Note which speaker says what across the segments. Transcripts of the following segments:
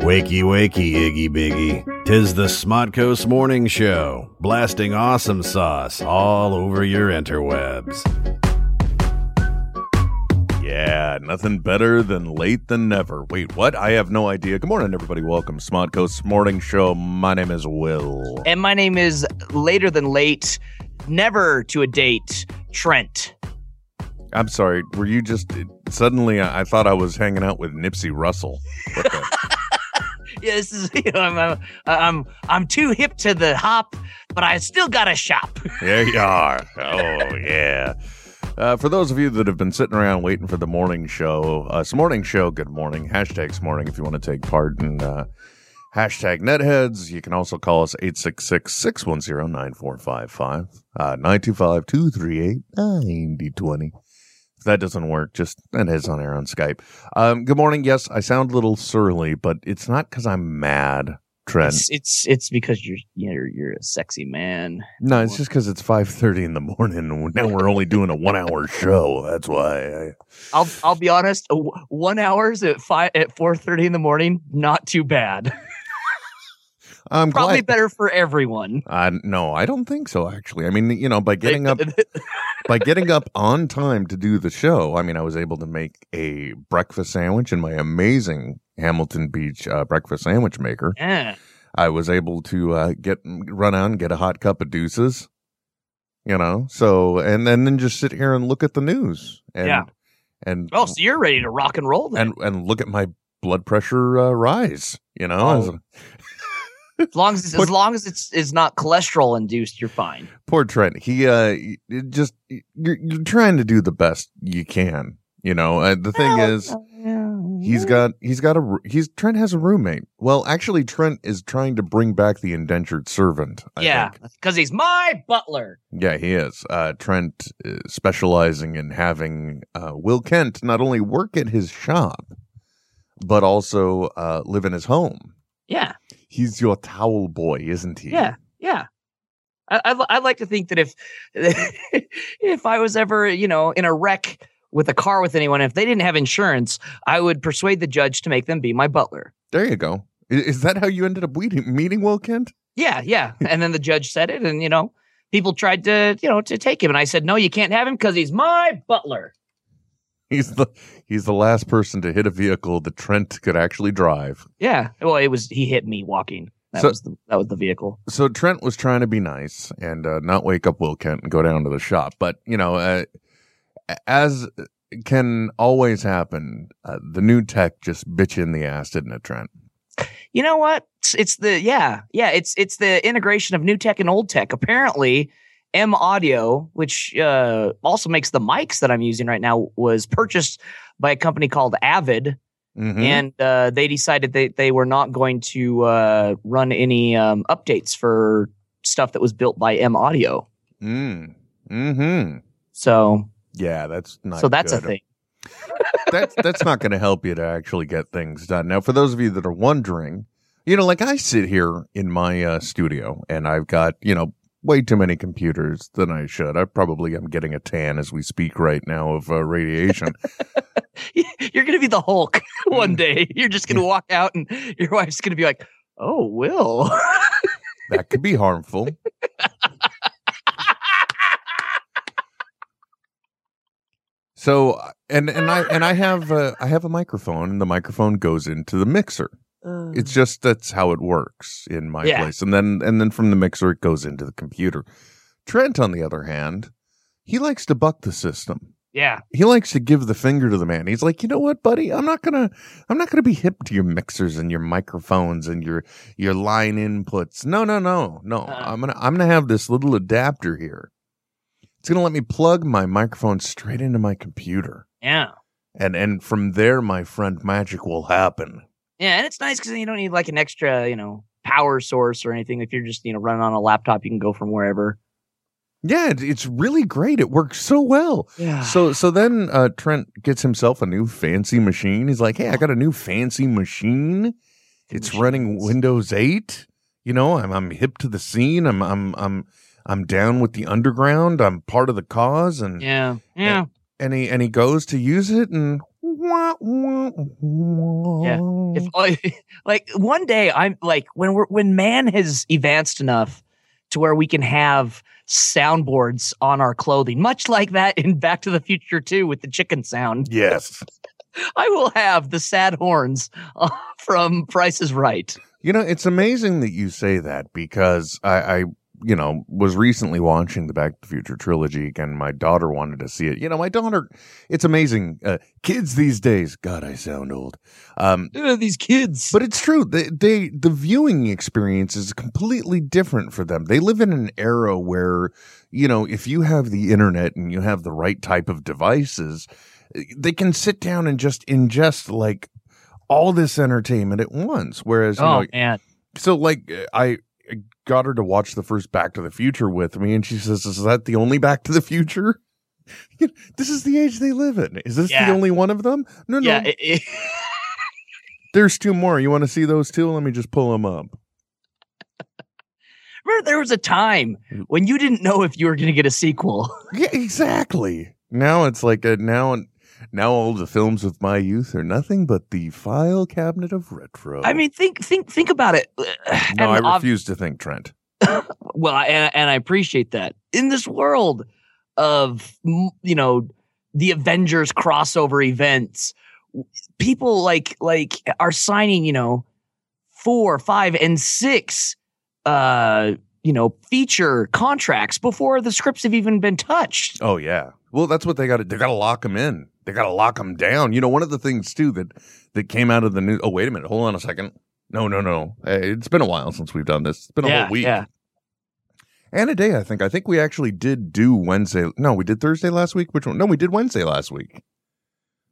Speaker 1: Wakey, wakey, Iggy Biggy. Tis the Smodcoast Morning Show, blasting awesome sauce all over your interwebs.
Speaker 2: Yeah, nothing better than late than never. Wait, what? I have no idea. Good morning, everybody. Welcome, Smodcoast Morning Show. My name is Will.
Speaker 3: And my name is Later Than Late, Never to a Date, Trent.
Speaker 2: I'm sorry. Were you just suddenly? I I thought I was hanging out with Nipsey Russell. What the-
Speaker 3: Yeah, this is, you know, I'm, I'm, I'm, I'm too hip to the hop, but I still got a shop.
Speaker 2: there you are. Oh yeah. Uh, for those of you that have been sitting around waiting for the morning show, uh, it's morning show. Good morning. Hashtag morning if you want to take part in uh, hashtag netheads. You can also call us 866 610 9455 925 238 9020. If that doesn't work, just that is on air on Skype. Um, good morning. Yes, I sound a little surly, but it's not because I'm mad, Trent.
Speaker 3: It's, it's, it's because you're, you're, you're a sexy man.
Speaker 2: No, it's just because it's five thirty in the morning, and now we're only doing a one-hour show. That's why. I,
Speaker 3: I'll, I'll be honest. uh, w- One hours at five, at four thirty in the morning, not too bad.
Speaker 2: I'm
Speaker 3: Probably
Speaker 2: glad.
Speaker 3: better for everyone.
Speaker 2: Uh, no, I don't think so. Actually, I mean, you know, by getting up by getting up on time to do the show, I mean, I was able to make a breakfast sandwich in my amazing Hamilton Beach uh, breakfast sandwich maker.
Speaker 3: yeah.
Speaker 2: I was able to uh, get run out and get a hot cup of deuces, you know. So and, and then just sit here and look at the news. And,
Speaker 3: Yeah.
Speaker 2: And
Speaker 3: Oh, so you're ready to rock and roll then.
Speaker 2: and and look at my blood pressure uh, rise. You know,
Speaker 3: Oh.
Speaker 2: As-
Speaker 3: as long as, as long as it's, it's not cholesterol induced, you're fine.
Speaker 2: poor Trent. He uh, y- it just you're, you're trying to do the best you can. You know, uh, the thing is, he's got he's got a r- he's Trent has a roommate. Well, actually, Trent is trying to bring back the indentured servant. I
Speaker 3: yeah,
Speaker 2: think.
Speaker 3: because he's my butler.
Speaker 2: yeah, he is. Uh, Trent uh, specializing in having uh, Will Kent not only work at his shop, but also uh, live in his home.
Speaker 3: Yeah,
Speaker 2: He's your towel boy, isn't he?
Speaker 3: yeah, yeah. I, I, I like to think that if if I was ever you know in a wreck with a car with anyone, if they didn't have insurance, I would persuade the judge to make them be my butler.
Speaker 2: There you go. I- Is that how you ended up meeting, meeting Will Kent?
Speaker 3: Yeah, yeah. and then the judge said it, and you know people tried to you know to take him, and I said no, you can't have him because he's my butler.
Speaker 2: He's the he's the last person to hit a vehicle that Trent could actually drive.
Speaker 3: Yeah. Well, it was he hit me walking. That
Speaker 2: So-
Speaker 3: was the that was the vehicle.
Speaker 2: So Trent was trying to be nice and uh, not wake up Will Kent and go down to the shop. But you know, uh, as can always happen, uh, the new tech just bitch you in the ass, didn't it, Trent?
Speaker 3: you know what? It's, it's the yeah, yeah. It's it's the integration of new tech and old tech. Apparently, M Audio, which uh, also makes the mics that I'm using right now, was purchased by a company called Avid,
Speaker 2: Mm-hmm.
Speaker 3: and uh, they decided that they were not going to uh, run any um, updates for stuff that was built by M Audio.
Speaker 2: Mm. hmm
Speaker 3: So
Speaker 2: Yeah, that's not
Speaker 3: so that's
Speaker 2: good.
Speaker 3: a thing.
Speaker 2: that's that's not going to help you to actually get things done. Now, for those of you that are wondering, you know, like I sit here in my uh, studio and I've got you know way too many computers than I should. I probably am getting a tan as we speak right now of uh, radiation.
Speaker 3: You're gonna be the Hulk
Speaker 2: Mm.
Speaker 3: one day. You're just gonna walk out, and your wife's gonna be like, "Oh, Will."
Speaker 2: that could be harmful. So and and I and I have uh, I have a microphone and the microphone goes into the mixer. It's just that's how it works in my
Speaker 3: Yeah.
Speaker 2: place. And then and then from the mixer it goes into the computer. Trent on the other hand, he likes to buck the system.
Speaker 3: yeah.
Speaker 2: He likes to give the finger to the man. He's like, "You know what, buddy? I'm not going to I'm not going to be hip to your mixers and your microphones and your your line inputs. No, no, no. No.
Speaker 3: Uh-uh.
Speaker 2: I'm going to I'm going to have this little adapter here. It's going to let me plug my microphone straight into my computer.
Speaker 3: Yeah.
Speaker 2: And and from there, my friend, magic will happen.
Speaker 3: Yeah. And it's nice because you don't need like an extra, you know, power source or anything. If you're just, you know, running on a laptop, you can go from wherever.
Speaker 2: Yeah, it- it's really great. It works so well.
Speaker 3: Yeah.
Speaker 2: So so then uh, Trent gets himself a new fancy machine. He's like, "Hey, I got a new fancy machine. It's running Windows 8. You know, I'm I'm hip to the scene. I'm I'm I'm I'm down with the underground. I'm part of the cause." And
Speaker 3: Yeah. Yeah.
Speaker 2: and he and he goes to use it, and Yeah.
Speaker 3: If I- like one day I'm like when we're when man has advanced enough to where we can have soundboards on our clothing, much like that in Back to the Future 2 with the chicken sound.
Speaker 2: yes.
Speaker 3: I will have the sad horns uh, from Price is Right.
Speaker 2: You know, it's amazing that you say that because I, I, you know, was recently watching the Back to the Future trilogy again. My daughter wanted to see it. You know, my daughter, it's amazing. Uh, kids these days, God, I sound old. Um,
Speaker 3: Ugh, these kids.
Speaker 2: but it's true. They, they, the viewing experience is completely different for them. They live in an era where, you know, if you have the internet and you have the right type of devices, they can sit down and just ingest like all this entertainment at once. Whereas, you
Speaker 3: oh
Speaker 2: know,
Speaker 3: man.
Speaker 2: so like I got her to watch the first Back to the Future with me, and she says, "Is that the only Back to the Future? this is the age they live in. Is this
Speaker 3: Yeah.
Speaker 2: the only one of them? No,
Speaker 3: Yeah,
Speaker 2: no.
Speaker 3: it- it-
Speaker 2: There's two more. You want to see those two? Let me just pull them up.
Speaker 3: remember there was a time
Speaker 2: Mm.
Speaker 3: when you didn't know if you were going to get a sequel.
Speaker 2: Yeah, exactly. Now it's like a, now now all the films of my youth are nothing but the file cabinet of retro.
Speaker 3: I mean, think think think about it.
Speaker 2: Oh. no,
Speaker 3: And
Speaker 2: I
Speaker 3: ob-
Speaker 2: refuse to think, Trent.
Speaker 3: well I- and, and i appreciate that in this world of m- you know the avengers crossover events w- people like like are signing you know four five and six uh you know feature contracts before the scripts have even been touched
Speaker 2: Oh yeah. Well, that's what they got to. They got to lock them in. They got to lock them down. You know, one of the things too that that came out of the news. Oh wait a minute. Hold on a second. No, no, no. Uh, It's been a while since we've done this. It's been a
Speaker 3: yeah,
Speaker 2: whole week
Speaker 3: yeah
Speaker 2: and a day. I think. I think we actually did do Wednesday. No, we did Thursday last week. Which one? No, we did Wednesday last week.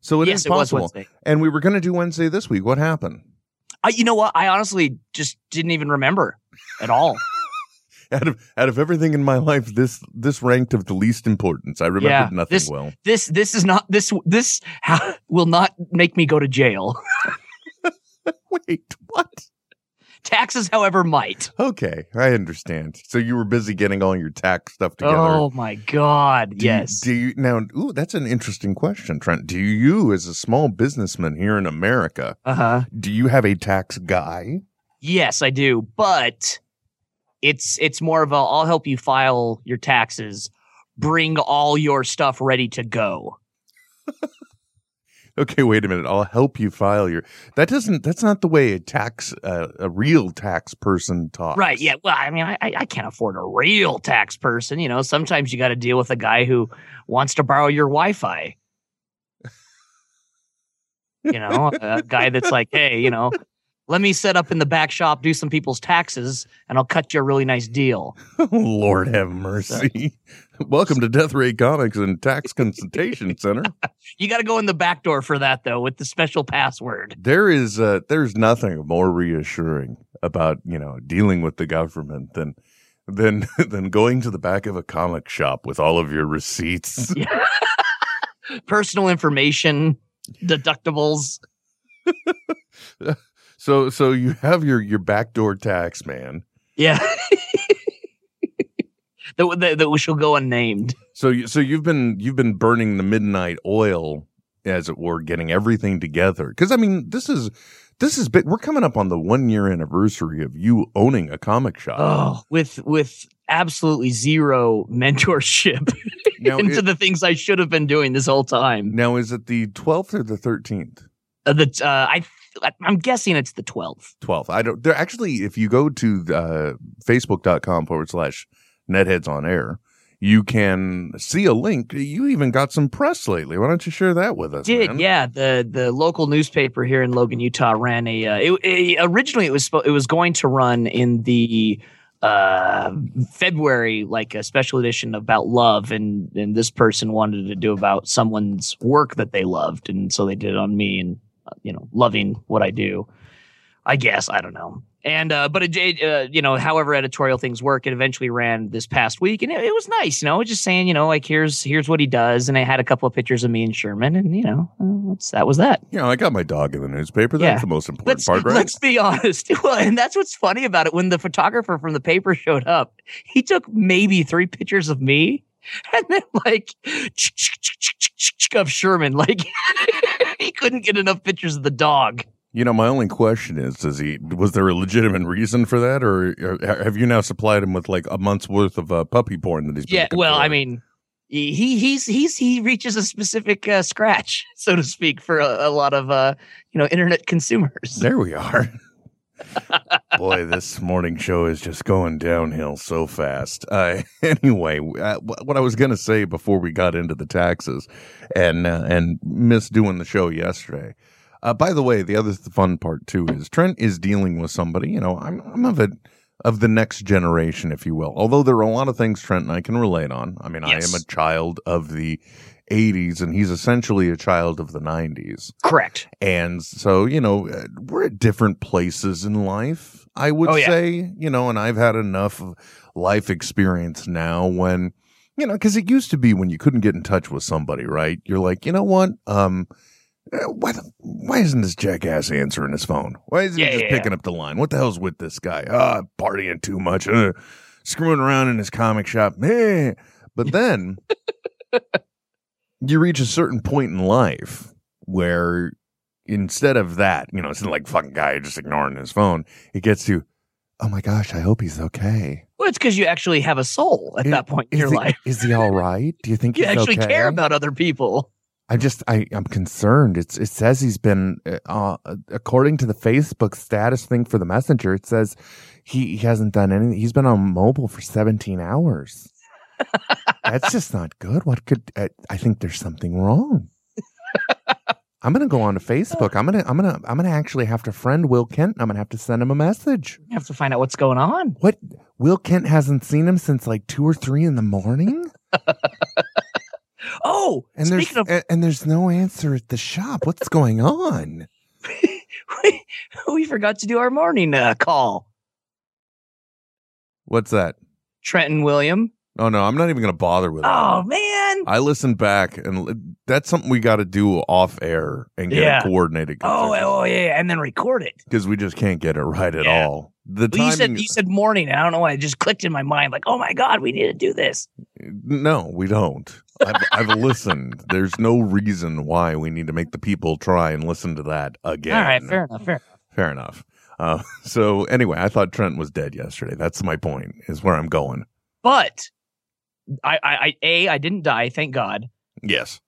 Speaker 2: So it is
Speaker 3: yes it was
Speaker 2: possible.
Speaker 3: wednesday
Speaker 2: and we were going to do Wednesday this week. What happened?
Speaker 3: I, you know what i honestly just didn't even remember at all
Speaker 2: Out of out of everything in my life, this this ranked of the least importance. I remembered
Speaker 3: Yeah,
Speaker 2: nothing
Speaker 3: this-
Speaker 2: well.
Speaker 3: this this is not this this will not make me go to jail
Speaker 2: Wait, what?
Speaker 3: taxes however might
Speaker 2: Okay, I understand. So you were busy getting all your tax stuff together.
Speaker 3: Oh my God!
Speaker 2: Do you-
Speaker 3: yes.
Speaker 2: do you now? Ooh, that's an interesting question, Trent. Do you, as a small businessman here in America,
Speaker 3: uh huh.
Speaker 2: do you have a tax guy?
Speaker 3: Yes, I do. But it's it's more of a I'll help you file your taxes. Bring all your stuff ready to go.
Speaker 2: Okay, wait a minute. I'll help you file your. That doesn't. That's not the way a tax, uh, a real tax person talks.
Speaker 3: Right. Yeah. Well, I mean, I I I can't afford a real tax person. You know, sometimes you got to deal with a guy who wants to borrow your Wi-Fi. You know, a guy that's like, hey, you know, let me set up in the back shop, do some people's taxes, and I'll cut you a really nice deal.
Speaker 2: Oh, Lord have mercy. Welcome to Death Ray Comics and Tax Consultation Center.
Speaker 3: You got to go in the back door for that though, with the special password.
Speaker 2: there is uh there's nothing more reassuring about you know dealing with the government than than than going to the back of a comic shop with all of your receipts
Speaker 3: Personal information, deductibles.
Speaker 2: so so you have your your backdoor tax man
Speaker 3: Yeah. that, that, that she'll go unnamed.
Speaker 2: so you so you've been you've been burning the midnight oil as it were getting everything together because i mean this is this is big we're coming up on the one year anniversary of you owning a comic shop
Speaker 3: Oh, with with absolutely zero mentorship
Speaker 2: now,
Speaker 3: Oh, into
Speaker 2: it-
Speaker 3: the things I should have been doing this whole time.
Speaker 2: now is it the 12th or the 13th
Speaker 3: Uh, the uh, I I'm guessing it's the twelfth.
Speaker 2: 12th. I don't, they're actually, if you go to uh, facebook.com forward slash netheads on air, you can see a link. You even got some press lately. Why don't you share that with us?
Speaker 3: Did
Speaker 2: man?
Speaker 3: yeah the the local newspaper here in Logan, Utah ran a. Uh, it, it- originally it was spo- it was going to run in the uh February like a special edition about love and and this person wanted to do about someone's work that they loved and so they did it on me and uh, you know loving what I do I guess I don't know and uh but it, it uh, you know however editorial things work it eventually ran this past week and it, it was nice you know it was just saying you know like here's here's what he does and it had a couple of pictures of me and Sherman and you know uh, that's, that was that
Speaker 2: You know, I got my dog in the newspaper.
Speaker 3: Yeah.
Speaker 2: That's the most important
Speaker 3: let's
Speaker 2: part, right?
Speaker 3: let's be honest. Well, and that's what's funny about it. When the photographer from the paper showed up, he took maybe three pictures of me and then like of Sherman, like he couldn't get enough pictures of the dog.
Speaker 2: You know, my only question is: Does he? Was there a legitimate reason for that, or, or have you now supplied him with like a month's worth of uh, puppy porn that he's? been
Speaker 3: Yeah,
Speaker 2: looking
Speaker 3: well,
Speaker 2: for?
Speaker 3: I mean, he he- he's he's he reaches a specific uh, scratch, so to speak, for a, a lot of uh, you know internet consumers.
Speaker 2: there we are. Boy, this morning show is just going downhill so fast. Uh, anyway, uh, wh- what I was going to say before we got into the taxes and uh, and miss doing the show yesterday. Uh, by the way, the other th- fun part too is Trent is dealing with somebody. You know, I'm I'm of a of the next generation, if you will. Although there are a lot of things Trent and I can relate on. I mean,
Speaker 3: Yes.
Speaker 2: I am a child of the 80s, and he's essentially a child of the 90s.
Speaker 3: Correct.
Speaker 2: And so, you know, uh, we're at different places in life, I would
Speaker 3: Oh, yeah.
Speaker 2: say, you know, and I've had enough life experience now when, you know, because it used to be when you couldn't get in touch with somebody, right? You're like, you know what? Um, uh, why, the, why isn't this jackass answering his phone? Why isn't
Speaker 3: Yeah,
Speaker 2: he just
Speaker 3: yeah,
Speaker 2: picking up the line? What the hell's with this guy? Ah, partying too much, uh, screwing around in his comic shop. Eh. But then you reach a certain point in life where instead of that, you know, it's not like fucking guy just ignoring his phone. It gets to, oh my gosh, I hope he's okay.
Speaker 3: Well, it's because you actually have a soul at
Speaker 2: Is-
Speaker 3: that point in
Speaker 2: Is
Speaker 3: your
Speaker 2: he,
Speaker 3: life.
Speaker 2: is he all right? Do you think
Speaker 3: You
Speaker 2: he's
Speaker 3: actually
Speaker 2: okay?
Speaker 3: care about other people.
Speaker 2: I'm just, I, I'm concerned. It's, it says he's been, uh, uh, according to the Facebook status thing for the messenger, it says he, he hasn't done anything. He's been on mobile for 17 hours. That's just not good. What could, I, I think there's something wrong. I'm gonna go on to Facebook. I'm gonna, I'm gonna, I'm gonna actually have to friend Will Kent. and I'm gonna have to send him a message.
Speaker 3: You have to find out what's going on.
Speaker 2: What? Will Kent hasn't seen him since like two or three in the morning,
Speaker 3: Oh,
Speaker 2: and there's
Speaker 3: speaking of,
Speaker 2: and, and there's no answer at the shop. What's going on?
Speaker 3: we, forgot to do our morning uh, call.
Speaker 2: What's that?
Speaker 3: Trenton William.
Speaker 2: Oh no, I'm not even gonna bother with
Speaker 3: Oh man.
Speaker 2: I listened back, and l- that's something we got to do off air and get
Speaker 3: Yeah.
Speaker 2: it coordinated
Speaker 3: Oh, oh yeah, and then record it.
Speaker 2: because we just can't get it right at
Speaker 3: Yeah.
Speaker 2: all. The
Speaker 3: Well,
Speaker 2: timing,
Speaker 3: you said you said morning. and I don't know why. It just clicked in my mind. Like, oh my god, we need to do this.
Speaker 2: no, we don't. I've, I've listened. There's no reason why we need to make the people try and listen to that again.
Speaker 3: All right, fair enough. Fair.
Speaker 2: Fair enough. Uh, so anyway, I thought Trent was dead yesterday. That's my point. Is where I'm going.
Speaker 3: But I, I, I, a, I didn't die, thank God.
Speaker 2: Yes.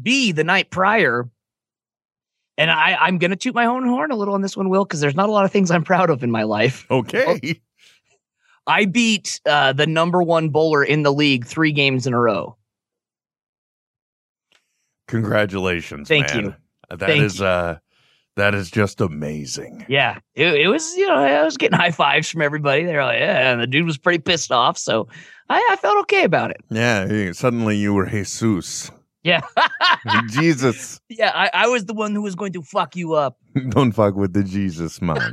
Speaker 3: B, the night prior, and I, I'm gonna toot my own horn a little on this one, Will, because there's not a lot of things I'm proud of in my life. Oh.
Speaker 2: Okay.
Speaker 3: I beat uh, the number one bowler in the league three games in a row.
Speaker 2: Congratulations.
Speaker 3: Thank
Speaker 2: man.
Speaker 3: you.
Speaker 2: That
Speaker 3: Thank
Speaker 2: is, uh, that is just amazing.
Speaker 3: Yeah, it, it was you know I was getting high fives from everybody. They were like, yeah, and the dude was pretty pissed off, so I, I felt okay about it.
Speaker 2: Yeah. hey, Suddenly you were Jesus.
Speaker 3: Yeah,
Speaker 2: Jesus.
Speaker 3: yeah, I, I was the one who was going to fuck you up.
Speaker 2: Don't fuck with the Jesus man.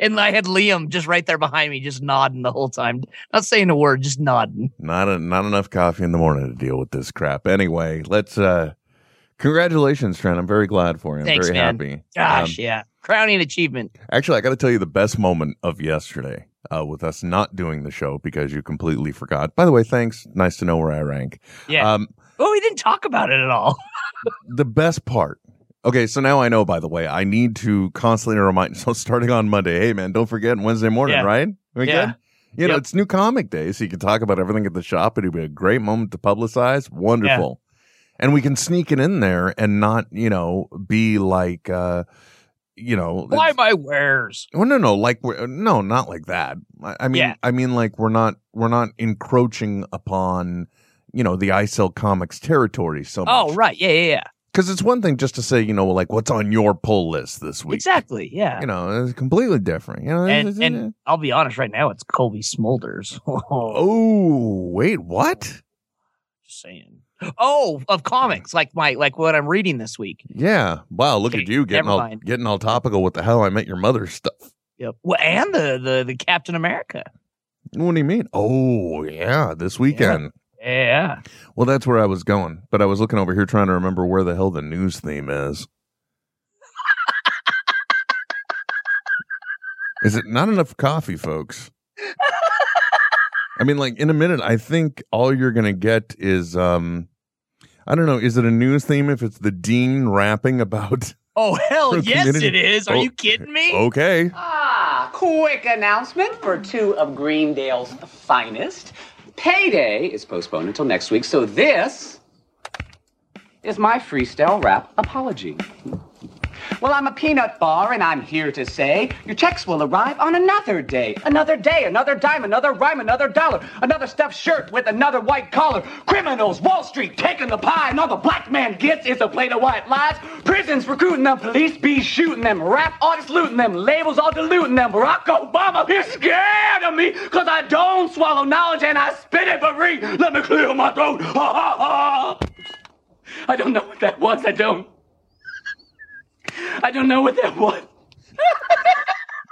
Speaker 3: And I had Liam just right there behind me, just nodding the whole time, not saying a word, just nodding.
Speaker 2: not a, not enough coffee in the morning to deal with this crap. Anyway, let's. uh Congratulations, Trent. I'm very glad for you. I'm
Speaker 3: Thanks,
Speaker 2: very
Speaker 3: man.
Speaker 2: happy.
Speaker 3: Gosh,
Speaker 2: Um,
Speaker 3: yeah, crowning achievement.
Speaker 2: Actually, I got to tell you the best moment of yesterday uh, with us not doing the show because you completely forgot. By the way, thanks. Nice to know where I rank.
Speaker 3: Yeah.
Speaker 2: Um,
Speaker 3: oh, we didn't talk about it at all.
Speaker 2: the best part. Okay, so now I know. By the way, I need to constantly remind. So starting on Monday, hey man, don't forget Wednesday morning,
Speaker 3: Yeah.
Speaker 2: right? We
Speaker 3: Yeah.
Speaker 2: good? You know,
Speaker 3: Yep.
Speaker 2: it's new comic day, so you can talk about everything at the shop. It'd be a great moment to publicize. Wonderful, and we can sneak it in there and not, you know, be like, uh you know,
Speaker 3: Why my wares?
Speaker 2: Oh no, no, like we're no, not like that. I, I mean,
Speaker 3: Yeah.
Speaker 2: I mean, like we're not we're not encroaching upon you know the ISIL comics territory so much.
Speaker 3: Oh, right. Yeah, yeah, yeah.
Speaker 2: because it's one thing just to say you know like what's on your pull list this week.
Speaker 3: Exactly. Yeah.
Speaker 2: You know, it's completely different. You know,
Speaker 3: and
Speaker 2: it's-
Speaker 3: and I'll be honest, right now it's Colby Smolders. oh,
Speaker 2: oh wait, what?
Speaker 3: just saying. Oh, of comics, like my like what I'm reading this week.
Speaker 2: Yeah, wow, look
Speaker 3: Okay,
Speaker 2: at you getting
Speaker 3: never
Speaker 2: all
Speaker 3: mind.
Speaker 2: getting all topical with the how I met your mother stuff.
Speaker 3: Yep. Well, and the the the Captain America.
Speaker 2: What do you mean? Oh yeah, this weekend.
Speaker 3: Yeah.
Speaker 2: Well, that's where I was going, but I was looking over here trying to remember where the hell the news theme is. is it not enough coffee, folks? I mean, like in a minute, I think all you're gonna get is um, I don't know. Is it a news theme if it's the dean rapping about?
Speaker 3: Oh hell
Speaker 2: For
Speaker 3: yes, it
Speaker 2: community-
Speaker 3: is. Are
Speaker 2: Oh,
Speaker 3: you kidding me?
Speaker 2: Okay,
Speaker 4: Ah, quick announcement for two of Greendale's finest. Payday is postponed until next week, so this is my freestyle rap apology. Well, I'm a peanut bar, and I'm here to say your checks will arrive on another day. Another day, another dime, another rhyme, another dollar, another stuffed shirt with another white collar. Criminals, Wall Street taking the pie, and all the black man gets is a plate of white lies. Prisons recruiting them, police be shooting them, rap artists looting them, labels all diluting them. Barack Obama is scared of me, cause I don't swallow knowledge and I spit it for free. Let me clear my throat. Ha ha ha. I don't know what that was. I don't. I don't know what that was.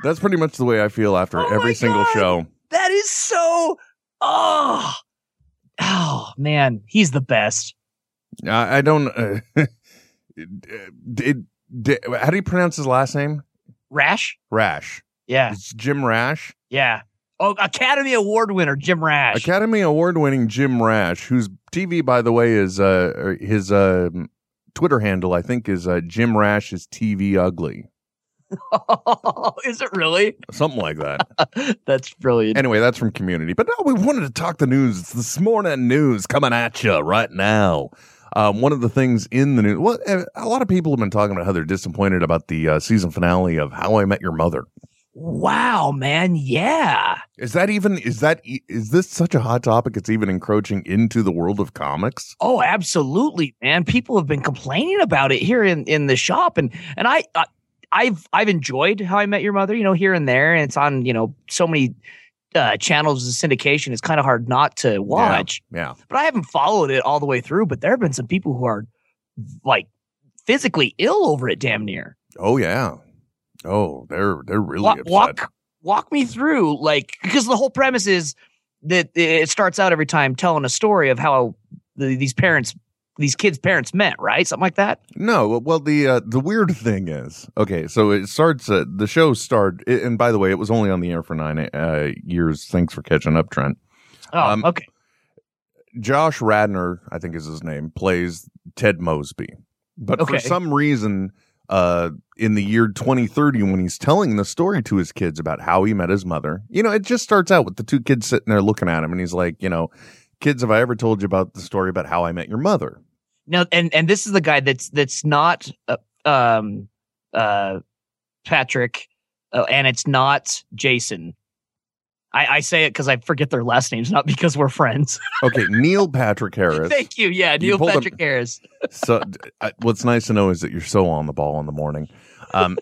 Speaker 2: that's pretty much the way I feel after
Speaker 3: Oh my
Speaker 2: every single
Speaker 3: God.
Speaker 2: show.
Speaker 3: That is so. Oh, oh man, he's the best.
Speaker 2: I, I don't. Uh, it, it- how do you pronounce his last name?
Speaker 3: Rash.
Speaker 2: Rash.
Speaker 3: Yeah,
Speaker 2: It's Jim Rash.
Speaker 3: yeah. Oh, Academy Award winner Jim Rash.
Speaker 2: Academy Award winning Jim Rash, whose TV, by the way, is uh, or his uh, Twitter handle, I think, is uh, Jim Rash is TV ugly,
Speaker 3: is it really?
Speaker 2: something like that.
Speaker 3: That's brilliant.
Speaker 2: anyway, that's from Community. But no, we wanted to talk the news. It's this morning news coming at you right now. Um, one of the things in the news, well, uh, a lot of people have been talking about how they're disappointed about the uh, season finale of How I Met Your Mother.
Speaker 3: wow, man. Yeah.
Speaker 2: Is that even is that e- is this such a hot topic? It's even encroaching into the world of comics.
Speaker 3: Oh, absolutely, man. People have been complaining about it here in in the shop, and and I, I I've I've enjoyed How I Met Your Mother, you know, here and there, and it's on you know so many uh, channels of syndication. It's kind of hard not to watch,
Speaker 2: Yeah,
Speaker 3: but I haven't followed it all the way through. But there have been some people who are like physically ill over it, damn near.
Speaker 2: oh yeah, oh they're they're really
Speaker 3: Wa-
Speaker 2: upset.
Speaker 3: walk walk me through like because the whole premise is that it starts out every time telling a story of how the, these parents these kids parents met right something like that
Speaker 2: No, well the uh, the weird thing is okay. So it starts. Uh, the show started, and by the way, it was only on the air for nine uh, years. Thanks for catching up, Trent.
Speaker 3: oh
Speaker 2: Um,
Speaker 3: okay
Speaker 2: Josh Radner, I think is his name, plays Ted Mosby. But
Speaker 3: Okay.
Speaker 2: for some reason, uh, in the year 2030, when he's telling the story to his kids about how he met his mother, you know, it just starts out with the two kids sitting there looking at him, and he's like, you know, kids, have I ever told you about the story about how I met your mother?
Speaker 3: no and and this is the guy that's that's not uh, um uh patrick uh, and it's not jason i i say it because i forget their last names not because we're friends
Speaker 2: Okay, Neil Patrick Harris.
Speaker 3: thank you yeah
Speaker 2: You
Speaker 3: neil
Speaker 2: pulled them-
Speaker 3: patrick harris
Speaker 2: so d- I, what's nice to know is that you're so on the ball in the morning. Um,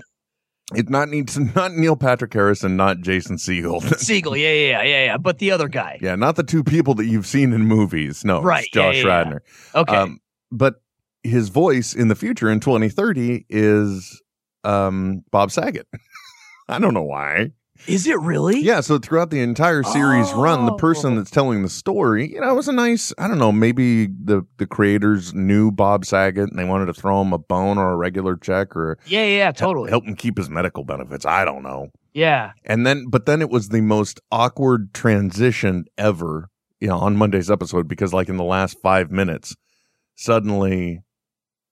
Speaker 2: it not needs not Neil Patrick Harris and not Jason Siegel.
Speaker 3: siegel yeah yeah yeah yeah yeah but the other guy
Speaker 2: yeah, not the two people that you've seen in movies. No, it's
Speaker 3: Right, yeah,
Speaker 2: Josh
Speaker 3: yeah, yeah.
Speaker 2: Radner.
Speaker 3: okay
Speaker 2: Um, but his voice in the future in 2030 is um, Bob Saget. I don't know why.
Speaker 3: is it really
Speaker 2: Yeah, so throughout the entire series run, the person
Speaker 3: Oh.
Speaker 2: that's telling the story, you know, it was a nice, I don't know, maybe the the creators knew Bob Saget and they wanted to throw him a bone or a regular check or
Speaker 3: Yeah, yeah, yeah,
Speaker 2: hel-
Speaker 3: totally.
Speaker 2: help him keep his medical benefits. I don't know.
Speaker 3: Yeah.
Speaker 2: And then but then it was the most awkward transition ever, you know, on Monday's episode because like in the last 5 minutes, suddenly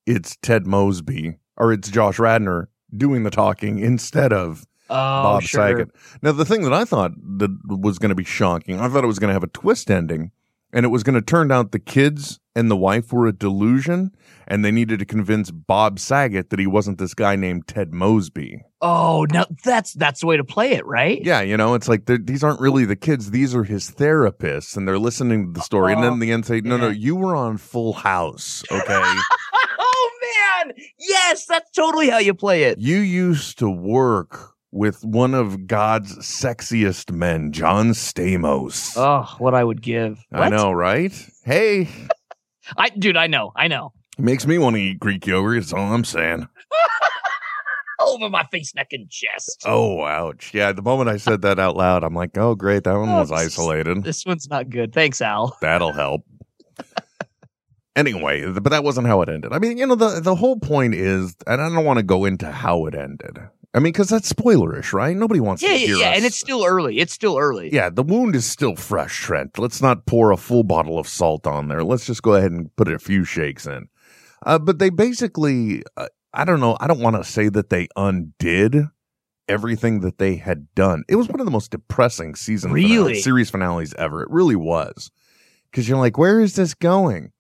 Speaker 2: it's Ted Mosby or it's Josh Radner doing the talking instead of
Speaker 3: Oh,
Speaker 2: Bob
Speaker 3: sure.
Speaker 2: Saget. Now, the thing that I thought that was going to be shocking, I thought it was going to have a twist ending, and it was going to turn out the kids and the wife were a delusion, and they needed to convince Bob Saget that he wasn't this guy named Ted Mosby.
Speaker 3: Oh, now that's that's the way to play it, right?
Speaker 2: Yeah, you know, it's like they're- these aren't really the kids; these are his therapists, and they're listening to the story. and then in the end, say, "No, no,
Speaker 3: Oh, yeah.
Speaker 2: you were on Full House, okay?
Speaker 3: oh man, yes, that's totally how you play it.
Speaker 2: you used to work." With one of God's sexiest men, John Stamos.
Speaker 3: Oh, what I would give.
Speaker 2: I
Speaker 3: What?
Speaker 2: know, right? Hey,
Speaker 3: I dude, I know, I know.
Speaker 2: makes me want to eat Greek yogurt. That's all I'm saying.
Speaker 3: Over my face, neck, and chest.
Speaker 2: Oh, ouch. Yeah, the moment I said that out loud, I'm like, oh, great. That one was
Speaker 3: Oops.
Speaker 2: isolated.
Speaker 3: This one's not good. Thanks, Al.
Speaker 2: That'll help. Anyway, th- but that wasn't how it ended. I mean, you know, the, the whole point is, and I don't want to go into how it ended. I mean, because that's spoilerish, right? Nobody wants
Speaker 3: Yeah,
Speaker 2: to
Speaker 3: yeah,
Speaker 2: hear
Speaker 3: yeah.
Speaker 2: us.
Speaker 3: And it's still early. It's still early.
Speaker 2: yeah, the wound is still fresh, Trent. Let's not pour a full bottle of salt on there. Let's just go ahead and put a few shakes in. Uh, but they basically, uh, I don't know, I don't want to say that they undid everything that they had done. It was one of the most depressing season finales-
Speaker 3: Really?
Speaker 2: series finales ever. It really was. Because you're like, where is this going?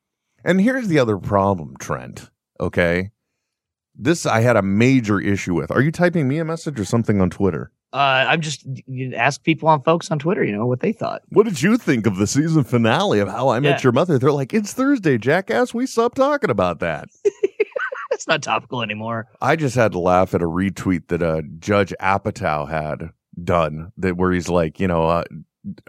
Speaker 2: And here's the other problem, Trent. Okay. This I had a major issue with. Are you typing me a message or something on Twitter?
Speaker 3: Uh, I'm just you ask people on folks on Twitter, you know, what they thought.
Speaker 2: What did you think of the season finale of How I Met
Speaker 3: Yeah.
Speaker 2: Your Mother? They're like, it's Thursday, jackass. We stopped talking about that.
Speaker 3: It's not topical anymore.
Speaker 2: I just had to laugh at a retweet that uh, Judge Apatow had done that where he's like, you know, uh,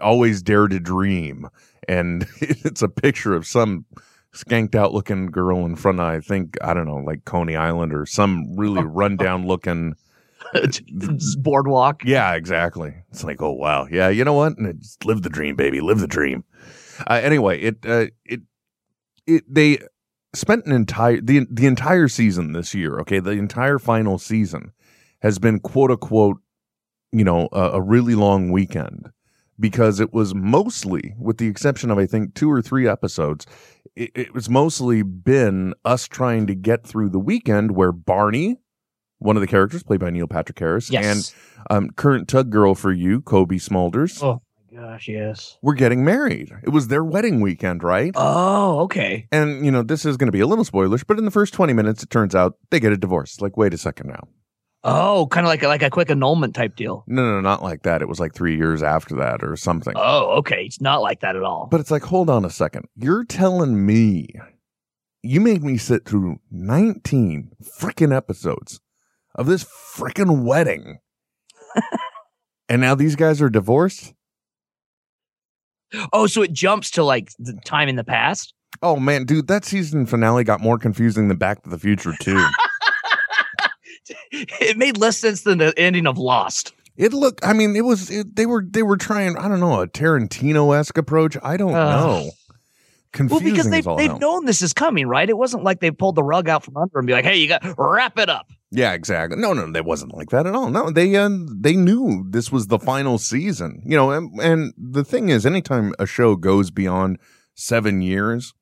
Speaker 2: always dare to dream, and it's a picture of some skanked out looking girl in front. Of, I think I don't know, like Coney Island or some really rundown looking. Uh,
Speaker 3: It's boardwalk.
Speaker 2: Yeah, exactly. It's like, oh wow, yeah. You know what? And it's, live the dream, baby. Live the dream. Uh, anyway, it uh, it it they spent an entire the the entire season this year. Okay, the entire final season has been quote unquote, you know, a, a really long weekend because it was mostly, with the exception of I think two or three episodes, it, it was mostly been us trying to get through the weekend where Barney. One of the characters played by Neil Patrick Harris
Speaker 3: Yes.
Speaker 2: and um, current tug girl for you, Kobe Smulders.
Speaker 3: Oh my gosh, yes.
Speaker 2: We're getting married. It was their wedding weekend, right?
Speaker 3: Oh, okay.
Speaker 2: and you know, this is going to be a little spoilish, but in the first twenty minutes, it turns out they get a divorce. Like, wait a second now.
Speaker 3: Oh, kind of like a, like a quick annulment type deal.
Speaker 2: No, no, not like that. It was like three years after that or something.
Speaker 3: Oh, okay. It's not like that at all.
Speaker 2: But it's like, hold on a second. You're telling me you make me sit through 19 freaking episodes of this freaking wedding. and now these guys are divorced?
Speaker 3: oh, so it jumps to like the time in the past.
Speaker 2: Oh man, dude, that season finale got more confusing than Back to the Future too.
Speaker 3: It made less sense than the ending of Lost.
Speaker 2: it looked, I mean, it was it, they were they were trying, I don't know, a Tarantino esque approach. I don't
Speaker 3: Ugh.
Speaker 2: know.
Speaker 3: Well,
Speaker 2: Confusing
Speaker 3: because
Speaker 2: as
Speaker 3: they've
Speaker 2: all
Speaker 3: they've
Speaker 2: hell.
Speaker 3: known this is coming, right? It wasn't like they pulled the rug out from under and be like, "Hey, you got wrap it up."
Speaker 2: Yeah, exactly. No, no, that wasn't like that at all. No, they uh, they knew this was the final season. You know, and, and the thing is, anytime a show goes beyond seven years,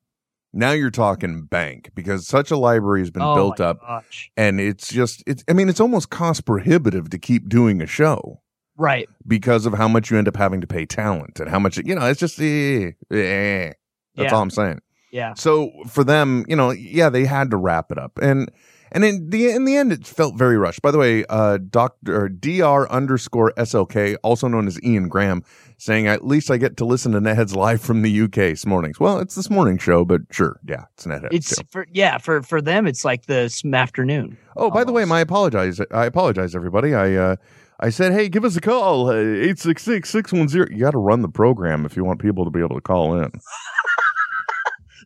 Speaker 2: now you're talking bank because such a library has been
Speaker 3: Oh
Speaker 2: built
Speaker 3: my
Speaker 2: up,
Speaker 3: gosh.
Speaker 2: and it's just it's. I mean, it's almost cost prohibitive to keep doing a show
Speaker 3: right?
Speaker 2: because of how much you end up having to pay talent and how much you know. It's just eh, eh. that's
Speaker 3: yeah,
Speaker 2: all I'm saying.
Speaker 3: yeah.
Speaker 2: So for them, you know, yeah, they had to wrap it up, and and in the in the end, it felt very rushed. By the way, uh, Doctor Dr underscore SLK, also known as Ian Graham, saying at least I get to listen to Netheads live from the UK this mornings. Well, it's this morning show, but sure, yeah, it's Netheads.
Speaker 3: It's
Speaker 2: too.
Speaker 3: for yeah for for them. It's like this afternoon.
Speaker 2: Oh, by the way,
Speaker 3: almost.
Speaker 2: my apologize. I apologize, everybody. I uh, I said, hey, give us a call, uh, eight six six six one zero. You got to run the program if you want people to be able to call in.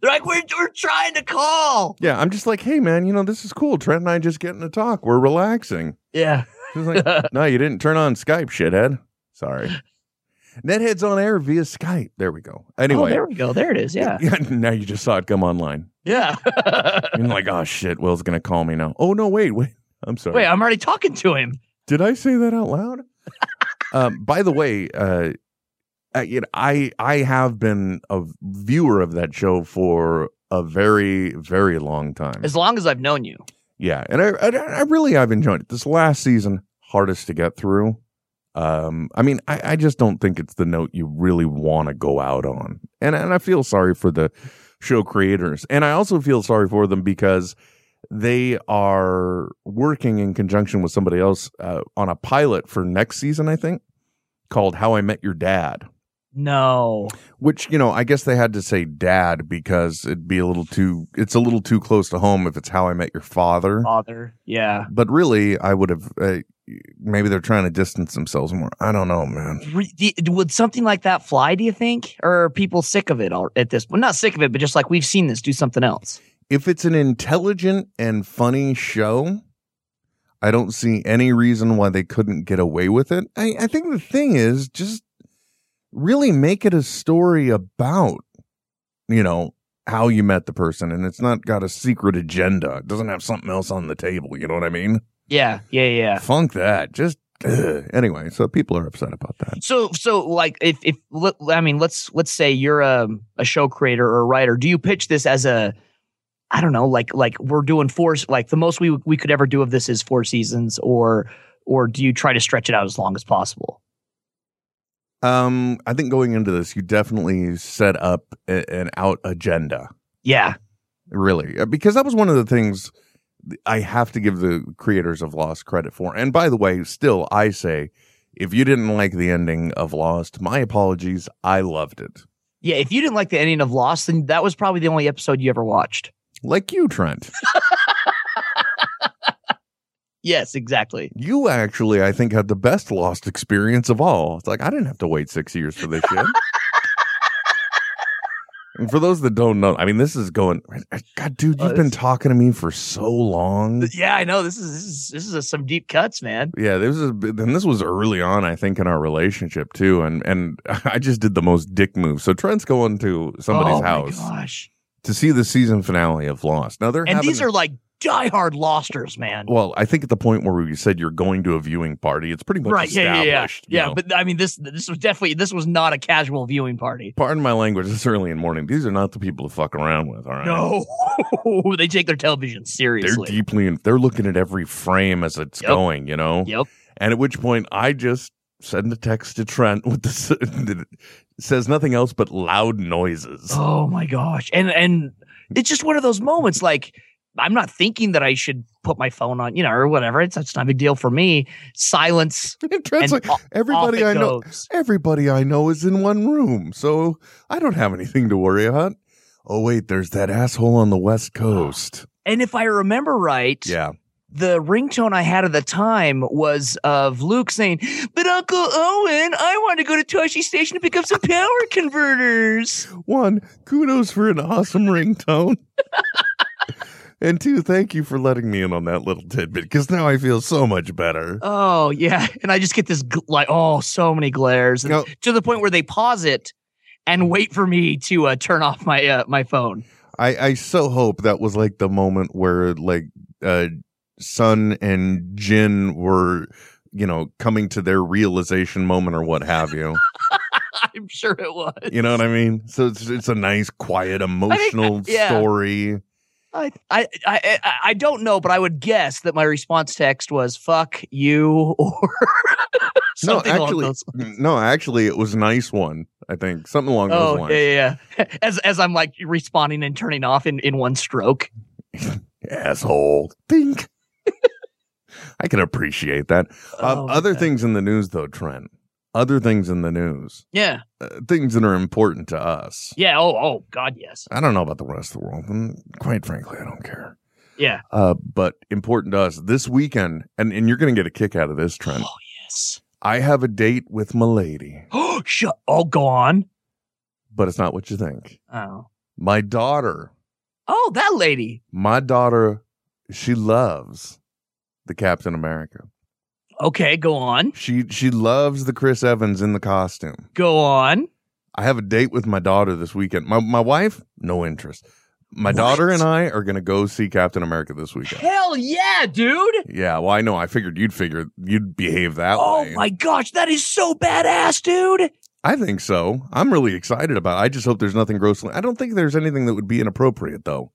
Speaker 3: They're like, "We're we're trying to call."
Speaker 2: Yeah, I'm just like, hey, man, you know, this is cool. Trent and I just getting to talk. We're relaxing.
Speaker 3: Yeah. Oh,
Speaker 2: She's like, no, you didn't turn on Skype, shithead. Sorry. Nethead's on air via Skype. There we go.
Speaker 3: Oh,
Speaker 2: Anyway.
Speaker 3: there we go. There it is. Yeah.
Speaker 2: now you just saw it come online.
Speaker 3: Yeah.
Speaker 2: You're like, oh shit, Will's gonna call me now. Oh no, wait, wait. I'm sorry.
Speaker 3: Wait, I'm already talking to him.
Speaker 2: Did I say that out loud? um, by the way, uh, I, you know, I I have been a viewer of that show for a very very long time.
Speaker 3: As long as I've known you.
Speaker 2: Yeah, and I, I I really I've enjoyed it. This last season hardest to get through. Um, I mean, I, I just don't think it's the note you really want to go out on, and and I feel sorry for the show creators, and I also feel sorry for them because they are working in conjunction with somebody else uh, on a pilot for next season, I think, called "How I Met Your Dad."
Speaker 3: No.
Speaker 2: Which you know, I guess they had to say "dad" because it'd be a little too. It's a little too close to home if it's "How I Met Your Father."
Speaker 3: Father. Yeah.
Speaker 2: but really i would have uh, maybe they're trying to distance themselves more i don't know man
Speaker 3: Re- d- Would something like that fly, do you think? Or are people sick of it al- at this point? Not sick of it, but just like we've seen this, do something else.
Speaker 2: if it's an intelligent and funny show i don't see any reason why they couldn't get away with it i, I think the thing is just really make it a story about you know how you met the person and it's not got a secret agenda it doesn't have something else on the table you know what i mean
Speaker 3: Yeah, yeah, yeah.
Speaker 2: Funk that. Just ugh. anyway. So people are upset about that.
Speaker 3: So so like if if let- I mean let's let's say you're a a show creator or a writer, do you pitch this as a I don't know, like like we're doing four s- like the most we we could ever do of this is four seasons or or do you try to stretch it out as long as possible?
Speaker 2: Um, I think going into this, you definitely set up a- an out agenda.
Speaker 3: Yeah.
Speaker 2: really Uh, because that was one of the things th- i have to give the creators of lost credit for and by the way still i say if you didn't like the ending of lost my apologies i loved it
Speaker 3: Yeah, if you didn't like the ending of Lost, then that was probably the only episode you ever watched.
Speaker 2: like you trent
Speaker 3: Yes, exactly.
Speaker 2: you actually i think had the best lost experience of all it's like i didn't have to wait six years for this shit And for those that don't know, I mean, this is going. God, dude,
Speaker 3: Uh,
Speaker 2: you've been
Speaker 3: it's-
Speaker 2: talking to me for so long.
Speaker 3: Yeah, I know. This is this is this is a, some deep cuts, man.
Speaker 2: Yeah, this is then this was early on, I think, in our relationship too, and and I just did the most dick move. So Trent's going to somebody's
Speaker 3: Oh my
Speaker 2: house
Speaker 3: gosh.
Speaker 2: to see the season finale of Lost. Now they're
Speaker 3: And
Speaker 2: having,
Speaker 3: these are like diehard Losters, man.
Speaker 2: well, I think at the point where you said you're going to a viewing party, it's pretty much
Speaker 3: right yeah yeah yeah,
Speaker 2: established. you
Speaker 3: yeah
Speaker 2: know.
Speaker 3: but i mean this this was definitely this was not a casual viewing party
Speaker 2: pardon my language, it's early in the morning. These are not the people to fuck around with. All right,
Speaker 3: no they take their television
Speaker 2: they're
Speaker 3: seriously
Speaker 2: deeply in, they're looking at every frame as it's
Speaker 3: Yep.
Speaker 2: going. You know,
Speaker 3: yep
Speaker 2: And at which point I just send a text to Trent with the that says nothing else but loud noises.
Speaker 3: oh my gosh and and it's just one of those moments like i'm not thinking that i should put my phone on you know or whatever it's, it's not a big deal for me silence
Speaker 2: And Trent's
Speaker 3: and
Speaker 2: like,
Speaker 3: o- off
Speaker 2: everybody
Speaker 3: it
Speaker 2: I know,
Speaker 3: goes.
Speaker 2: everybody I know is in one room, so I don't have anything to worry about. Oh wait, there's that asshole on the
Speaker 3: Oh,
Speaker 2: West Coast.
Speaker 3: and if i remember right
Speaker 2: Yeah,
Speaker 3: the ringtone I had at the time was of Luke saying, But Uncle Owen, I want to go to Toshi Station to pick up some power converters.
Speaker 2: one kudos for an awesome ringtone. And two, thank you for letting me in on that little tidbit because now I feel so much better.
Speaker 3: Oh, yeah. And I just get this, gl- like, oh, so many glares and
Speaker 2: No.
Speaker 3: to the point where they pause it and wait for me to uh, turn off my uh, my phone.
Speaker 2: I, I so hope that was like the moment where like uh Sun and Jin were, you know, coming to their realization moment or what have you.
Speaker 3: I'm sure it was.
Speaker 2: you know what I mean? So it's it's a nice, quiet, emotional
Speaker 3: yeah.
Speaker 2: story.
Speaker 3: I, I, I, I- I don't know, but I would guess that my response text was fuck you or something
Speaker 2: no,
Speaker 3: along
Speaker 2: actually,
Speaker 3: those
Speaker 2: no, actually, it was a nice one. I think something along those
Speaker 3: Oh
Speaker 2: lines.
Speaker 3: yeah, yeah, yeah. As as I'm like responding and turning off in in one stroke.
Speaker 2: Asshole, think. I can appreciate that.
Speaker 3: Oh,
Speaker 2: um, other
Speaker 3: man.
Speaker 2: things in the news, though, Trent. Other things in the news.
Speaker 3: Yeah,
Speaker 2: Uh, things that are important to us.
Speaker 3: yeah. Oh, oh, God, yes.
Speaker 2: I don't know about the rest of the world, and quite frankly, I don't care.
Speaker 3: Yeah.
Speaker 2: Uh, but important to us this weekend, and, and you're going to get a kick out of this, Trent.
Speaker 3: Oh yes.
Speaker 2: I have a date with Milady,
Speaker 3: Oh, shut. Oh, go on.
Speaker 2: but it's not what you think.
Speaker 3: Oh,
Speaker 2: My daughter,
Speaker 3: oh, that lady.
Speaker 2: my daughter, she loves the Captain America.
Speaker 3: Okay, go on,
Speaker 2: She she loves the Chris Evans in the costume.
Speaker 3: go on.
Speaker 2: I have a date with my daughter this weekend. My my wife, no interest. My
Speaker 3: What?
Speaker 2: daughter and I are going to go see Captain America this weekend.
Speaker 3: Hell yeah, dude.
Speaker 2: Yeah, well, I know. I figured you'd figure you'd behave that
Speaker 3: Oh
Speaker 2: way.
Speaker 3: my gosh, that is so badass, dude.
Speaker 2: I think so. I'm really excited about. it. I just hope there's nothing grossly. I don't think there's anything that would be inappropriate though.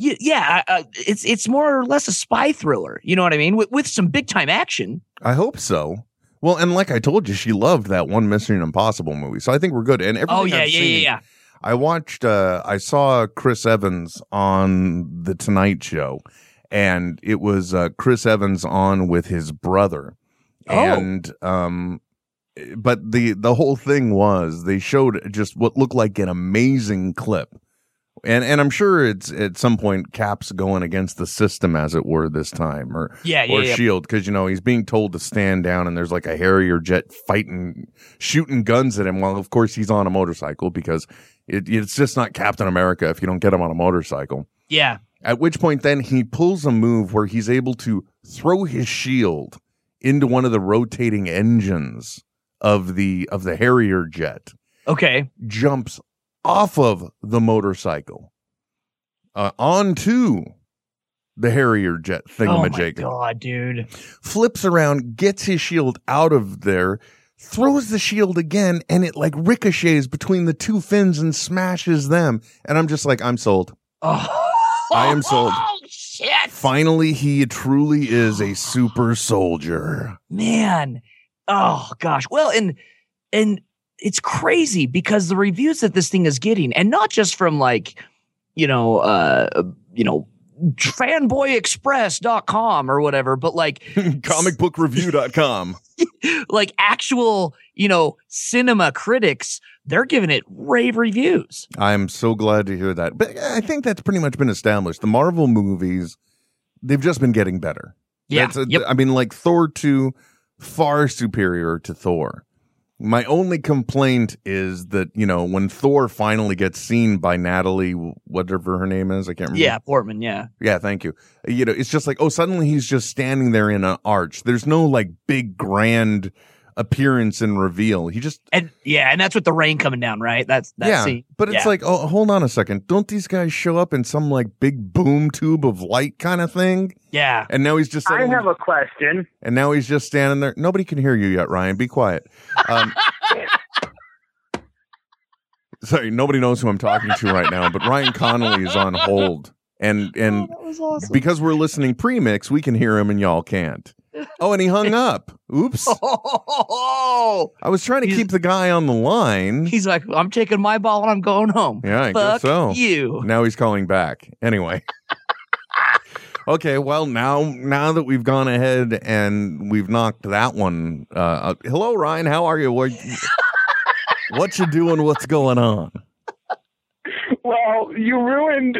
Speaker 3: You, yeah, uh, it's it's more or less a spy thriller. You know what I mean? With, with some big time action.
Speaker 2: I hope so. Well, and like I told you, she loved that one Mission Impossible movie, so I think we're good. And everything
Speaker 3: Oh yeah,
Speaker 2: I've
Speaker 3: yeah,
Speaker 2: seen-
Speaker 3: yeah,
Speaker 2: I watched. Uh, I saw Chris Evans on the Tonight Show, and it was uh, Chris Evans on with his brother,
Speaker 3: Oh.
Speaker 2: and um, but the the whole thing was they showed just what looked like an amazing clip. And and I'm sure it's at some point Cap's going against the system as it were this time, or
Speaker 3: yeah, yeah, yeah.
Speaker 2: or
Speaker 3: yeah.
Speaker 2: shield because you know he's being told to stand down and there's like a harrier jet fighting shooting guns at him while of course he's on a motorcycle because it, it's just not captain america if you don't get him on a motorcycle
Speaker 3: yeah.
Speaker 2: at which point then he pulls a move where he's able to throw his shield into one of the rotating engines of the of the harrier jet
Speaker 3: Okay.
Speaker 2: jumps off of the motorcycle uh, onto the Harrier jet
Speaker 5: Oh my
Speaker 2: thingamajig,
Speaker 5: god, dude!
Speaker 2: flips around, gets his shield out of there, throws the shield again, and it like ricochets between the two fins and smashes them. And I'm just like, I'm sold.
Speaker 5: Oh,
Speaker 2: I am sold.
Speaker 3: Oh shit!
Speaker 2: Finally, he truly is a super soldier.
Speaker 3: man oh gosh well and and it's crazy because the reviews that this thing is getting and not just from like you know uh you know fanboyexpress.com or whatever but like
Speaker 2: Comicbookreview.com.
Speaker 3: like actual you know cinema critics they're giving it rave reviews
Speaker 2: I'm so glad to hear that. But I think that's pretty much been established. The Marvel movies, they've just been getting better.
Speaker 3: yeah
Speaker 2: That's a-
Speaker 3: yep.
Speaker 2: I mean, like Thor 2, far superior to Thor. My only complaint is that, you know, when Thor finally gets seen by Natalie, whatever her name is, I can't remember.
Speaker 3: yeah portman yeah
Speaker 2: Yeah, thank you. You know, it's just like, oh, suddenly he's just standing there in an arch. There's no like big grand appearance and reveal. He just,
Speaker 3: and yeah and that's with the rain coming down right that's that
Speaker 2: yeah.
Speaker 3: scene
Speaker 2: But it's
Speaker 3: Yeah.
Speaker 2: like, oh, hold on a second. Don't these guys show up in some like big boom tube of light kind of thing?
Speaker 3: yeah
Speaker 2: And now he's just
Speaker 6: I
Speaker 2: suddenly-
Speaker 6: have a question.
Speaker 2: And now he's just standing there. Nobody can hear you yet, Ryan. Be quiet. Um, sorry, nobody knows who I'm talking to right now, but Ryan Connolly is on hold. And
Speaker 3: Oh,
Speaker 2: and because we're listening premix, we can hear him and y'all can't. Oh, and he hung up. Oops.
Speaker 3: oh
Speaker 2: I was trying to
Speaker 3: He's-
Speaker 2: keep the guy on the line.
Speaker 3: he's like i'm taking my ball and i'm going home
Speaker 2: Yeah, I
Speaker 3: fuck
Speaker 2: guess so.
Speaker 3: you
Speaker 2: Now he's calling back. Anyway. okay, well now now that we've gone ahead and we've knocked that one uh out- Hello Ryan, how are you? What, what you doing? What's going on?
Speaker 6: Well, you ruined.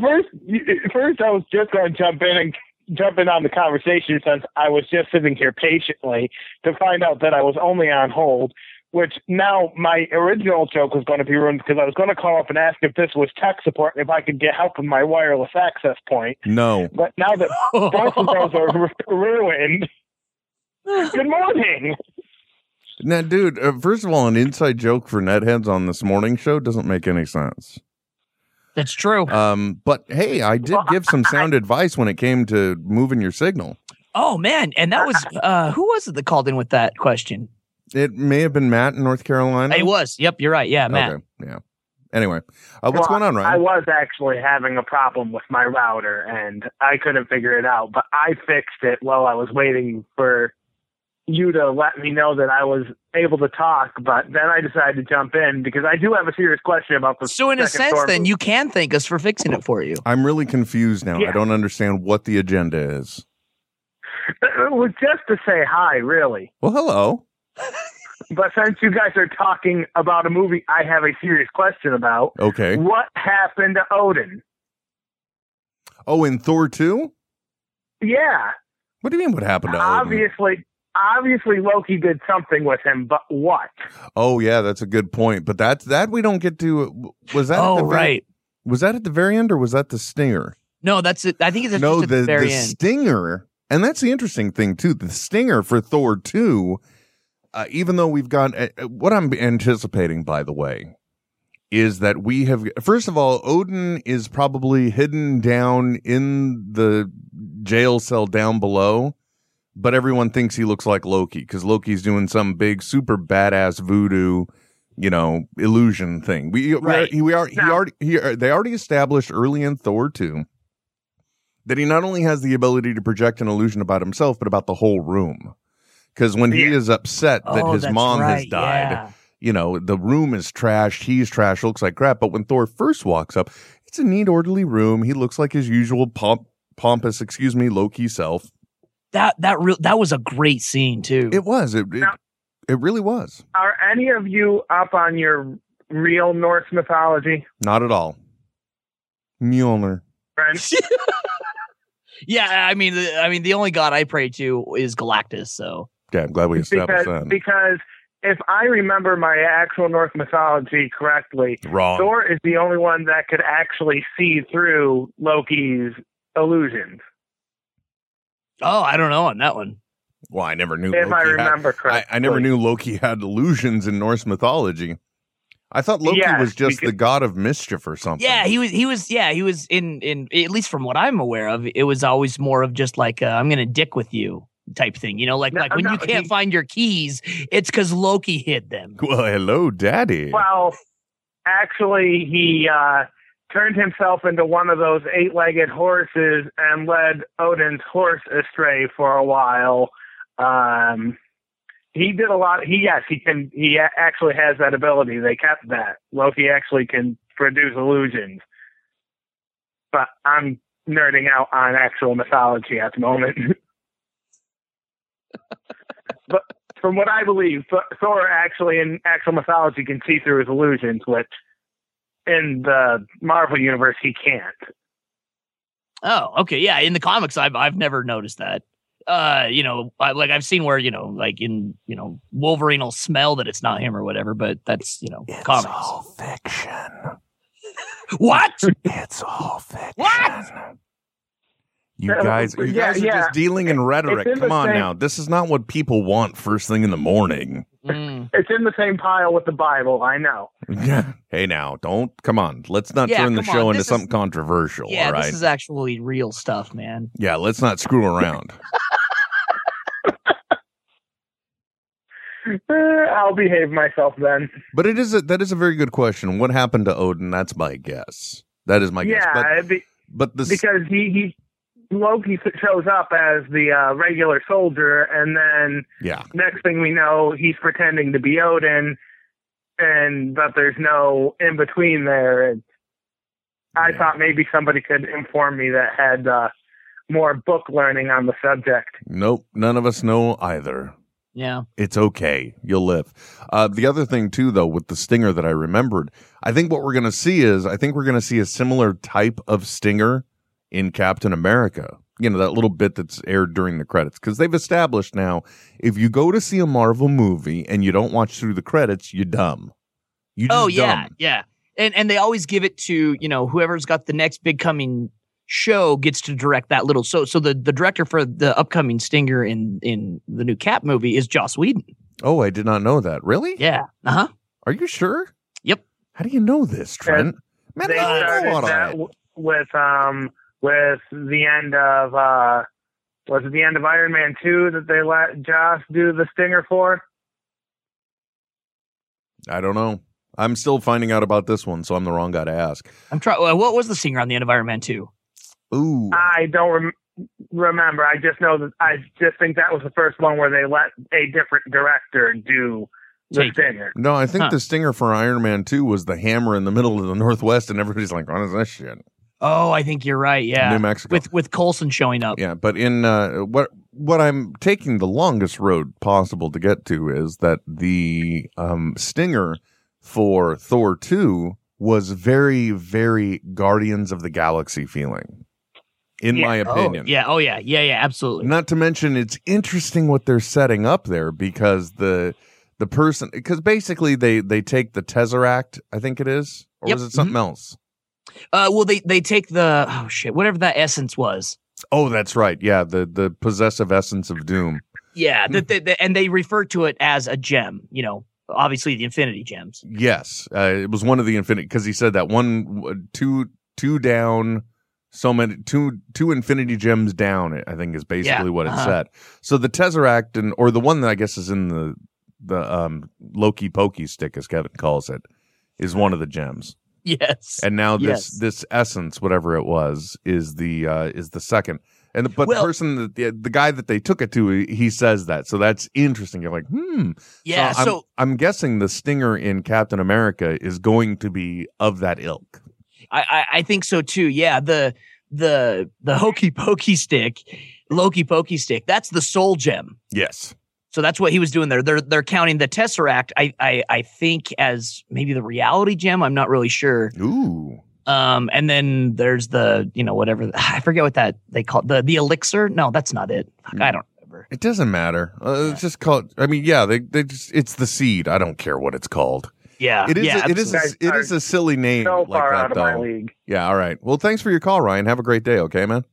Speaker 6: First, you- first I was just going to jump in and jump in on the conversation since I was just sitting here patiently to find out that I was only on hold. Which now my original joke was going to be ruined because I was going to call up and ask if this was tech support and if I could get help with my wireless access point.
Speaker 2: No.
Speaker 6: But now that both of those are ru- ruined, good morning.
Speaker 2: Now dude, uh, first of all, an inside joke for netheads on this morning show doesn't make any sense.
Speaker 3: That's true.
Speaker 2: Um but hey, I did give some sound advice when it came to moving your signal.
Speaker 3: oh man, and that was uh who was it that called in with that question?
Speaker 2: It may have been Matt in North Carolina.
Speaker 3: It was. Yep, you're right. Yeah, Matt.
Speaker 2: Okay. Yeah. Anyway, uh, what's
Speaker 6: Well,
Speaker 2: going on,
Speaker 6: I
Speaker 2: Ryan?
Speaker 6: was actually having a problem with my router and I couldn't figure it out, but I fixed it while I was waiting for you to let me know that I was able to talk, but then I decided to jump in because I do have a serious question about the
Speaker 3: So in a
Speaker 6: second
Speaker 3: sense,
Speaker 6: Thor
Speaker 3: then
Speaker 6: movie.
Speaker 3: you can thank us for fixing it for you.
Speaker 2: I'm really confused now. I
Speaker 6: Yeah.
Speaker 2: don't understand what the agenda is.
Speaker 6: it was just to say hi, really.
Speaker 2: Well, hello.
Speaker 6: But since you guys are talking about a movie I have a serious question about,
Speaker 2: Okay.
Speaker 6: what happened to Odin?
Speaker 2: Oh, in Thor 2?
Speaker 6: Yeah.
Speaker 2: What do you mean what happened to Odin?
Speaker 6: obviously obviously Loki did something with him, but what?
Speaker 2: Oh, yeah, that's a good point. But that that we don't get to was that at
Speaker 3: Oh
Speaker 2: the very-
Speaker 3: right.
Speaker 2: Was that at the very end or was that the stinger?
Speaker 3: No, that's it. I think it's
Speaker 2: no,
Speaker 3: just at the,
Speaker 2: the
Speaker 3: very
Speaker 2: the
Speaker 3: end.
Speaker 2: stinger. And that's the interesting thing too. The stinger for Thor 2 uh, even though we've got uh, uh, what I'm anticipating by the way is that we have first of all Odin is probably hidden down in the jail cell down below but everyone thinks he looks like Loki cuz Loki's doing some big super badass voodoo you know illusion thing we
Speaker 3: Right.
Speaker 2: we, are, we are he
Speaker 6: Now-
Speaker 2: already he, uh, they already established early in Thor 2 that he not only has the ability to project an illusion about himself but about the whole room because when he
Speaker 6: Yeah.
Speaker 2: is upset that
Speaker 3: Oh,
Speaker 2: his
Speaker 3: that's
Speaker 2: mom has
Speaker 3: right,
Speaker 2: died
Speaker 3: yeah.
Speaker 2: you know the room is trashed he's trash looks like crap but when thor first walks up it's a neat orderly room he looks like his usual pomp pompous excuse me low-key self
Speaker 3: That that real that was a great scene too.
Speaker 2: it was it, it,
Speaker 6: Now-
Speaker 2: it really was
Speaker 6: Are any of you up on your real Norse mythology,
Speaker 2: not at all Mjolnir.
Speaker 6: friends?
Speaker 3: yeah, I mean, the, I mean, the only god I pray to is Galactus. So
Speaker 2: okay i'm glad we established
Speaker 6: because,
Speaker 2: that
Speaker 6: because if I remember my actual Norse mythology correctly,
Speaker 2: wrong
Speaker 6: Thor is the only one that could actually see through Loki's illusions.
Speaker 3: oh, I don't know on that one.
Speaker 2: well i never knew
Speaker 6: If I
Speaker 2: Loki had-
Speaker 6: remember
Speaker 2: I,
Speaker 6: correctly,
Speaker 2: I never knew Loki had illusions in Norse mythology. I thought Loki
Speaker 6: Yes,
Speaker 2: was just
Speaker 6: because-
Speaker 2: the god of mischief or something.
Speaker 3: Yeah, he was. He was. Yeah, he was in. In at least from what I'm aware of, it was always more of just like uh, I'm gonna dick with you type thing. You know, like
Speaker 6: No,
Speaker 3: like when
Speaker 6: no,
Speaker 3: you can't
Speaker 6: he-
Speaker 3: find your keys, it's because Loki hid them.
Speaker 2: Well, hello, Daddy.
Speaker 6: Well, actually, he uh, turned himself into one of those eight-legged horses and led Odin's horse astray for a while. Um, he did a lot. He yes, he can. He a- actually has that ability. They kept that. Loki actually can produce illusions. But I'm nerding out on actual mythology at the moment. from what I believe, Th- Thor actually in actual mythology can see through his illusions, which in the Marvel universe he can't.
Speaker 3: Oh, okay. Yeah, in the comics, I've I've never noticed that. Uh, you know, I, like I've seen where you know, like in you know, Wolverine will smell that it's not him or whatever, but that's you know, comics.
Speaker 2: fiction.
Speaker 3: What?
Speaker 2: It's all fiction.
Speaker 3: What?
Speaker 2: You guys, you
Speaker 6: Yeah,
Speaker 2: guys are
Speaker 6: yeah.
Speaker 2: just dealing in rhetoric.
Speaker 6: in the
Speaker 2: Come on
Speaker 6: same-
Speaker 2: now. This is not what people want first thing in the morning.
Speaker 3: Mm.
Speaker 6: It's in the same pile with the Bible, I know.
Speaker 2: Yeah. hey, now, don't. Come on. Let's not
Speaker 3: Yeah,
Speaker 2: turn the
Speaker 3: come on.
Speaker 2: show into
Speaker 3: This is-
Speaker 2: something controversial.
Speaker 3: Yeah,
Speaker 2: all right.
Speaker 3: this is actually real stuff, man.
Speaker 2: yeah, let's not screw around.
Speaker 6: Eh, I'll behave myself then.
Speaker 2: but it is a, that is a very good question. What happened to Odin? That's my guess. That is my guess.
Speaker 6: yeah,
Speaker 2: But
Speaker 6: it'd be-
Speaker 2: but the
Speaker 6: because he, he Loki shows up as the uh, regular soldier, and then
Speaker 2: yeah.
Speaker 6: next thing we know, he's pretending to be Odin, and but there's no in between there. And I
Speaker 2: Yeah.
Speaker 6: thought maybe somebody could inform me that had uh, more book learning on the subject.
Speaker 2: Nope. None of us know either.
Speaker 3: Yeah.
Speaker 2: It's okay. You'll live. Uh, the other thing too, though, with the stinger that I remembered, I think what we're going to see is I think we're going to see a similar type of stinger in Captain America. You know that little bit that's aired during the credits because they've established now if you go to see a Marvel movie and you don't watch through the credits, you're dumb. You just
Speaker 3: Oh yeah,
Speaker 2: dumb.
Speaker 3: yeah. And and they always give it to you know whoever's got the next big coming show gets to direct that little. So so the the director for the upcoming Stinger in in the new Cap movie is Joss Whedon.
Speaker 2: Oh, I did not know that. Really?
Speaker 3: Yeah. Uh huh.
Speaker 2: Are you sure?
Speaker 3: Yep.
Speaker 2: How do you know this, Trent? Man,
Speaker 6: they
Speaker 2: I don't know
Speaker 6: started
Speaker 2: all
Speaker 6: that
Speaker 2: that.
Speaker 6: w- with um with the end of uh was it the end of Iron Man two that they let Joss do the stinger for?
Speaker 2: I don't know. I'm still finding out about this one, so I'm the wrong guy to ask.
Speaker 3: I'm trying. What was the Stinger on the end of Iron Man two?
Speaker 2: Ooh.
Speaker 6: I don't rem- remember. I just know that I just think that was the first one where they let a different director do the
Speaker 3: Take it.
Speaker 6: stinger.
Speaker 2: No, I think
Speaker 3: Huh.
Speaker 2: the stinger for Iron Man 2 was the hammer in the middle of the Northwest, and everybody's like, what is this shit?
Speaker 3: Oh, I think you're right.
Speaker 2: New
Speaker 3: Yeah.
Speaker 2: Mexico.
Speaker 3: With with Colson showing up.
Speaker 2: yeah, but in uh, what what I'm taking the longest road possible to get to is that the um, stinger for Thor 2 was very, very Guardians of the Galaxy feeling, in
Speaker 6: Yeah.
Speaker 2: my
Speaker 3: Oh
Speaker 2: opinion.
Speaker 3: yeah. Oh yeah. Yeah yeah. Absolutely.
Speaker 2: Not to mention, it's interesting what they're setting up there because the the person because basically they they take the Tesseract, I think it is, or
Speaker 3: Yep. Mm-hmm.
Speaker 2: was it something else?
Speaker 3: Uh, well they they take the oh shit whatever that essence was.
Speaker 2: Oh, that's right. Yeah, the the possessive essence of doom. Hmm.
Speaker 3: Yeah. That they, they, and they refer to it as a gem. You know, obviously the Infinity Gems.
Speaker 2: Yes, uh, it was one of the infinity because he said that one two two down, so many two two infinity gems down. I think is basically
Speaker 3: Yeah,
Speaker 2: what it
Speaker 3: uh-huh.
Speaker 2: said. So the Tesseract and or the one that I guess is in the the um Loki pokey stick as Kevin calls it is one of the gems.
Speaker 3: Yes.
Speaker 2: and now this
Speaker 3: Yes.
Speaker 2: this essence whatever it was is the uh is the second and the, but
Speaker 3: Well-
Speaker 2: the person that the, the guy that they took it to he he says that so that's interesting you're like hmm
Speaker 3: yeah.
Speaker 2: I'm,
Speaker 3: so
Speaker 2: i'm guessing the stinger in captain america is going to be of that ilk
Speaker 3: I, I I think so too. Yeah, the the the hokey pokey stick, Loki pokey stick. That's the soul gem.
Speaker 2: yes
Speaker 3: So that's what he was doing there. They're they're counting the tesseract. I I, I think as maybe the reality gem. I'm not really sure.
Speaker 2: ooh
Speaker 3: Um, and then there's the you know whatever I forget what that they call the the elixir. No, that's not it.
Speaker 2: Hmm.
Speaker 3: Fuck, I don't remember.
Speaker 2: it doesn't matter uh, let's just call it i mean yeah they, they just it's the seed i don't care what it's called
Speaker 3: Yeah,
Speaker 2: it is
Speaker 3: Yeah,
Speaker 2: a, it is a,
Speaker 6: absolutely.
Speaker 2: it is a silly name
Speaker 6: So
Speaker 2: like
Speaker 6: far
Speaker 2: that
Speaker 6: out of my
Speaker 2: though
Speaker 6: league.
Speaker 2: yeah all right well thanks for your call ryan have a great day okay man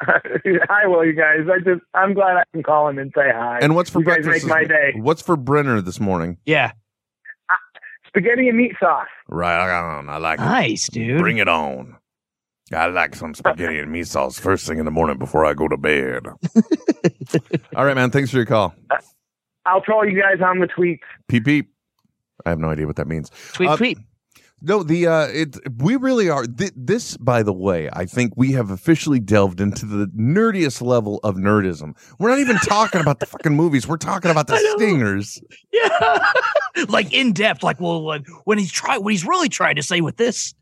Speaker 6: hi, will you guys? I just I'm glad I can call him and say hi.
Speaker 2: and what's for
Speaker 6: you guys
Speaker 2: breakfast
Speaker 6: make
Speaker 2: this-
Speaker 6: my day.
Speaker 2: what's for brenner this morning
Speaker 3: yeah.
Speaker 6: spaghetti and meat sauce.
Speaker 2: Right on. I like it.
Speaker 3: Nice, dude.
Speaker 2: Bring it on. I like some spaghetti and meat sauce first thing in the morning before I go to bed. All right, man. Thanks for your call.
Speaker 6: I'll tell you guys on the tweets.
Speaker 2: Peep peep. I have no idea what that means.
Speaker 3: tweet,
Speaker 2: Uh,
Speaker 3: tweet.
Speaker 2: No, the uh, it we really are. Th- this, by the way, I think we have officially delved into the nerdiest level of nerdism. We're not even talking about the fucking movies. We're talking about the
Speaker 3: I know.
Speaker 2: stingers.
Speaker 3: Yeah. like in depth. Like, well, like, when he's trying, what he's really trying to say with this.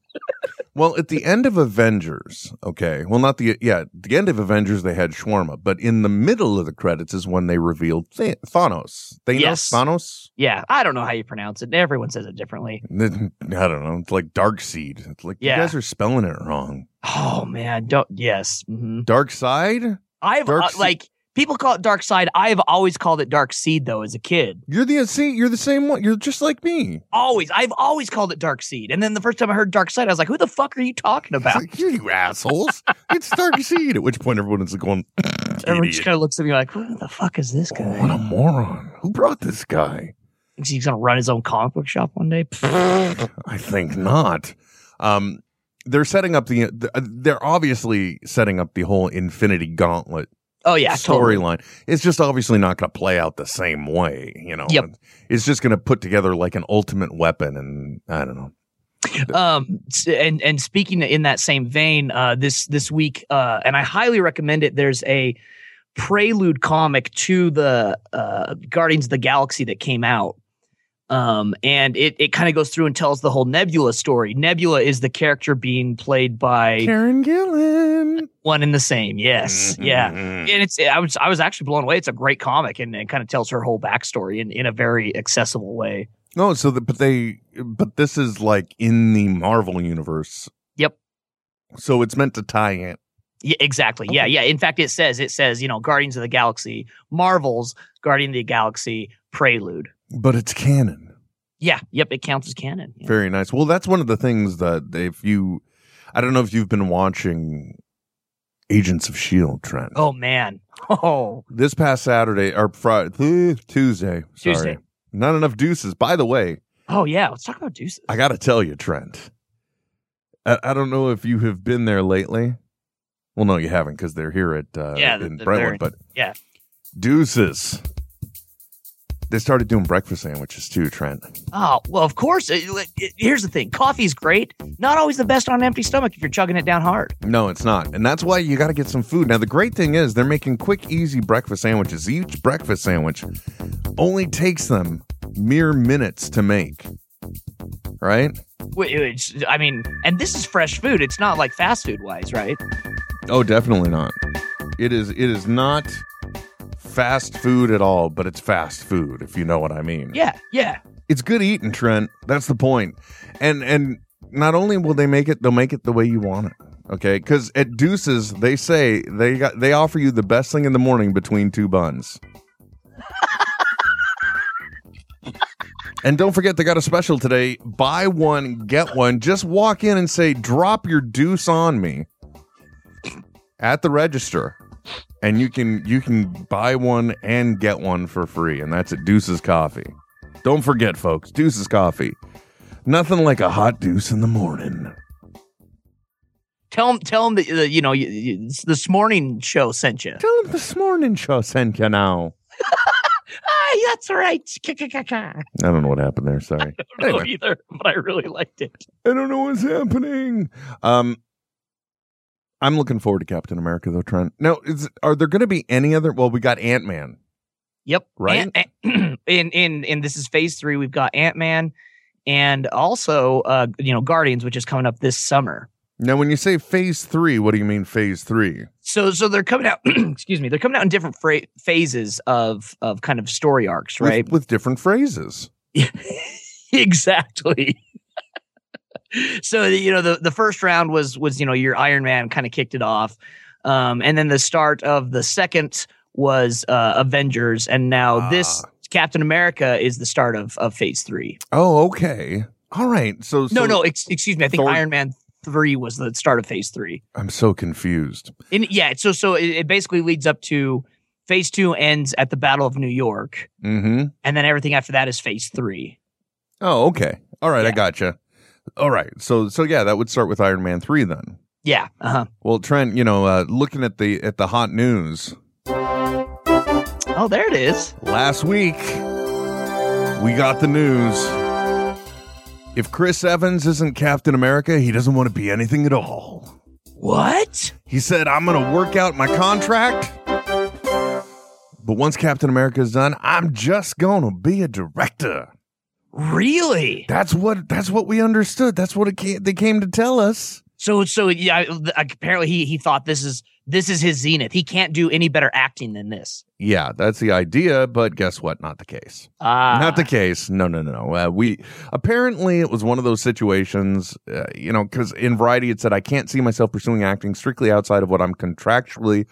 Speaker 2: Well, at the end of Avengers, okay. Well, not the yeah. at The end of Avengers, they had shawarma, but in the middle of the credits is when they revealed Th- Thanos. Thanos.
Speaker 3: Yes.
Speaker 2: Thanos.
Speaker 3: Yeah. I don't know how you pronounce it. Everyone says it differently.
Speaker 2: I don't know. It's like Dark Seed. It's like
Speaker 3: Yeah.
Speaker 2: you guys are spelling it wrong.
Speaker 3: Oh, man. Don't, yes. hmm
Speaker 2: Dark Side.
Speaker 3: I've,
Speaker 2: Dark
Speaker 3: uh,
Speaker 2: Se-
Speaker 3: like, people call it dark side. I've always called it dark seed, though, as a kid.
Speaker 2: You're the see. You're the same one. You're just like me.
Speaker 3: Always. I've always called it dark seed. And then the first time I heard dark side, I was like, who the fuck are you talking
Speaker 2: It's
Speaker 3: about?
Speaker 2: like, you, you assholes. it's Dark Seed. At which point, everyone's going,
Speaker 3: Everyone just
Speaker 2: idiot.
Speaker 3: kind of looks at me like, who the fuck is this guy?
Speaker 2: What a moron. Who brought this guy?
Speaker 3: Thinks he's going to run his own comic book shop one day.
Speaker 2: I think not. Um, they're setting up the, th- they're obviously setting up the whole Infinity Gauntlet
Speaker 3: oh, yeah. Totally.
Speaker 2: storyline. It's just obviously not going to play out the same way, you know?
Speaker 3: Yep.
Speaker 2: It's just going to put together like an ultimate weapon and I don't know.
Speaker 3: um s- and and speaking in that same vein uh this this week uh and i highly recommend it there's a prelude comic to the uh guardians of the galaxy that came out um and it it kind of goes through and tells the whole nebula story nebula is the character being played by
Speaker 2: Karen Gillan.
Speaker 3: one and the same yes yeah
Speaker 2: Mhm.
Speaker 3: and it's i was i was actually blown away it's a great comic and it kind of tells her whole backstory in in a very accessible way
Speaker 2: No, so the, but they but this is like in the Marvel universe.
Speaker 3: Yep.
Speaker 2: So it's meant to tie in.
Speaker 3: Yeah, exactly. Yeah, yeah. In fact, it says it says you know Guardians of the Galaxy, Marvels, Guardian of the Galaxy, Prelude.
Speaker 2: But it's canon.
Speaker 3: Yeah, yep. It counts as canon. Yeah.
Speaker 2: Very nice. Well, that's one of the things that if you I don't know if you've been watching Agents of Shield E Trent.
Speaker 3: Oh man. Oh,
Speaker 2: This past Saturday or Friday Tuesday, sorry.
Speaker 3: Tuesday.
Speaker 2: Not enough deuces. By the way,
Speaker 3: oh yeah. Let's talk about Deuces.
Speaker 2: I got to tell you, Trent. I, I don't know if you have been there lately. Well, no, you haven't because they're here at uh,
Speaker 3: Yeah, the-
Speaker 2: in
Speaker 3: the-
Speaker 2: Brentwood.
Speaker 3: they're in-
Speaker 2: But
Speaker 3: yeah.
Speaker 2: deuces. They started doing breakfast sandwiches too, Trent.
Speaker 3: Oh well, of course. uh, li- it- Here's the thing: coffee's great. Not always the best on an empty stomach if you're chugging it down hard.
Speaker 2: No, it's not, and that's why you got to get some food. Now, the great thing is they're making quick, easy breakfast sandwiches. Each breakfast sandwich only takes them mere minutes to make. Right?
Speaker 3: Wh- Which I mean, and this is fresh food. It's not like fast food wise, right?
Speaker 2: Oh, definitely not. It is it is not fast food at all, but it's fast food if you know what I mean.
Speaker 3: Yeah, yeah.
Speaker 2: It's good eating, Trent. That's the point. And and not only will they make it, they'll make it the way you want it. Okay? Cuz at Deuces, they say they got they offer you the best thing in the morning between two buns. And don't forget, they got a special today. Buy one, get one. Just walk in and say, drop your deuce on me at the register. And you can you can buy one and get one for free. And that's at Deuce's Coffee. Don't forget, folks, Deuce's Coffee. Nothing like a hot deuce in the morning.
Speaker 3: Tell him, tell him that uh, you know you, you, this morning show sent you.
Speaker 2: Tell him this morning show sent you now.
Speaker 3: Ah, that's right.
Speaker 2: I don't know what happened there. Sorry.
Speaker 3: I don't know
Speaker 2: Anyway.
Speaker 3: either, but I really liked it.
Speaker 2: I don't know what's happening. Um, I'm looking forward to Captain America though, Trent. Now, is are there going to be any other? Well, we got Ant Man.
Speaker 3: Yep.
Speaker 2: Right?
Speaker 3: Ant- Ant- in in in this is phase three. We've got Ant Man, and also uh you know Guardians, which is coming up this summer.
Speaker 2: Now, when you say Phase Three, what do you mean Phase Three?
Speaker 3: So so they're coming out. excuse me. They're coming out in different fra- phases of of kind of story arcs,
Speaker 2: With-
Speaker 3: right?
Speaker 2: With, different phrases.
Speaker 3: exactly. so you know the the first round was was you know your Iron Man kind of kicked it off, um, and then the start of the second was uh, Avengers, and now this
Speaker 2: Ah.
Speaker 3: Captain America is the start of of Phase three.
Speaker 2: Oh, okay. All right. So, so
Speaker 3: no, no, ex- excuse me. I think
Speaker 2: Thor-
Speaker 3: Iron Man three was the start of Phase three.
Speaker 2: I'm so confused.
Speaker 3: And yeah, so so it, it basically leads up to Phase two ends at the Battle of New York,
Speaker 2: Mm-hmm.
Speaker 3: and then everything after that is Phase three.
Speaker 2: Oh, okay. All right, I
Speaker 3: Yeah.
Speaker 2: gotcha. All right. So so yeah, that would start with Iron Man 3 then.
Speaker 3: Yeah. Uh-huh.
Speaker 2: Well, Trent, you know, uh, looking at the at the hot news
Speaker 3: Oh, there it is.
Speaker 2: last week, we got the news. If Chris Evans isn't Captain America, he doesn't want to be anything at all.
Speaker 3: What?
Speaker 2: He said, "I'm going to work out my contract." But once Captain America is done, I'm just going to be a director.
Speaker 3: Really?
Speaker 2: That's what that's what we understood. That's what it came, they came to tell us.
Speaker 3: So so yeah. I- th- Apparently he he thought this is this is his zenith. He can't do any better acting than this.
Speaker 2: Yeah, that's the idea, but guess what? Not the case.
Speaker 3: Ah,
Speaker 2: Not the case. No, no, no. no. Uh, we apparently it was one of those situations, uh, you know, because in Variety it said I can't see myself pursuing acting strictly outside of what I'm contractually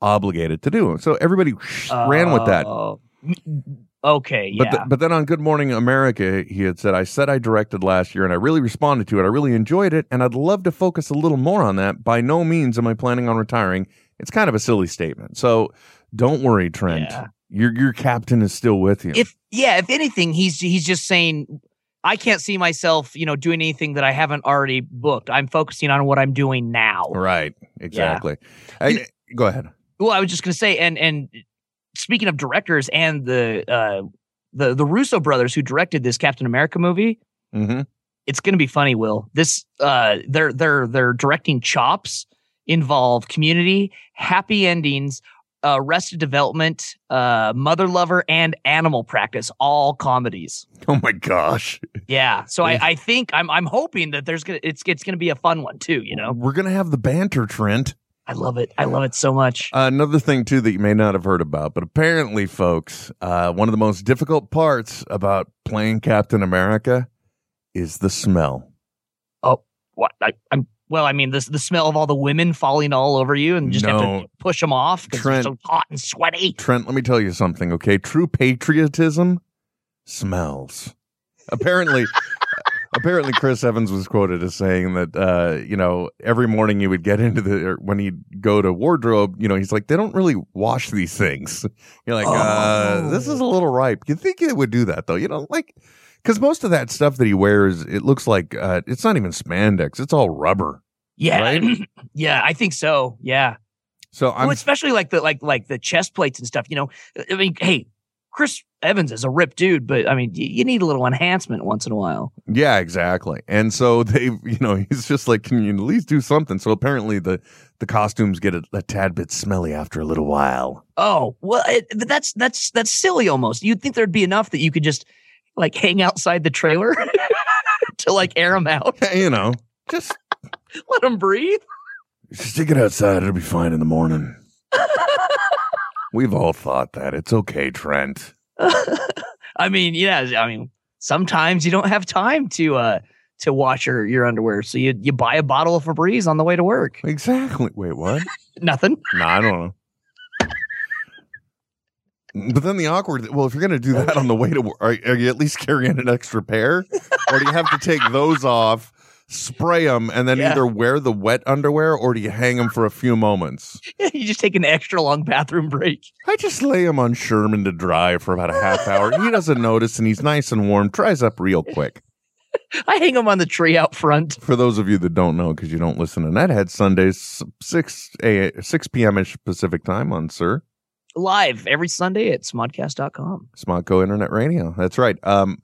Speaker 2: obligated to do. So everybody ran with that.
Speaker 3: Ah, Oh. Mm, Okay. Yeah.
Speaker 2: But, th- but then on Good Morning America, he had said, I said I directed last year and I really responded to it. I really enjoyed it. And I'd love to focus a little more on that. By no means am I planning on retiring. It's kind of a silly statement. So don't worry, Trent.
Speaker 3: Yeah.
Speaker 2: Your, your captain is still with you.
Speaker 3: if yeah, if anything, he's he's just saying I can't see myself, you know, doing anything that I haven't already booked. I'm focusing on what I'm doing now.
Speaker 2: right. Exactly.
Speaker 3: You-
Speaker 2: I- go ahead.
Speaker 3: Well, I was just gonna say, and and speaking of directors and the uh the the Russo brothers who directed this Captain America movie,
Speaker 2: hmm
Speaker 3: it's gonna be funny, Will. This uh their their their directing chops involve community, happy endings, uh arrested development, uh mother lover, and animal practice, all comedies.
Speaker 2: Oh my gosh.
Speaker 3: Yeah. So I,
Speaker 2: Yeah.
Speaker 3: I think I'm I'm hoping that there's gonna it's it's gonna be a fun one too, you know?
Speaker 2: We're going to have the banter, Trent.
Speaker 3: I love it. I love it so much.
Speaker 2: Uh, Another thing too that you may not have heard about, but apparently, folks, uh, one of the most difficult parts about playing Captain America is the smell.
Speaker 3: What I, I'm well, I mean this the smell of all the women falling all over you and just have
Speaker 2: No.
Speaker 3: to push them off because
Speaker 2: Trent.
Speaker 3: it's so hot and sweaty.
Speaker 2: Trent, let me tell you something, okay? True patriotism smells. Apparently, apparently, Chris Evans was quoted as saying that uh, you know every morning he would get into the or when he'd go to wardrobe, you know, he's like they don't really wash these things. You're like, uh, this is a little ripe. You think it would do that though? You know, like because most of that stuff that he wears, it looks like uh, it's not even spandex; it's all rubber.
Speaker 3: Yeah.
Speaker 2: Right?
Speaker 3: yeah, I think so. Yeah.
Speaker 2: So I'm
Speaker 3: Well, especially like the like like the chest plates and stuff, you know. I mean, hey, Chris Evans is a ripped dude, but I mean, y- you need a little enhancement once in a while.
Speaker 2: Yeah, exactly. And so they, you know, he's just like, can you at least do something? So apparently the the costumes get a, a tad bit smelly after a little while.
Speaker 3: Oh well, it, that's that's that's silly almost. You'd think there'd be enough that you could just like hang outside the trailer to like air them out,
Speaker 2: you know, just
Speaker 3: let them breathe.
Speaker 2: stick it outside. It'll be fine in the morning. We've all thought that. It's okay, Trent.
Speaker 3: I mean, yeah, I mean, sometimes you don't have time to uh to wash your your underwear, so you you buy a bottle of Febreze on the way to work.
Speaker 2: Exactly. Wait, what?
Speaker 3: Nothing.
Speaker 2: no, I don't know. But then the awkward. Well, if you're gonna do that on the way to work, are, are you at least carrying an extra pair, or do you have to take those off, spray them, and then
Speaker 3: Yeah.
Speaker 2: either wear the wet underwear or do you hang them for a few moments?
Speaker 3: you just take an extra long bathroom break.
Speaker 2: I just lay them on Sherman to dry for about a half hour. He doesn't notice, and he's nice and warm. Dries up real quick.
Speaker 3: I hang them on the tree out front.
Speaker 2: For those of you that don't know, because you don't listen to Nethead Sundays, six a six p.m. ish Pacific time on Sir.
Speaker 3: Live every Sunday at smodcast.com.
Speaker 2: Smodco Internet Radio. That's right. Um,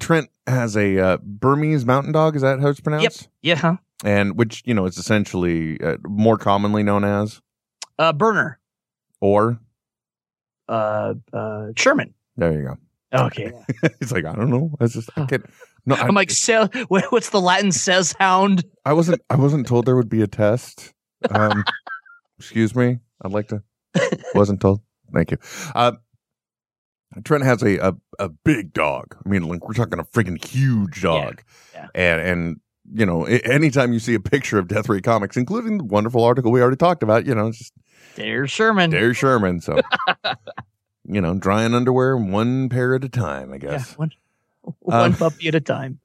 Speaker 2: Trent has a uh, Burmese mountain dog. Is that how it's pronounced?
Speaker 3: Yeah.
Speaker 2: And which you know it's essentially uh, more commonly known as
Speaker 3: Uh burner.
Speaker 2: or.
Speaker 3: Uh uh Sherman.
Speaker 2: There you
Speaker 3: Okay.
Speaker 2: go. He's like, I don't know. I just I can't. No, I,
Speaker 3: I'm like, so, what, what's the Latin says hound?
Speaker 2: I wasn't. I wasn't told there would be a test. Um, excuse me. I'd like to. Wasn't told. Thank you. Uh, Trent has a, a a big dog. I mean, like we're talking a freaking huge dog.
Speaker 3: Yeah,
Speaker 2: And and you know, a- anytime you see a picture of Death Ray Comics, including the wonderful article we already talked about, you know, it's just
Speaker 3: There's Sherman.
Speaker 2: Dare Sherman. So. You know, drying underwear one pair at a time, I
Speaker 3: Yeah,
Speaker 2: guess.
Speaker 3: one, one puppy at a time.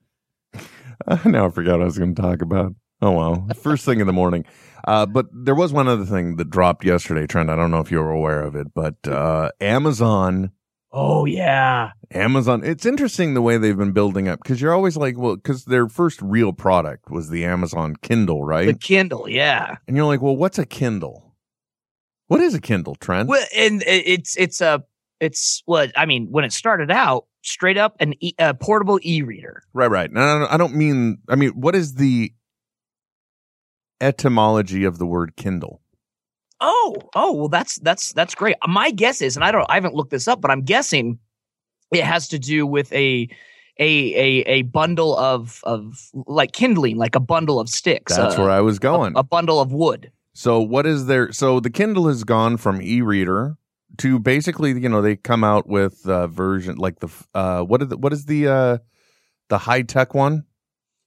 Speaker 2: Uh, now I forgot what I was going to talk about. Oh well, first thing in the morning. Uh, but there was one other thing that dropped yesterday, Trent. I don't know if you were aware of it, but uh, Amazon
Speaker 3: Oh yeah.
Speaker 2: Amazon. It's interesting the way they've been building up because you're always like, well, because their first real product was the Amazon Kindle, right?
Speaker 3: The Kindle, yeah.
Speaker 2: and you're like, well, what's a Kindle? What is a Kindle, Trent?
Speaker 3: Well, and i- it's it's a it's what I mean when it started out straight up an e, a portable e-reader.
Speaker 2: Right, right. No, no, no, I don't mean. I mean, what is the etymology of the word Kindle?
Speaker 3: Oh, oh, well that's that's that's great. My guess is and I don't I haven't looked this up but I'm guessing it has to do with a a a, a bundle of of like kindling, like a bundle of sticks.
Speaker 2: That's
Speaker 3: uh,
Speaker 2: where I was
Speaker 3: a-
Speaker 2: going.
Speaker 3: A, bundle of wood.
Speaker 2: So what is their so the Kindle has gone from e-reader to basically you know they come out with uh version like the f- uh what is the, what is the uh the high-tech one?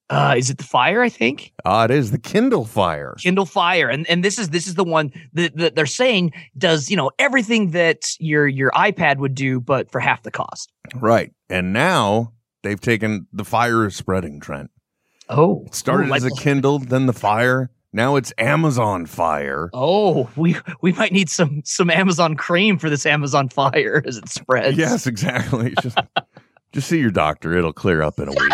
Speaker 3: Uh, is it the fire? I think
Speaker 2: Ah it is the Kindle Fire.
Speaker 3: Kindle Fire, and and this is this is the one that, that they're saying does you know everything that your your iPad would do, but for half the cost.
Speaker 2: Right. And now they've taken the fire is spreading Trent.
Speaker 3: Oh,
Speaker 2: It started as a Kindle, then the fire, now it's Amazon Fire.
Speaker 3: Oh, we we might need some some Amazon cream for this Amazon Fire as it spreads.
Speaker 2: yes, exactly. It's just just see your doctor, it'll clear up in a week.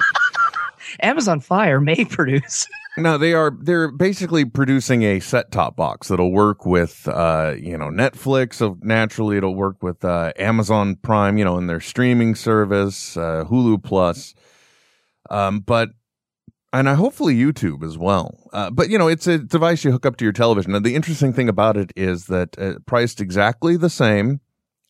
Speaker 3: Amazon Fire may produce.
Speaker 2: No, they are they're basically producing a set top box that'll work with uh, you know, Netflix, so naturally it'll work with uh Amazon Prime, you know, in their streaming service, uh Hulu Plus. Um but and I hopefully YouTube as well. Uh, but you know, it's a device you hook up to your television. And the interesting thing about it is that uh, priced exactly the same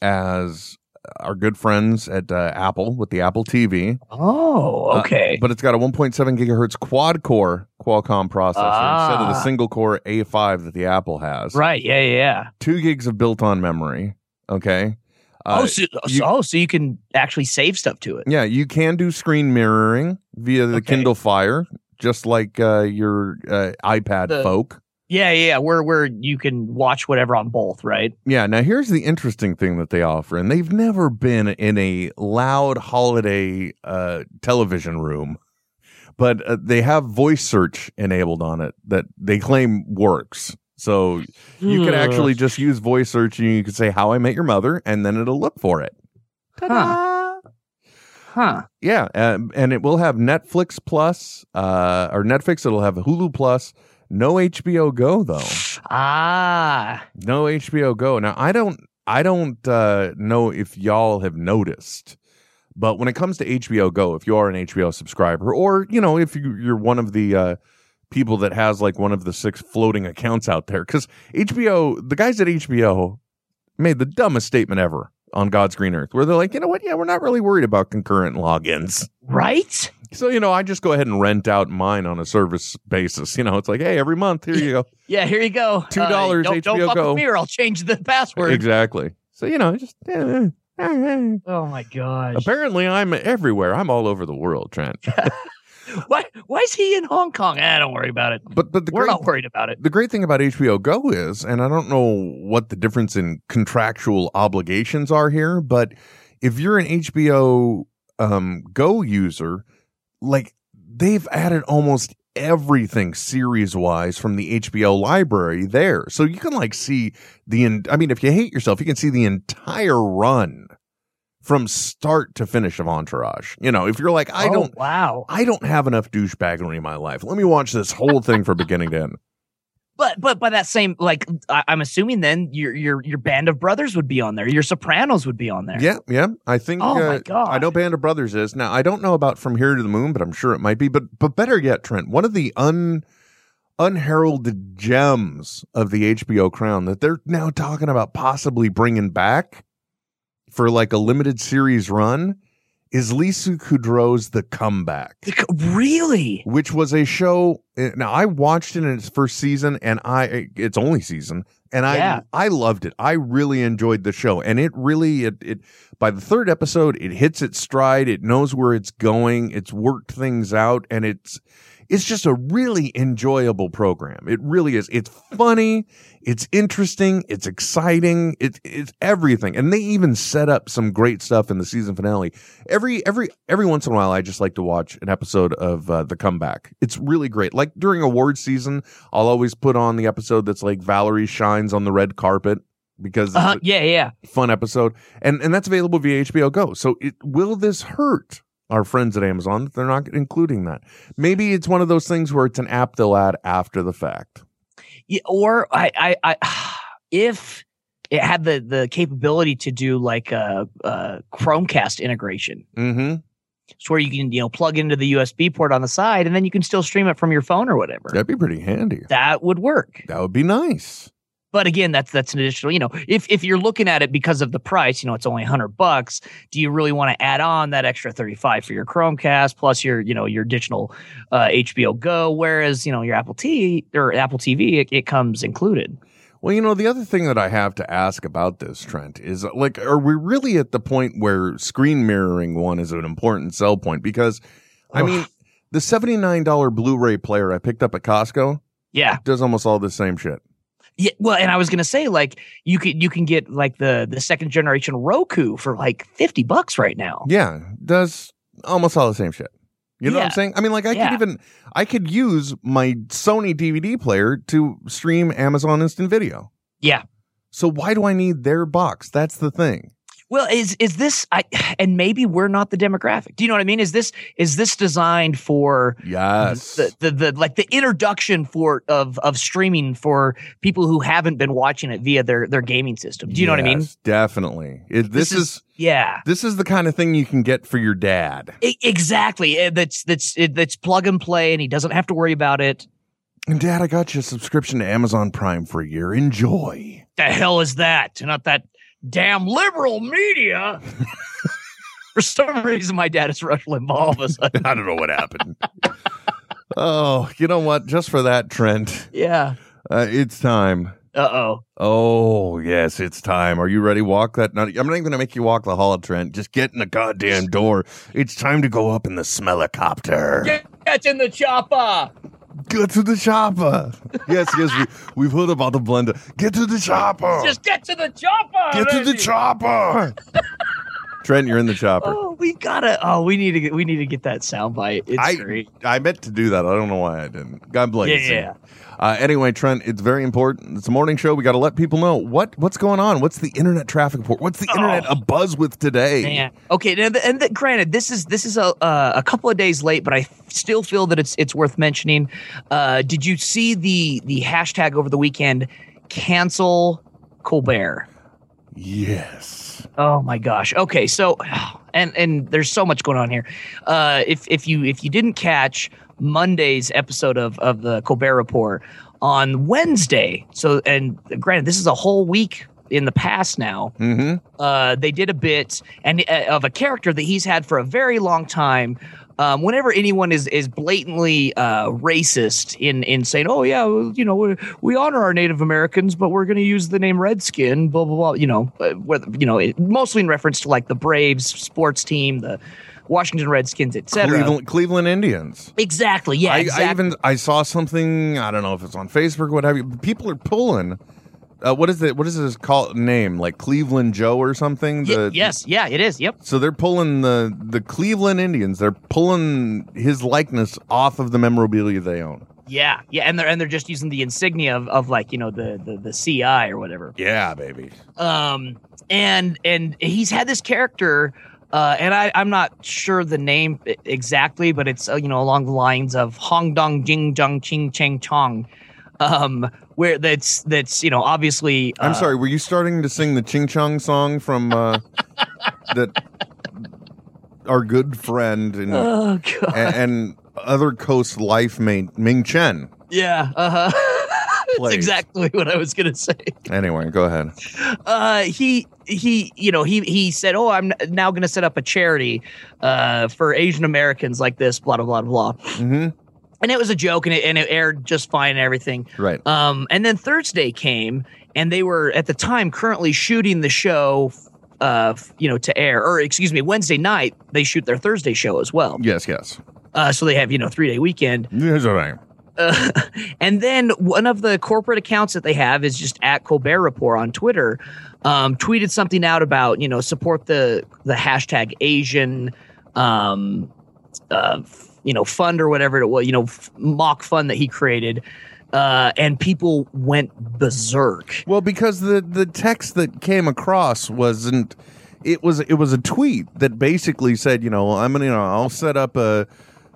Speaker 2: as our good friends at uh, Apple with the Apple TV.
Speaker 3: Oh,
Speaker 2: Uh,
Speaker 3: okay.
Speaker 2: but it's got a 1.7 gigahertz quad core Qualcomm processor instead of the
Speaker 3: Ah.
Speaker 2: single core A5 that the Apple has.
Speaker 3: right. Yeah. Yeah. yeah.
Speaker 2: Two gigs of built on memory. Okay.
Speaker 3: oh, so,
Speaker 2: uh, you-
Speaker 3: oh, so you can actually save stuff to it.
Speaker 2: Yeah, you can do screen mirroring via the
Speaker 3: Okay.
Speaker 2: Kindle Fire, just like uh, your uh, iPad
Speaker 3: The-
Speaker 2: folk.
Speaker 3: Yeah. Yeah. yeah, Where where you can watch whatever on both. Right.
Speaker 2: Yeah, now here's the interesting thing that they offer, and they've never been in a loud holiday uh, television room, but uh, they have voice search enabled on it that they claim works. So you
Speaker 3: Hmm.
Speaker 2: can actually just use voice search and you can say, How I Met Your Mother, and then it'll look for it.
Speaker 3: Huh. Huh.
Speaker 2: Yeah, uh, and it will have Netflix Plus, uh, or Netflix, it'll have Hulu Plus. No HBO Go, though.
Speaker 3: Ah.
Speaker 2: No HBO Go. Now I don't I don't uh, know if y'all have noticed, but when it comes to HBO Go, if you are an HBO subscriber, or you know if you, you're one of the uh, people that has like one of the six floating accounts out there, because HBO, the guys at HBO made the dumbest statement ever on God's green earth, where they're like, you know what? Yeah, we're not really worried about concurrent logins.
Speaker 3: Right.
Speaker 2: So you know, I just go ahead and rent out mine on a service basis. You know, it's like, hey, every month here you go.
Speaker 3: Yeah. Here you go. Uh,
Speaker 2: $2
Speaker 3: don't, don't
Speaker 2: HBO
Speaker 3: fuck
Speaker 2: Go.
Speaker 3: with me or I'll change the password.
Speaker 2: Exactly. So you know, just. eh, eh, eh.
Speaker 3: Oh my gosh.
Speaker 2: Apparently, I'm everywhere. I'm all over the world, Trent.
Speaker 3: Why why is he in Hong Kong? Ah, don't worry about it.
Speaker 2: But but the
Speaker 3: We're
Speaker 2: great,
Speaker 3: not worried about it.
Speaker 2: the great thing about HBO Go is, and I don't know what the difference in contractual obligations are here, but if you're an HBO um, Go user, like they've added almost everything series wise from the HBO library there, so you can like see the. En- I mean, if you hate yourself, you can see the entire run from start to finish of Entourage. You know, if you're like, I
Speaker 3: Oh,
Speaker 2: don't
Speaker 3: wow.
Speaker 2: I don't have enough douchebaggery in my life. Let me watch this whole thing from beginning to end.
Speaker 3: But but by that same like I, I'm assuming then your your your band of brothers would be on there. Your Sopranos would be on there.
Speaker 2: Yeah, yeah. I think
Speaker 3: Oh my
Speaker 2: uh,
Speaker 3: god.
Speaker 2: I know Band of Brothers is now. I don't know about From Here to the Moon, but I'm sure it might be. But but better yet, Trent, one of the un unheralded gems of the HBO crown that they're now talking about possibly bringing back for like a limited series run is Lisa Kudrow's The Comeback.
Speaker 3: Really?
Speaker 2: which was a show. eh, Now I watched it in its first season, and I eh, its only season, and I
Speaker 3: Yeah.
Speaker 2: I loved it. I really enjoyed the show, and it really it it by the third episode it hits its stride. It knows where it's going. It's worked things out, and it's it's just a really enjoyable program. It really is. It's funny. It's interesting. It's exciting. It, it's everything. And they even set up some great stuff in the season finale. Every every every once in a while, I just like to watch an episode of uh, The Comeback. It's really great. Like during award season, I'll always put on the episode that's like Valerie shines on the red carpet because it's
Speaker 3: Uh, yeah, yeah.
Speaker 2: a fun episode, and and that's available via HBO Go. So it, will this hurt our friends at Amazon that they're not including that? Maybe it's one of those things where it's an app they'll add after the fact.
Speaker 3: Yeah, or I, I, I, if it had the the capability to do like a, a Chromecast integration,
Speaker 2: Mm-hmm.
Speaker 3: it's where you can you know plug into the USB port on the side, and then you can still stream it from your phone or whatever.
Speaker 2: That'd be pretty handy.
Speaker 3: That would work.
Speaker 2: That would be nice.
Speaker 3: But again, that's that's an additional. You know, if if you're looking at it because of the price, you know, it's only hundred bucks. Do you really want to add on that extra thirty five for your Chromecast plus your you know your additional uh, HBO Go? Whereas you know your Apple T or Apple TV, it, it comes included.
Speaker 2: Well, you know, the other thing that I have to ask about this, Trent, is uh, like, are we really at the point where screen mirroring one is an important sell point? Because, I
Speaker 3: Ugh.
Speaker 2: mean, the $79 Blu ray player I picked up at Costco
Speaker 3: Yeah.
Speaker 2: does almost all the same shit.
Speaker 3: Yeah, well, and I was gonna say like you can you can get like the the second generation Roku for like fifty bucks right now.
Speaker 2: Yeah, does almost all the same shit. You know what
Speaker 3: Yeah.
Speaker 2: I'm saying? I mean, like, I
Speaker 3: Yeah.
Speaker 2: could even, I could use my Sony DVD player to stream Amazon Instant Video.
Speaker 3: Yeah.
Speaker 2: So why do I need their box? That's the thing.
Speaker 3: Well, is is this I and maybe we're not the demographic. Do you know what I mean? Is this is this designed for
Speaker 2: Yes.
Speaker 3: Uh, the, the the like the introduction for of of streaming for people who haven't been watching it via their their gaming system? Do you know what I mean?
Speaker 2: Yes, Definitely. It, this,
Speaker 3: This is-
Speaker 2: is
Speaker 3: Yeah.
Speaker 2: This is the kind of thing you can get for your dad.
Speaker 3: E- Exactly. Eh, That's that's it- that's plug and play, and he doesn't have to worry about it.
Speaker 2: And dad, I got you a subscription to Amazon Prime for a year. Enjoy.
Speaker 3: the hell is that? Not that damn liberal media. For some reason, my dad is Rush Limbaugh. All of a sudden.
Speaker 2: I don't know what happened. oh, you know what? Just for that, Trent,
Speaker 3: Yeah.
Speaker 2: uh, it's time.
Speaker 3: Uh oh.
Speaker 2: Oh, yes, it's time. Are you ready? Walk that. Not, I'm not even going to make you walk the hall, Trent. Just get in the goddamn door. It's time to go up in the smellicopter.
Speaker 3: That's in the chopper.
Speaker 2: Get to the chopper. yes, yes, we, we've heard about the blender. Get to the chopper.
Speaker 3: get to the chopper.
Speaker 2: Get to the chopper. Trent, you're in the chopper.
Speaker 3: Oh, we gotta. Oh, we need to get. We need to get that sound bite. It's
Speaker 2: I-
Speaker 3: great.
Speaker 2: I meant to do that. I don't know why I didn't. God bless
Speaker 3: Yeah,
Speaker 2: you.
Speaker 3: yeah.
Speaker 2: Uh, anyway, Trent, it's very important. It's a morning show. We got to let people know what what's going on. What's the internet traffic report? What's the internet abuzz with today?
Speaker 3: Oh. Man. Okay. Now, the, and the, granted, this is this is a uh, a couple of days late, but I still feel that it's it's worth mentioning. Uh, did you see the the hashtag over the weekend? Cancel Colbert.
Speaker 2: Yes.
Speaker 3: Oh my gosh. Okay, so and and there's so much going on here. Uh, if if you if you didn't catch Monday's episode of of the Colbert Report on Wednesday, so and granted, this is a whole week in the past now.
Speaker 2: Mm-hmm.
Speaker 3: Uh, they did a bit and uh, of a character that he's had for a very long time. Um, whenever anyone is is blatantly uh, racist in in saying, "Oh yeah, well, you know, we, we honor our Native Americans, but we're going to use the name Redskin," blah blah blah, you know, uh, whether you know, it, mostly in reference to like the Braves sports team, the Washington Redskins, etc.
Speaker 2: Cleveland, Cleveland Indians.
Speaker 3: Exactly. Yeah.
Speaker 2: I,
Speaker 3: exactly.
Speaker 2: I even I saw something. I don't know if it's on Facebook, or what have you. but People are pulling. Uh, what is it? What is his call name? Like Cleveland Joe or something?
Speaker 3: Ye-
Speaker 2: The-
Speaker 3: yes. Yeah. It is. Yep.
Speaker 2: So they're pulling the the Cleveland Indians. They're pulling his likeness off of the memorabilia they own.
Speaker 3: Yeah. Yeah. And they're and they're just using the insignia of, of like you know the, the the CI or whatever.
Speaker 2: Yeah, baby.
Speaker 3: um and and he's had this character uh and i i'm not sure the name e- exactly but it's uh, you know along the lines of hong dong jing jong ching chang chong um where that's that's you know obviously uh,
Speaker 2: I'm sorry. Were you starting to sing the Ching Chong song from uh, that our good friend and
Speaker 3: oh god
Speaker 2: and, and other coast life mate Ming Chen?
Speaker 3: yeah uh-huh
Speaker 2: Plays.
Speaker 3: that's exactly what i was gonna say
Speaker 2: Anyway, go ahead.
Speaker 3: uh he he you know he he said oh i'm now gonna set up a charity uh for asian americans like this blah blah blah blah
Speaker 2: hmm
Speaker 3: and it was a joke and it, and it aired just fine and everything
Speaker 2: Right.
Speaker 3: Um, and then Thursday came, and they were at the time currently shooting the show, uh, you know, to air or excuse me, Wednesday night they shoot their Thursday show as well.
Speaker 2: Yes. Yes.
Speaker 3: Uh, so they have you know three day weekend.
Speaker 2: Yes, all right.
Speaker 3: Uh, and then one of the corporate accounts that they have is just at Colbert Report on Twitter, um, tweeted something out about you know support the the hashtag Asian, um, uh, f- you know fund or whatever it was you know f- mock fund that he created uh, and people went berserk.
Speaker 2: Well, because the the text that came across wasn't it was it was a tweet that basically said, you know, I'm gonna you know, I'll set up a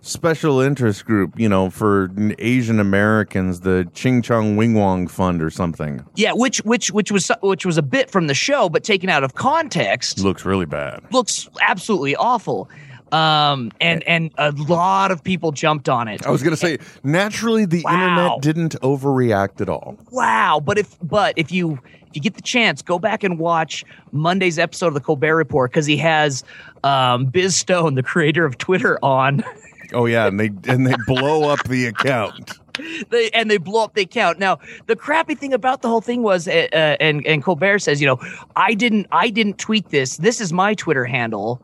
Speaker 2: special interest group, you know, for Asian Americans, the Ching Chong Wing Wong Fund or something.
Speaker 3: Yeah, which which which was which was a bit from the show, but taken out of context,
Speaker 2: Looks really bad.
Speaker 3: looks absolutely awful. Um, and and a lot of people jumped on it.
Speaker 2: I was gonna say naturally the
Speaker 3: Wow.
Speaker 2: internet didn't overreact at all.
Speaker 3: wow but if but if you if you get the chance go back and watch monday's episode of the colbert report because he has um, biz stone the creator of twitter on
Speaker 2: Oh yeah, and they and they blow up the account.
Speaker 3: they, and they blow up the account now the crappy thing about the whole thing was uh, uh, and and colbert says you know i didn't i didn't tweet this this is my twitter handle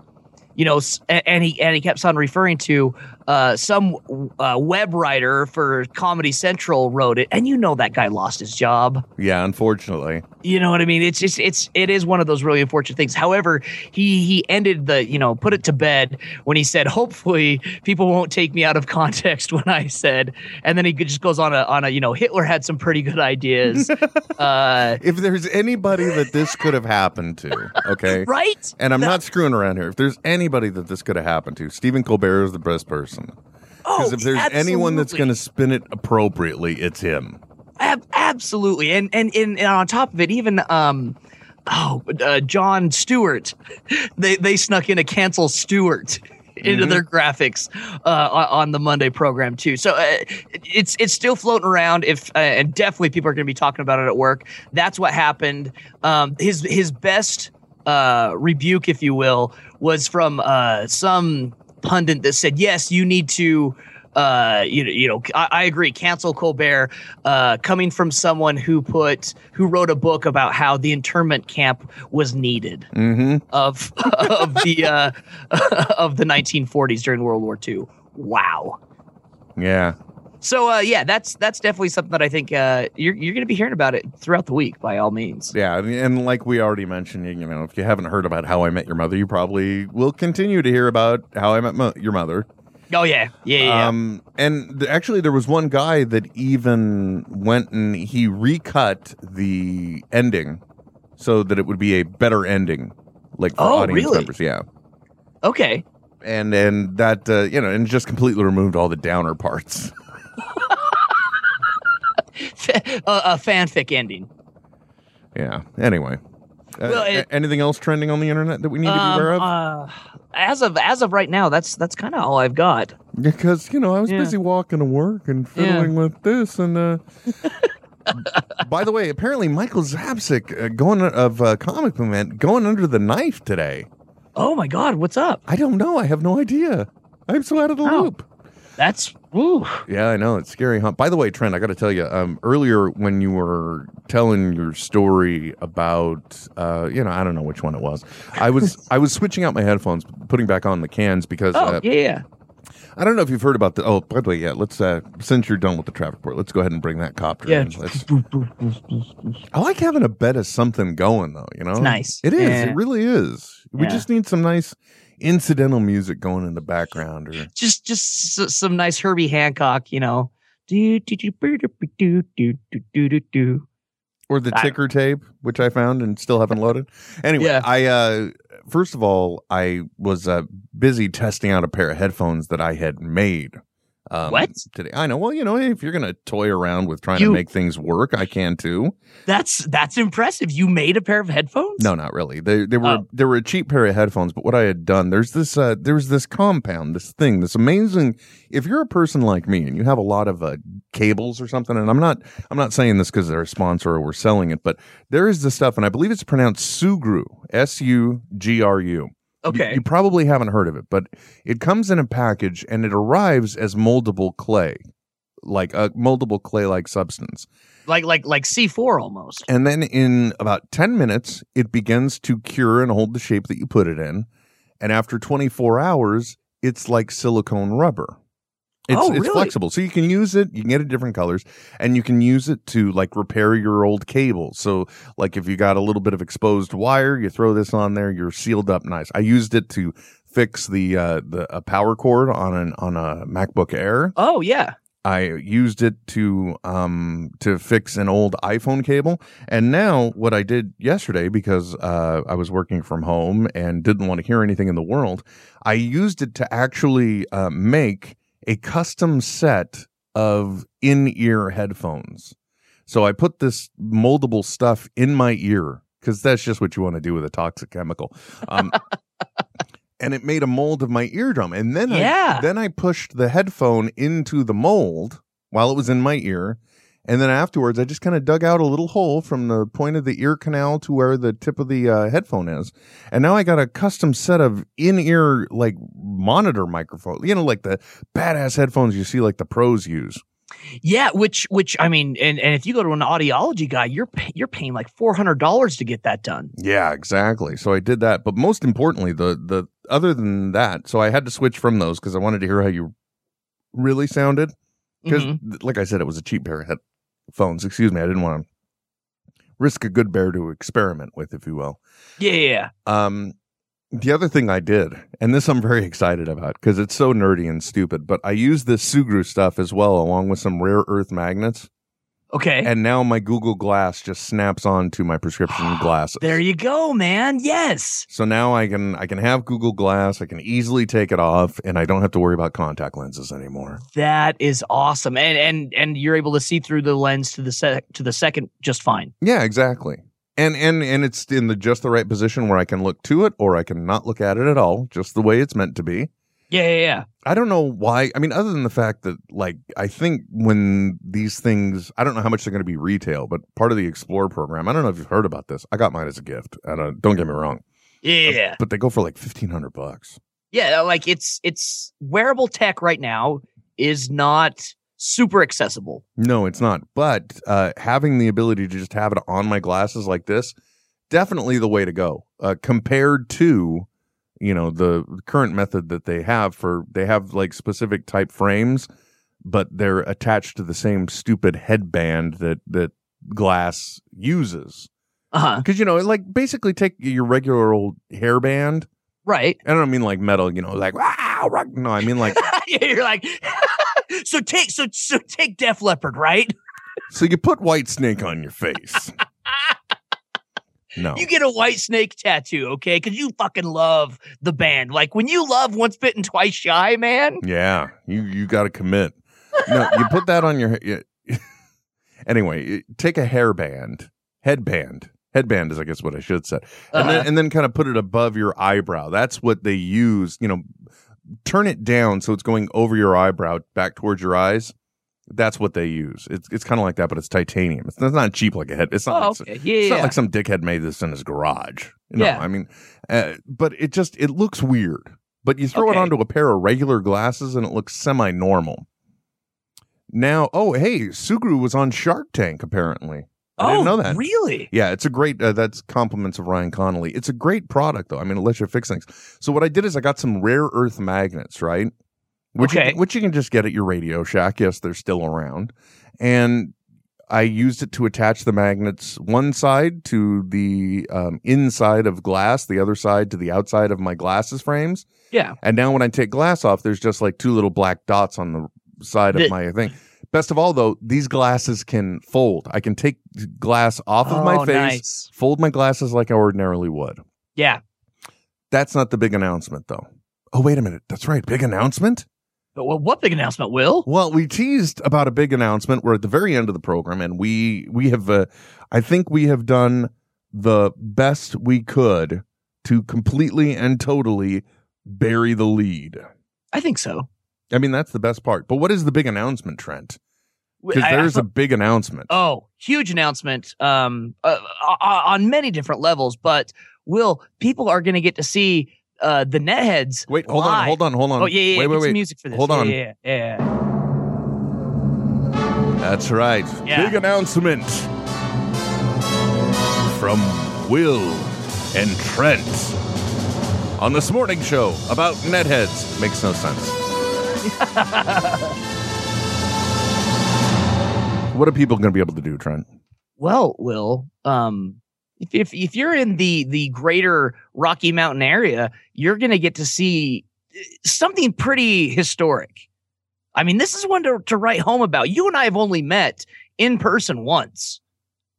Speaker 3: you know s- a- and he and he kept on referring to uh, some uh, web writer for comedy central wrote it and you know that guy lost his job
Speaker 2: Yeah, unfortunately.
Speaker 3: You know what I mean? It's just it's it is one of those really unfortunate things. However, he he ended the you know put it to bed when he said, "Hopefully, people won't take me out of context when I said." And then he just goes on a on a you know Hitler had some pretty good ideas, uh,
Speaker 2: If there's anybody that this could have happened to, okay?
Speaker 3: right?
Speaker 2: And I'm not screwing around here. If there's anybody that this could have happened to, Stephen Colbert is the best person.
Speaker 3: Oh,
Speaker 2: Because if there's anyone that's
Speaker 3: absolutely.
Speaker 2: going to spin it appropriately, it's him.
Speaker 3: Ab- absolutely, and, and and and on top of it, even um, oh, uh, John Stewart, they they snuck in a cancel Stewart into their graphics uh, on- on the Monday program too. So uh, it's it's still floating around. If uh, and definitely people are going to be talking about it at work. That's what happened. Um, his his best uh, rebuke, if you will, was from uh, some pundit that said, "Yes, you need to." Uh, you know, you know, I, I agree. Cancel Colbert. Uh, coming from someone who put, who wrote a book about how the internment camp was needed
Speaker 2: Mm-hmm.
Speaker 3: of of the uh, of the 1940s during World War II. Wow.
Speaker 2: Yeah.
Speaker 3: So uh, yeah, that's that's definitely something that I think uh, you're you're going to be hearing about it throughout the week by all means.
Speaker 2: Yeah. And- And like we already mentioned, you know, if you haven't heard about How I Met Your Mother, you probably will continue to hear about How I Met Mo- Your Mother.
Speaker 3: Oh yeah, yeah, yeah, yeah.
Speaker 2: Um, and th- actually, there was one guy that even went and he recut the ending so that it would be a better ending, like for
Speaker 3: Oh,
Speaker 2: audience
Speaker 3: really?
Speaker 2: members. Yeah.
Speaker 3: okay.
Speaker 2: and and that uh, you know and just completely removed all the downer parts
Speaker 3: a, Uh, a fanfic ending.
Speaker 2: yeah anyway Uh,
Speaker 3: Well, it-
Speaker 2: a- anything else trending on the internet that we need to be
Speaker 3: Um,
Speaker 2: aware of
Speaker 3: uh, as of as of right now, that's that's kind of all I've got.
Speaker 2: because you know i was
Speaker 3: yeah.
Speaker 2: busy walking to work and fiddling with this and uh by the way apparently michael zapsik uh, going of uh, comic book man going under the knife today
Speaker 3: Oh my God, what's up?
Speaker 2: i don't know i have no idea i'm so out of the
Speaker 3: Wow.
Speaker 2: loop
Speaker 3: That's woo.
Speaker 2: Yeah, I know it's scary, huh? By the way, Trent, I got to tell you, um, earlier when you were telling your story about, uh, you know, I don't know which one it was. I was I was switching out my headphones, putting back on the cans because
Speaker 3: Oh
Speaker 2: uh,
Speaker 3: yeah, yeah.
Speaker 2: I don't know if you've heard about the. Oh, by the way, yeah. Let's uh, since you're done with the traffic report, let's go ahead and bring that copter
Speaker 3: Yeah.
Speaker 2: in. Let's- I like having a bed of something going though. You know,
Speaker 3: nice.
Speaker 2: Oh, It is.
Speaker 3: Yeah.
Speaker 2: It really is. We
Speaker 3: Yeah.
Speaker 2: just need some nice incidental music going in the background or
Speaker 3: just just s- some nice Herbie Hancock, you know. Do, do, do, brr, do, do, do, do, do, do, do.
Speaker 2: or the
Speaker 3: I-
Speaker 2: ticker tape, which I found and still haven't loaded. Anyway,
Speaker 3: Yeah.
Speaker 2: I uh, first of all, I was uh, busy testing out a pair of headphones that I had made. Um,
Speaker 3: What?
Speaker 2: today? I know. Well, you know, if you're gonna toy around with trying
Speaker 3: You-
Speaker 2: to make things work, I can too.
Speaker 3: That's that's impressive. You made a pair of headphones?
Speaker 2: No, not really. They they were
Speaker 3: Oh.
Speaker 2: they were a cheap pair of headphones, but what I had done there's this uh, there's this compound, this thing, this amazing. If you're a person like me and you have a lot of uh, cables or something, and I'm not I'm not saying this because they're a sponsor or we're selling it, but there is this stuff, and I believe it's pronounced Sugru, S U G R U.
Speaker 3: Okay.
Speaker 2: You probably haven't heard of it, but it comes in a package and it arrives as moldable clay, like a moldable clay like substance.
Speaker 3: Like like like C4 almost.
Speaker 2: And then in about 10 minutes, it begins to cure and hold the shape that you put it in. And after 24 hours, it's like silicone rubber. It's,
Speaker 3: Oh,
Speaker 2: it's
Speaker 3: really?
Speaker 2: flexible. So you can use it, you can get it different colors, and you can use it to like repair your old cable. So, like if you got a little bit of exposed wire, you throw this on there, you're sealed up nice. I used it to fix the uh the a power cord on an on a MacBook Air
Speaker 3: Oh yeah.
Speaker 2: I used it to um to fix an old iPhone cable, and now what I did yesterday because uh, I was working from home and didn't want to hear anything in the world, I used it to actually uh, make a custom set of in-ear headphones. So I put this moldable stuff in my ear because that's just what you want to do with a toxic chemical. Um, and it made a mold of my eardrum, and then I,
Speaker 3: Yeah.
Speaker 2: then I pushed the headphone into the mold while it was in my ear. And then afterwards, I just kind of dug out a little hole from the point of the ear canal to where the tip of the uh, headphone is. And now I got a custom set of in ear, like monitor microphone, you know, like the badass headphones you see, like the pros use.
Speaker 3: Yeah, which which I mean, and, and if you go to an audiology guy, you're pay, you're paying like four hundred dollars to get that done.
Speaker 2: Yeah, exactly. So I did that, but most importantly, the the other than that, so I had to switch from those because I wanted to hear how you really sounded. Because,
Speaker 3: Mhm.
Speaker 2: like I said, it was a cheap pair of headphones. Excuse me, I didn't want to risk a good bear to experiment with, if you will.
Speaker 3: Yeah, yeah, yeah.
Speaker 2: Um, the other thing I did, and this I'm very excited about because it's so nerdy and stupid, but I used this Sugru stuff as well, along with some rare earth magnets,
Speaker 3: Okay,
Speaker 2: and now my Google Glass just snaps on to my prescription glasses.
Speaker 3: there you go, man. Yes,
Speaker 2: So now I can I can have Google Glass. I can easily take it off, and I don't have to worry about contact lenses anymore.
Speaker 3: that is awesome, and and and you're able to see through the lens to the sec to the second just fine.
Speaker 2: Yeah, exactly. And and and it's in the just the right position where I can look to it, or I can not look at it at all, just the way it's meant to be.
Speaker 3: Yeah, yeah, yeah.
Speaker 2: I don't know why. I mean, other than the fact that, like, I think when these things, I don't know how much they're going to be retail, but part of the Explore program, I don't know if you've heard about this. I got mine as a gift, and uh, don't get me wrong,
Speaker 3: Yeah, yeah,
Speaker 2: but they go for like fifteen hundred bucks.
Speaker 3: yeah. Like it's it's wearable tech right now is not super accessible.
Speaker 2: No, it's not. But uh, having the ability to just have it on my glasses like this, definitely the way to go. Uh, compared to, you know, the current method that they have for they have like specific type frames, but they're attached to the same stupid headband that that glass uses.
Speaker 3: Uh huh.
Speaker 2: Because you know, like basically take your regular old hairband.
Speaker 3: Right.
Speaker 2: I don't mean like metal, you know, like wow, rock. No, I mean like
Speaker 3: you're like, so take so so take Def Leopard, right?
Speaker 2: so you put white snake on your face. No. Oh.
Speaker 3: You get a white snake tattoo, okay? Because you fucking love the band. Like when you love Once Bitten, Twice Shy, man.
Speaker 2: Yeah, you you got to commit. No, you put that on your. You, anyway, you- take a hairband, headband, headband is I guess what I should say, and then
Speaker 3: Uh-huh.
Speaker 2: and then kind of put it above your eyebrow. That's what they use. You know, turn it down so it's going over your eyebrow back towards your eyes. That's what they use. It's it's kind of like that, but it's titanium. It's, it's not cheap like a head. It's not.
Speaker 3: Oh,
Speaker 2: like,
Speaker 3: okay. Yeah,
Speaker 2: It's
Speaker 3: yeah.
Speaker 2: not like some dickhead made this in his garage. No,
Speaker 3: Yeah.
Speaker 2: I mean, uh, but it just it looks weird. But you throw
Speaker 3: Okay.
Speaker 2: it onto a pair of regular glasses and it looks semi-normal. Now, oh hey, Sugru was on Shark Tank apparently. I
Speaker 3: oh,
Speaker 2: didn't know that.
Speaker 3: really?
Speaker 2: Yeah, it's a great. Uh, that's compliments of Ryan Connolly. It's a great product, though. I mean, it lets you fix things. So what I did is I got some rare earth magnets, right? Which you,
Speaker 3: Okay.
Speaker 2: can- which you can just get at your Radio Shack. Yes, they're still around, and I used it to attach the magnets one side to the um, inside of glass, the other side to the outside of my glasses frames.
Speaker 3: Yeah.
Speaker 2: And now when I take glass off, there's just like two little black dots on the side of
Speaker 3: The-
Speaker 2: my thing. Best of all, though, these glasses can fold. I can take glass off of my
Speaker 3: Oh,
Speaker 2: face,
Speaker 3: nice.
Speaker 2: fold my glasses like I ordinarily would.
Speaker 3: Yeah.
Speaker 2: That's not the big announcement, though. Oh, wait a minute. That's right. Big announcement?
Speaker 3: But what, what big announcement, Will?
Speaker 2: Well, we teased about a big announcement. We're at the very end of the program, and we we have, uh, I think we have done the best we could to completely and totally bury the lead.
Speaker 3: I think so.
Speaker 2: I mean, that's the best part. But what is the big announcement, Trent? Because
Speaker 3: I- I
Speaker 2: there's a big announcement.
Speaker 3: Oh, huge announcement um, uh, o- o- on many different levels. But Will, people are going to get to see uh, the Netheads.
Speaker 2: wait, hold on,
Speaker 3: live.
Speaker 2: hold on, hold on.
Speaker 3: Oh yeah, yeah.
Speaker 2: wait,
Speaker 3: get
Speaker 2: wait,
Speaker 3: some
Speaker 2: wait.
Speaker 3: music for this.
Speaker 2: Hold
Speaker 3: Yeah,
Speaker 2: on.
Speaker 3: Yeah, yeah. yeah.
Speaker 2: That's right.
Speaker 3: Yeah.
Speaker 2: Big announcement from Will and Trent on this morning show about netheads. Makes no sense. what are people going to be able to do, Trent?
Speaker 3: Well, Will, um, if, if if you're in the the greater Rocky Mountain area, you're going to get to see eh, something pretty uh, historic. I mean, this is one to, to write home about. You and I have only met in person once.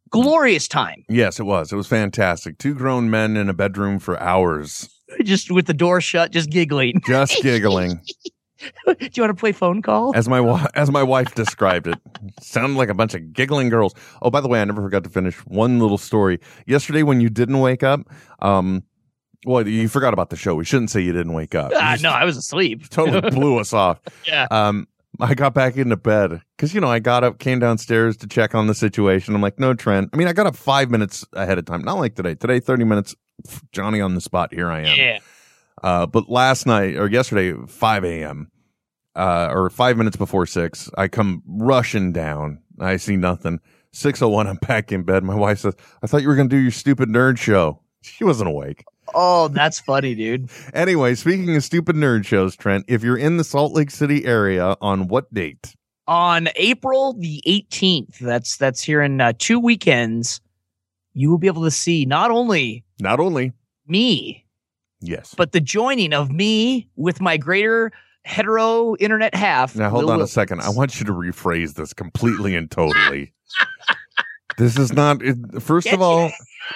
Speaker 3: Glorious time.
Speaker 2: Yes, it was. It was fantastic. Two grown men in a bedroom for hours,
Speaker 3: Just with the door shut, just giggling.
Speaker 2: just giggling.
Speaker 3: Do you want to play phone call?
Speaker 2: as my wi- as my wife described it, sounded like a bunch of giggling girls. Oh, by the way, I never forgot to finish one little story. Yesterday, when you didn't wake up, um, well, you forgot about the show. We shouldn't say you didn't wake up.
Speaker 3: Ah,
Speaker 2: You
Speaker 3: no, I was asleep.
Speaker 2: totally blew us off.
Speaker 3: Yeah.
Speaker 2: Um, I got back into bed because you know I got up, came downstairs to check on the situation. I'm like, no, Trent. I mean, I got up five minutes ahead of time. Not like today. Today, thirty minutes. pff, Johnny on the spot. Here I am.
Speaker 3: Yeah.
Speaker 2: Uh, but last night or yesterday, 5 a.m. Uh, or five minutes before six, I come rushing down. I see nothing. 601, I'm back in bed. My wife says, I thought you were going to do your stupid nerd show. She wasn't awake.
Speaker 3: Oh, that's funny, dude.
Speaker 2: Anyway, speaking of stupid nerd shows, Trent, if you're in the Salt Lake City area on what date?
Speaker 3: On April the 18th, that's that's here in uh, two weekends, you will be able to see not only
Speaker 2: Not only,
Speaker 3: me,
Speaker 2: yes.
Speaker 3: but the joining of me with my greater hetero internet half.
Speaker 2: Now, hold
Speaker 3: Lil
Speaker 2: on a
Speaker 3: Wilkins.
Speaker 2: second. I want you to rephrase this completely and totally. this is not, it- first of all,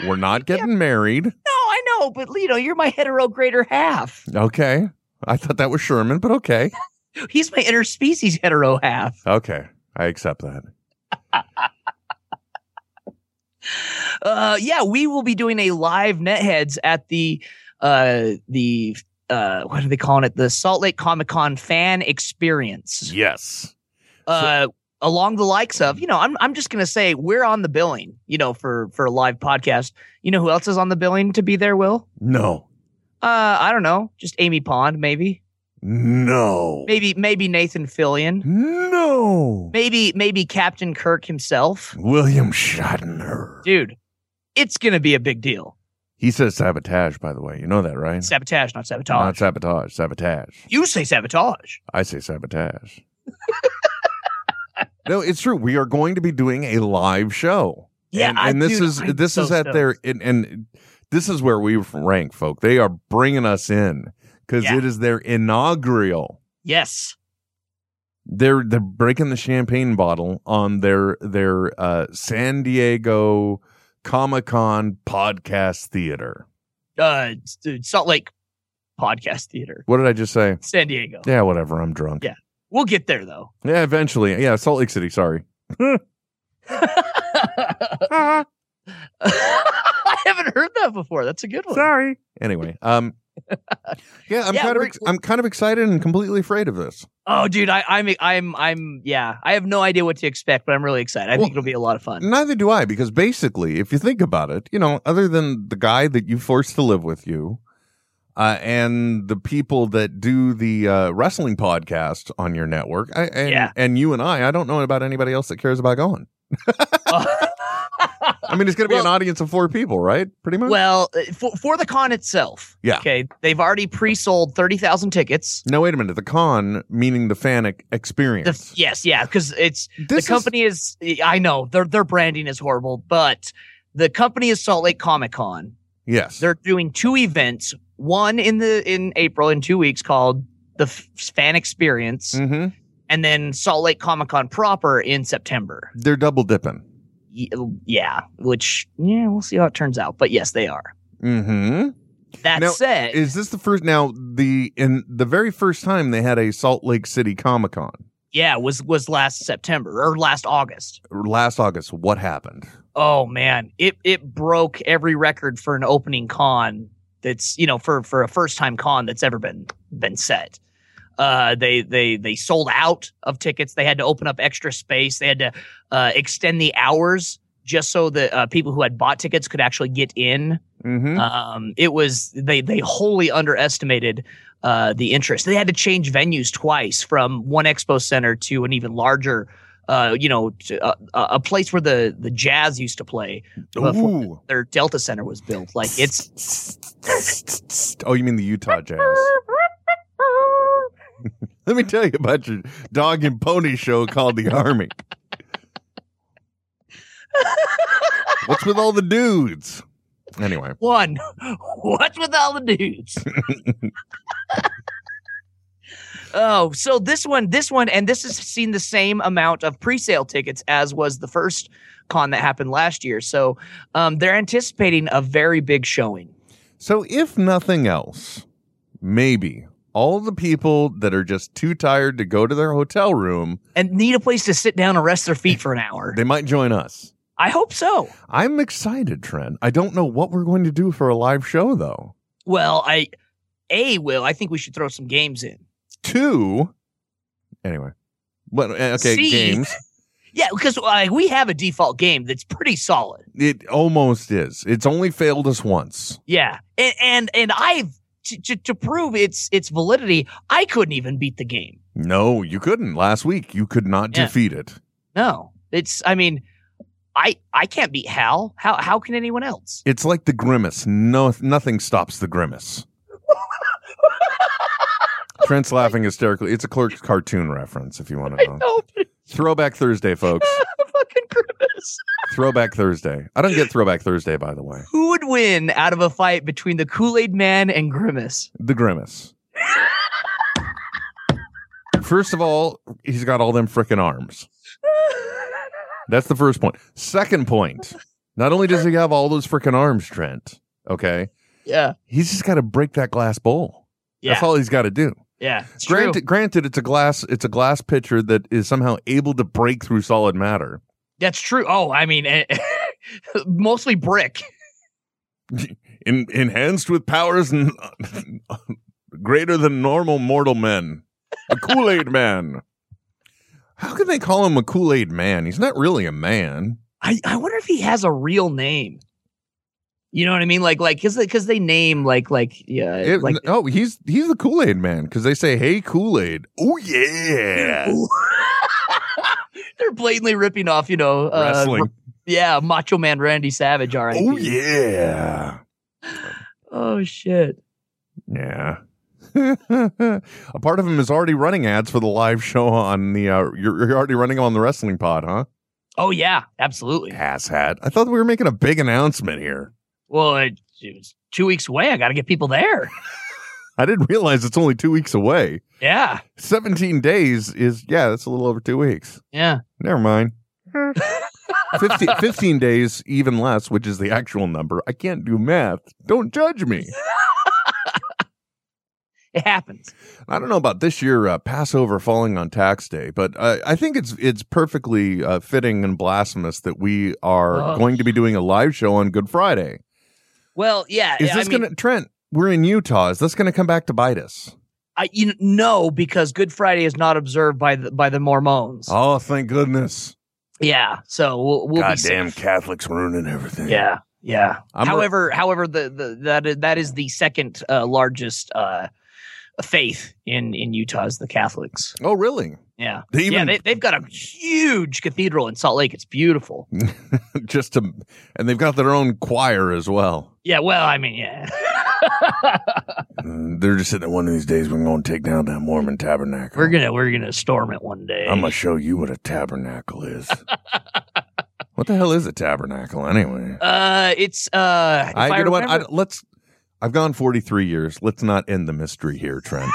Speaker 2: we're not getting married.
Speaker 3: No, I know, but you know, you're my hetero greater half.
Speaker 2: Okay. I thought that was Sherman, but okay.
Speaker 3: He's my interspecies hetero half.
Speaker 2: Okay. I accept that.
Speaker 3: Uh, yeah, we will be doing a live netheads at the uh the uh what are they calling it? The Salt Lake Comic Con fan experience.
Speaker 2: Yes.
Speaker 3: Uh, along the likes of, you know, I'm I'm just gonna say we're on the billing, you know, for for a live podcast. You know who else is on the billing to be there? Will?
Speaker 2: No.
Speaker 3: Uh, I don't know, just Amy Pond, maybe,
Speaker 2: No.
Speaker 3: maybe maybe Nathan Fillion,
Speaker 2: No.
Speaker 3: maybe maybe Captain Kirk himself.
Speaker 2: William Shatner.
Speaker 3: dude, it's gonna be a big deal.
Speaker 2: He says sabotage, by the way. You know that, right?
Speaker 3: Sabotage, not sabotage.
Speaker 2: Not sabotage. Sabotage.
Speaker 3: you say sabotage.
Speaker 2: I say sabotage. no, it's true. We are going to be doing a live show.
Speaker 3: Yeah,
Speaker 2: and,
Speaker 3: I-
Speaker 2: and this
Speaker 3: dude,
Speaker 2: is
Speaker 3: I'm
Speaker 2: this
Speaker 3: so
Speaker 2: is at their and, and this is where we rank, folk. They are bringing us in because
Speaker 3: Yeah.
Speaker 2: it is their inaugural.
Speaker 3: Yes,
Speaker 2: They're they're breaking the champagne bottle on their their uh, San Diego Comic Con podcast theater.
Speaker 3: uh, s- dude, Salt Lake Podcast Theater,
Speaker 2: What did I just say?
Speaker 3: San Diego.
Speaker 2: Yeah, whatever. I'm drunk.
Speaker 3: Yeah. We'll get there though.
Speaker 2: yeah eventually. Yeah, Salt Lake City. Sorry.
Speaker 3: I haven't heard that before. That's a good one.
Speaker 2: Sorry. Anyway, um, yeah, I'm
Speaker 3: Oh. Yeah,
Speaker 2: kind of
Speaker 3: we're-
Speaker 2: ex- I'm kind of excited and completely afraid of this.
Speaker 3: Oh, dude, I, I'm, I'm, I'm, yeah. I have no idea what to expect, but I'm really excited. I
Speaker 2: Well,
Speaker 3: think it'll be a lot of fun.
Speaker 2: Neither do I, because basically, if you think about it, you know, other than the guy that you forced to live with you, uh, and the people that do the uh, wrestling podcast on your network, I, and,
Speaker 3: Yeah.
Speaker 2: and you and I, I don't know about anybody else that cares about going.
Speaker 3: Uh,
Speaker 2: I mean, it's going to be an
Speaker 3: Well-
Speaker 2: audience of four people, right? Pretty much.
Speaker 3: well, uh, for for the con itself.
Speaker 2: Yeah.
Speaker 3: Okay, they've already pre-sold thirty thousand tickets.
Speaker 2: no, wait a minute. The con, meaning the fan e-
Speaker 3: The-
Speaker 2: experience.
Speaker 3: yes, yeah, because it's
Speaker 2: this
Speaker 3: the company is, I know their their branding is horrible, but the company is Salt Lake Comic Con.
Speaker 2: Is, yes.
Speaker 3: They're doing two events, one in the in April in two weeks called the F- Fan Experience,
Speaker 2: hmm
Speaker 3: and then Salt Lake Comic Con proper in September.
Speaker 2: They're double dipping.
Speaker 3: Y- Yeah, which yeah, we'll see how it turns out. But yes, they are.
Speaker 2: hmm
Speaker 3: That
Speaker 2: Now,
Speaker 3: said,
Speaker 2: Is this the first? Now, the in the very first time they had a Salt Lake City Comic Con
Speaker 3: yeah, was was last September or last August.
Speaker 2: last August. What happened?
Speaker 3: Oh man, it it broke every record for an opening con that's you know for for a first time con that's ever been been set. Uh, they they they sold out of tickets. They had to open up extra space. They had to uh, extend the hours just so that uh, people who had bought tickets could actually get in.
Speaker 2: Mm-hmm.
Speaker 3: Um, it was they they wholly underestimated uh, the interest. They had to change venues twice from one expo center to an even larger, uh, you know, to, uh, uh, a place where the the jazz used to play. Before
Speaker 2: Ooh.
Speaker 3: their Delta Center was built, like it's
Speaker 2: oh, you mean the Utah Jazz? Let me tell you about your dog and pony show called the Army. What's with all the dudes? Anyway,
Speaker 3: one. What's with all the dudes? Oh, so this one, this one, and this has seen the same amount of pre-sale tickets as was the first con that happened last year. So um, they're anticipating a very big showing.
Speaker 2: So, if nothing else, maybe all the people that are just too tired to go to their hotel room,
Speaker 3: and need a place to sit down and rest their feet for an hour.
Speaker 2: they might join us.
Speaker 3: I hope so.
Speaker 2: I'm excited, Trent. I don't know what we're going to do for a live show, though.
Speaker 3: Well, I a will. I think we should throw some games in.
Speaker 2: Two, anyway. But uh, okay,
Speaker 3: See?
Speaker 2: games.
Speaker 3: Yeah, because like we have a default game that's pretty solid.
Speaker 2: It almost is. It's only failed us once.
Speaker 3: Yeah, and and, and I've to, to, to prove its its validity, I couldn't even beat the game.
Speaker 2: No, you couldn't. Last week, you could not
Speaker 3: Yeah.
Speaker 2: defeat it.
Speaker 3: No, it's. I mean, I I can't beat Hal. How how can anyone else?
Speaker 2: It's like the grimace. No, nothing stops the grimace. Trent's laughing hysterically. It's a clerk's cartoon reference, if you want to know.
Speaker 3: No, but
Speaker 2: Throwback Thursday, folks.
Speaker 3: fucking grimace.
Speaker 2: Throwback Thursday. I don't get Throwback Thursday, by the way.
Speaker 3: Who would win out of a fight between the Kool Aid Man and Grimace?
Speaker 2: The grimace. First of all, he's got all them frickin' arms. That's the first point. Second point, not only does he have all those frickin' arms, Trent, okay,
Speaker 3: Yeah,
Speaker 2: he's just got to break that glass bowl.
Speaker 3: yeah,
Speaker 2: That's all he's got to do.
Speaker 3: yeah. It's true.
Speaker 2: Granted, granted, it's a glass, it's a glass pitcher that is somehow able to break through solid matter.
Speaker 3: That's true. Oh, I mean, eh, mostly brick.
Speaker 2: En- enhanced with powers n- greater than normal mortal men. A Kool Aid man. How can they call him a Kool Aid man? He's not really a man.
Speaker 3: I, I wonder if he has a real name. You know what I mean? Like like because because they name like like yeah
Speaker 2: It-
Speaker 3: like
Speaker 2: oh, he's he's the Kool Aid man because they say, "Hey, Kool Aid." Oh yeah,
Speaker 3: they're blatantly ripping off you know uh,
Speaker 2: wrestling.
Speaker 3: r- yeah Macho Man Randy Savage. All right.
Speaker 2: oh yeah,
Speaker 3: Oh shit.
Speaker 2: yeah. a part of him is already running ads for the live show on the. Uh, you're, you're already running on the wrestling pod, huh?
Speaker 3: Oh yeah, absolutely.
Speaker 2: Ass hat. I thought we were making a big announcement here.
Speaker 3: Well, it, it was two weeks away. I got to get people there.
Speaker 2: I didn't realize it's only two weeks away.
Speaker 3: Yeah,
Speaker 2: 17 days is, yeah, that's a little over two weeks.
Speaker 3: yeah.
Speaker 2: Never mind. 15, 15 days, even less, which is the actual number. I can't do math. Don't judge me.
Speaker 3: It happens.
Speaker 2: I don't know about this year, uh, Passover falling on tax day, but uh, I think it's it's perfectly uh, fitting and blasphemous that we are
Speaker 3: Oh.
Speaker 2: going to be doing a live show on Good Friday.
Speaker 3: Well, yeah.
Speaker 2: Is
Speaker 3: I
Speaker 2: this
Speaker 3: mean-
Speaker 2: going to, Trent, we're in Utah. Is this going to come back to bite us?
Speaker 3: I you know, no because Good Friday is not observed by the by the Mormons.
Speaker 2: Oh, thank goodness.
Speaker 3: Yeah, so we'll we'll be safe.
Speaker 2: Catholics ruining everything.
Speaker 3: Yeah, yeah.
Speaker 2: I'm a-
Speaker 3: however, however, the, the that is, that is the second uh, largest uh, faith in in Utah is the Catholics.
Speaker 2: Oh, really?
Speaker 3: Yeah,
Speaker 2: They
Speaker 3: yeah.
Speaker 2: even
Speaker 3: They, they've got a huge cathedral in Salt Lake. It's beautiful.
Speaker 2: just to, and they've got their own choir as well.
Speaker 3: Yeah. Well, I mean, yeah.
Speaker 2: Mm, They're just sitting there. One of these days, we're going to take down that Mormon tabernacle.
Speaker 3: we're gonna we're gonna storm it one day.
Speaker 2: I'm gonna show you what a tabernacle is. what the hell is a tabernacle anyway?
Speaker 3: uh, it's uh. if
Speaker 2: I, you know what? I,
Speaker 3: remember-
Speaker 2: let's. I've gone 43 years. Let's not end the mystery here, Trent.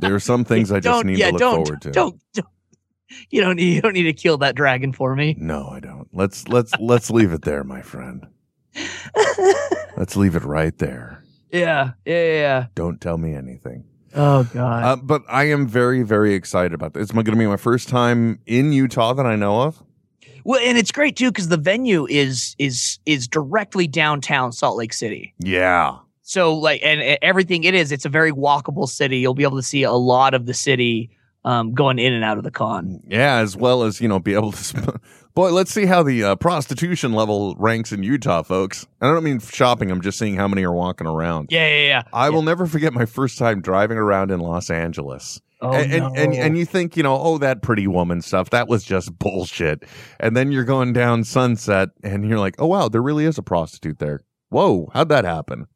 Speaker 2: there are some things I just
Speaker 3: don't-
Speaker 2: need
Speaker 3: yeah,
Speaker 2: to look
Speaker 3: don't,
Speaker 2: forward to.
Speaker 3: Don't, don't. You don't need you don't need to kill that dragon for me.
Speaker 2: No, I don't. Let's let's let's leave it there, my friend. Let's leave it right there.
Speaker 3: Yeah, yeah, yeah, yeah.
Speaker 2: Don't tell me anything.
Speaker 3: Oh god.
Speaker 2: Uh, but I am very, very excited about this. It's going to be my first time in Utah that I know of.
Speaker 3: well, and it's great too because the venue is is is directly downtown Salt Lake City.
Speaker 2: Yeah.
Speaker 3: So like, and, and everything it is, it's a very walkable city. You'll be able to see a lot of the city um, going in and out of the con.
Speaker 2: Yeah, as well as, you know, be able to. Sp- Boy, let's see how the uh, prostitution level ranks in Utah, folks. And I don't mean shopping, I'm just seeing how many are walking around.
Speaker 3: Yeah, yeah, yeah.
Speaker 2: I will never forget my first time driving around in Los Angeles.
Speaker 3: Oh,
Speaker 2: and, and, and
Speaker 3: no.
Speaker 2: and you think you know oh that pretty woman stuff that was just bullshit and then you're going down sunset and you're like oh wow there really is a prostitute there whoa how'd that happen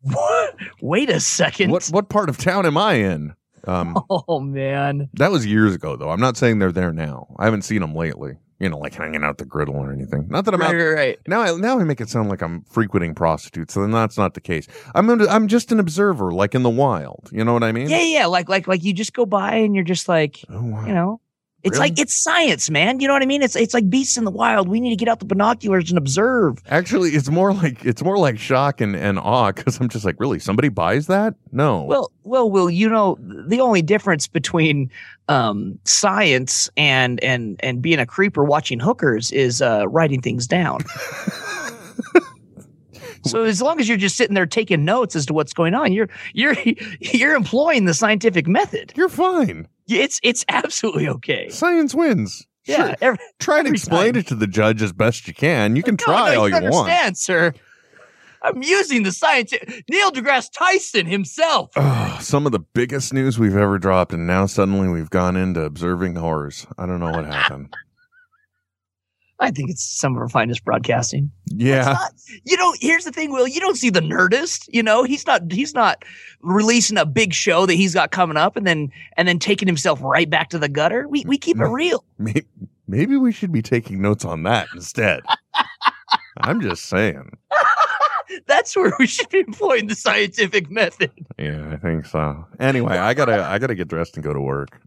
Speaker 3: wait a second.
Speaker 2: what what part of town am i in um
Speaker 3: Oh man.
Speaker 2: that was years ago though i'm not saying they're there now i haven't seen them lately you know, like hanging out the griddle or anything. Not that I'm out
Speaker 3: right, right.
Speaker 2: now I now I make it sound like I'm frequenting prostitutes, and that's not the case. I'm an, I'm just an observer, like in the wild. You know what I mean?
Speaker 3: Yeah, yeah. Like, like, like you just go by and you're just like,
Speaker 2: Oh, wow.
Speaker 3: you know, it's
Speaker 2: Really?
Speaker 3: like it's science, man. You know what I mean? It's it's like beasts in the wild. We need to get out the binoculars and observe.
Speaker 2: Actually, it's more like it's more like shock and, and awe because I'm just like, really, somebody buys that? No.
Speaker 3: Well, well, Will, you know, the only difference between um, science and and and being a creeper watching hookers is uh, writing things down. so as long as you're just sitting there taking notes as to what's going on, you're you're you're employing the scientific method.
Speaker 2: you're fine.
Speaker 3: It's it's absolutely okay.
Speaker 2: Science wins.
Speaker 3: Yeah,
Speaker 2: Sure.
Speaker 3: every-
Speaker 2: Try and
Speaker 3: every
Speaker 2: explain
Speaker 3: time.
Speaker 2: it to the judge as best you can. You can
Speaker 3: No,
Speaker 2: try
Speaker 3: no,
Speaker 2: all you want.
Speaker 3: understand, sir. I'm using the science. Neil deGrasse Tyson himself.
Speaker 2: Ugh, some of the biggest news we've ever dropped, and now suddenly we've gone into observing horrors. I don't know what happened.
Speaker 3: I think it's some of our finest broadcasting. It's
Speaker 2: Yeah.
Speaker 3: not- you know, here's the thing, Will. You don't see the Nerdist. You know, he's not he's not releasing a big show that he's got coming up, and then and then taking himself right back to the gutter. We we keep it
Speaker 2: No.
Speaker 3: real.
Speaker 2: May- Maybe we should be taking notes on that instead. I'm just saying.
Speaker 3: That's where we should be employing the scientific method.
Speaker 2: Yeah, I think so. Anyway, I gotta I gotta get dressed and go to work.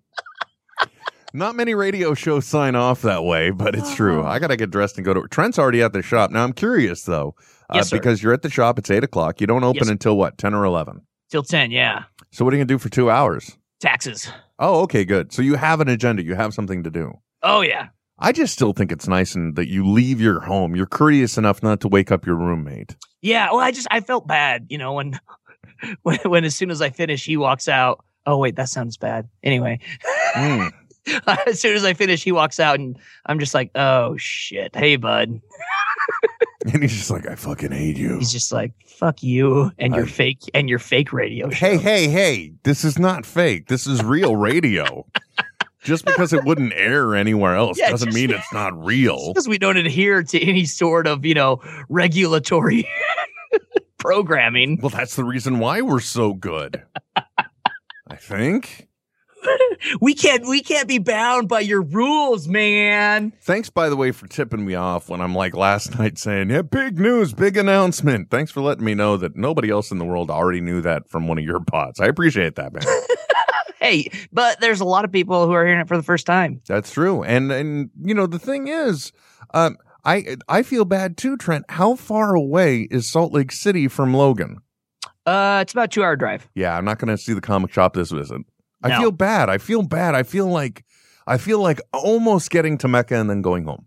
Speaker 2: Not many radio shows sign off that way, but it's true.
Speaker 3: Uh-huh.
Speaker 2: I gotta get dressed and go to work. Trent's already at the shop. Now I'm curious though, uh,
Speaker 3: Yes, sir.
Speaker 2: because you're at the shop. It's eight o'clock. You don't open
Speaker 3: Yes.
Speaker 2: until what ten or eleven.
Speaker 3: Till ten, yeah.
Speaker 2: So what are you gonna do for two hours?
Speaker 3: Taxes.
Speaker 2: Oh, okay, good. So you have an agenda. You have something to do.
Speaker 3: Oh yeah.
Speaker 2: I just still think it's nice and that you leave your home. You're courteous enough not to wake up your roommate.
Speaker 3: Yeah, well, I just I felt bad, you know, when when when as soon as I finish, he walks out. Oh wait, that sounds bad. Anyway,
Speaker 2: Mm.
Speaker 3: as soon as I finish, he walks out, and I'm just like, oh shit, hey bud.
Speaker 2: and he's just like, I fucking hate you.
Speaker 3: He's just like, fuck you and your
Speaker 2: I-
Speaker 3: fake and your fake radio. Show.
Speaker 2: Hey, hey, hey, this is not fake. This is real radio. just because it wouldn't air anywhere else
Speaker 3: Yeah,
Speaker 2: doesn't
Speaker 3: just-
Speaker 2: mean it's not real.
Speaker 3: because we don't adhere to any sort of you know regulatory programming.
Speaker 2: Well, that's the reason why we're so good. I think.
Speaker 3: We can't we can't be bound by your rules, man.
Speaker 2: Thanks, by the way, for tipping me off when I'm like last night saying, yeah, big news, big announcement. Thanks for letting me know that nobody else in the world already knew that from one of your pods. I appreciate that, man.
Speaker 3: Hey, but there's a lot of people who are hearing it for the first time.
Speaker 2: That's true. And and you know the thing is, um, I I feel bad too, Trent. How far away is Salt Lake City from Logan?
Speaker 3: Uh, it's about two hour drive.
Speaker 2: Yeah, I'm not going to see the comic shop this visit. I
Speaker 3: No.
Speaker 2: feel bad. I feel bad. I feel like I feel like almost getting to Mecca and then going home.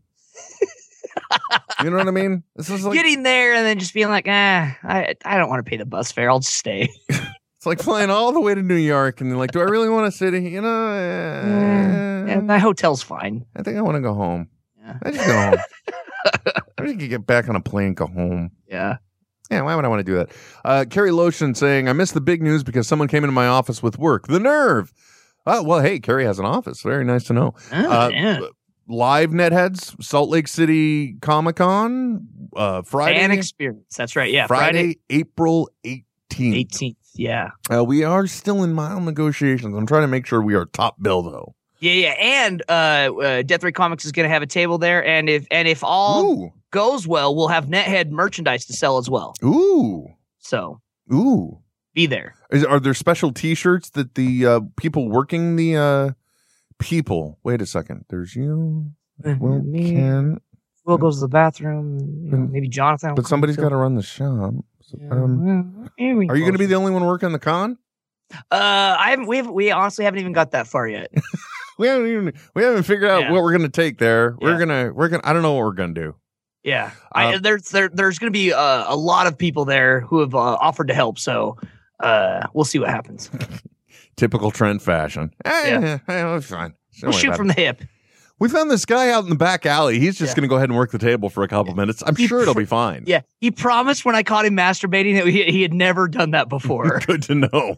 Speaker 2: you know what I mean? This is like
Speaker 3: getting there and then just being like, ah, I, I don't want to pay the bus fare. I'll just stay.
Speaker 2: it's like flying all the way to New York and then like, do I really want to sit here? You know, eh,
Speaker 3: Yeah, my hotel's fine.
Speaker 2: I think I want to go home.
Speaker 3: Mm. Yeah.
Speaker 2: I just go home. I just get back on a plane, go home.
Speaker 3: Yeah.
Speaker 2: Yeah, why would I want to do that? Uh, Carrie Lotion saying, I missed the big news because someone came into my office with work. The nerve. Oh, well, hey, Carrie has an office. Very nice to know.
Speaker 3: Oh,
Speaker 2: Uh,
Speaker 3: yeah.
Speaker 2: Live Netheads, Salt Lake City Comic Con, uh, Friday,
Speaker 3: Fan experience. That's right. Yeah.
Speaker 2: Friday, April 18th.
Speaker 3: 18th. Yeah.
Speaker 2: Uh, we are still in mild negotiations. I'm trying to make sure we are top bill, though.
Speaker 3: Yeah. Yeah. And uh, uh, Death Ray Comics is going to have a table there. And if and if all
Speaker 2: Ooh,
Speaker 3: goes well, we'll have Nethead merchandise to sell as well.
Speaker 2: ooh,
Speaker 3: So
Speaker 2: ooh.
Speaker 3: be there.
Speaker 2: Is, are there special T-shirts that the uh, people working the uh, people? Wait a second. There's you. Well, Ken,
Speaker 3: Will goes to the bathroom.
Speaker 2: know,
Speaker 3: maybe Jonathan.
Speaker 2: but somebody's got to run the shop. So, um, are you going to be the only one working the con?
Speaker 3: Uh, I haven't. We have, we honestly haven't even got that far yet.
Speaker 2: We haven't even we haven't figured out
Speaker 3: Yeah.
Speaker 2: what we're going to take there. We're
Speaker 3: Yeah.
Speaker 2: gonna we're gonna I don't know what we're gonna do.
Speaker 3: Yeah, I,
Speaker 2: Um,
Speaker 3: there's there, there's going to be uh, a lot of people there who have uh, offered to help, so uh, we'll see what happens.
Speaker 2: Typical trend fashion. Eh,
Speaker 3: Yeah.
Speaker 2: yeah. eh, it's fine. Don't
Speaker 3: we'll
Speaker 2: worry
Speaker 3: shoot
Speaker 2: about
Speaker 3: from
Speaker 2: it.
Speaker 3: the hip.
Speaker 2: We found this guy out in the back alley. He's just
Speaker 3: Yeah.
Speaker 2: gonna go ahead and work the table for a couple minutes. I'm
Speaker 3: He
Speaker 2: sure it'll
Speaker 3: pr-
Speaker 2: be fine.
Speaker 3: Yeah, he promised when I caught him masturbating that he, he had never done that before.
Speaker 2: Good to know.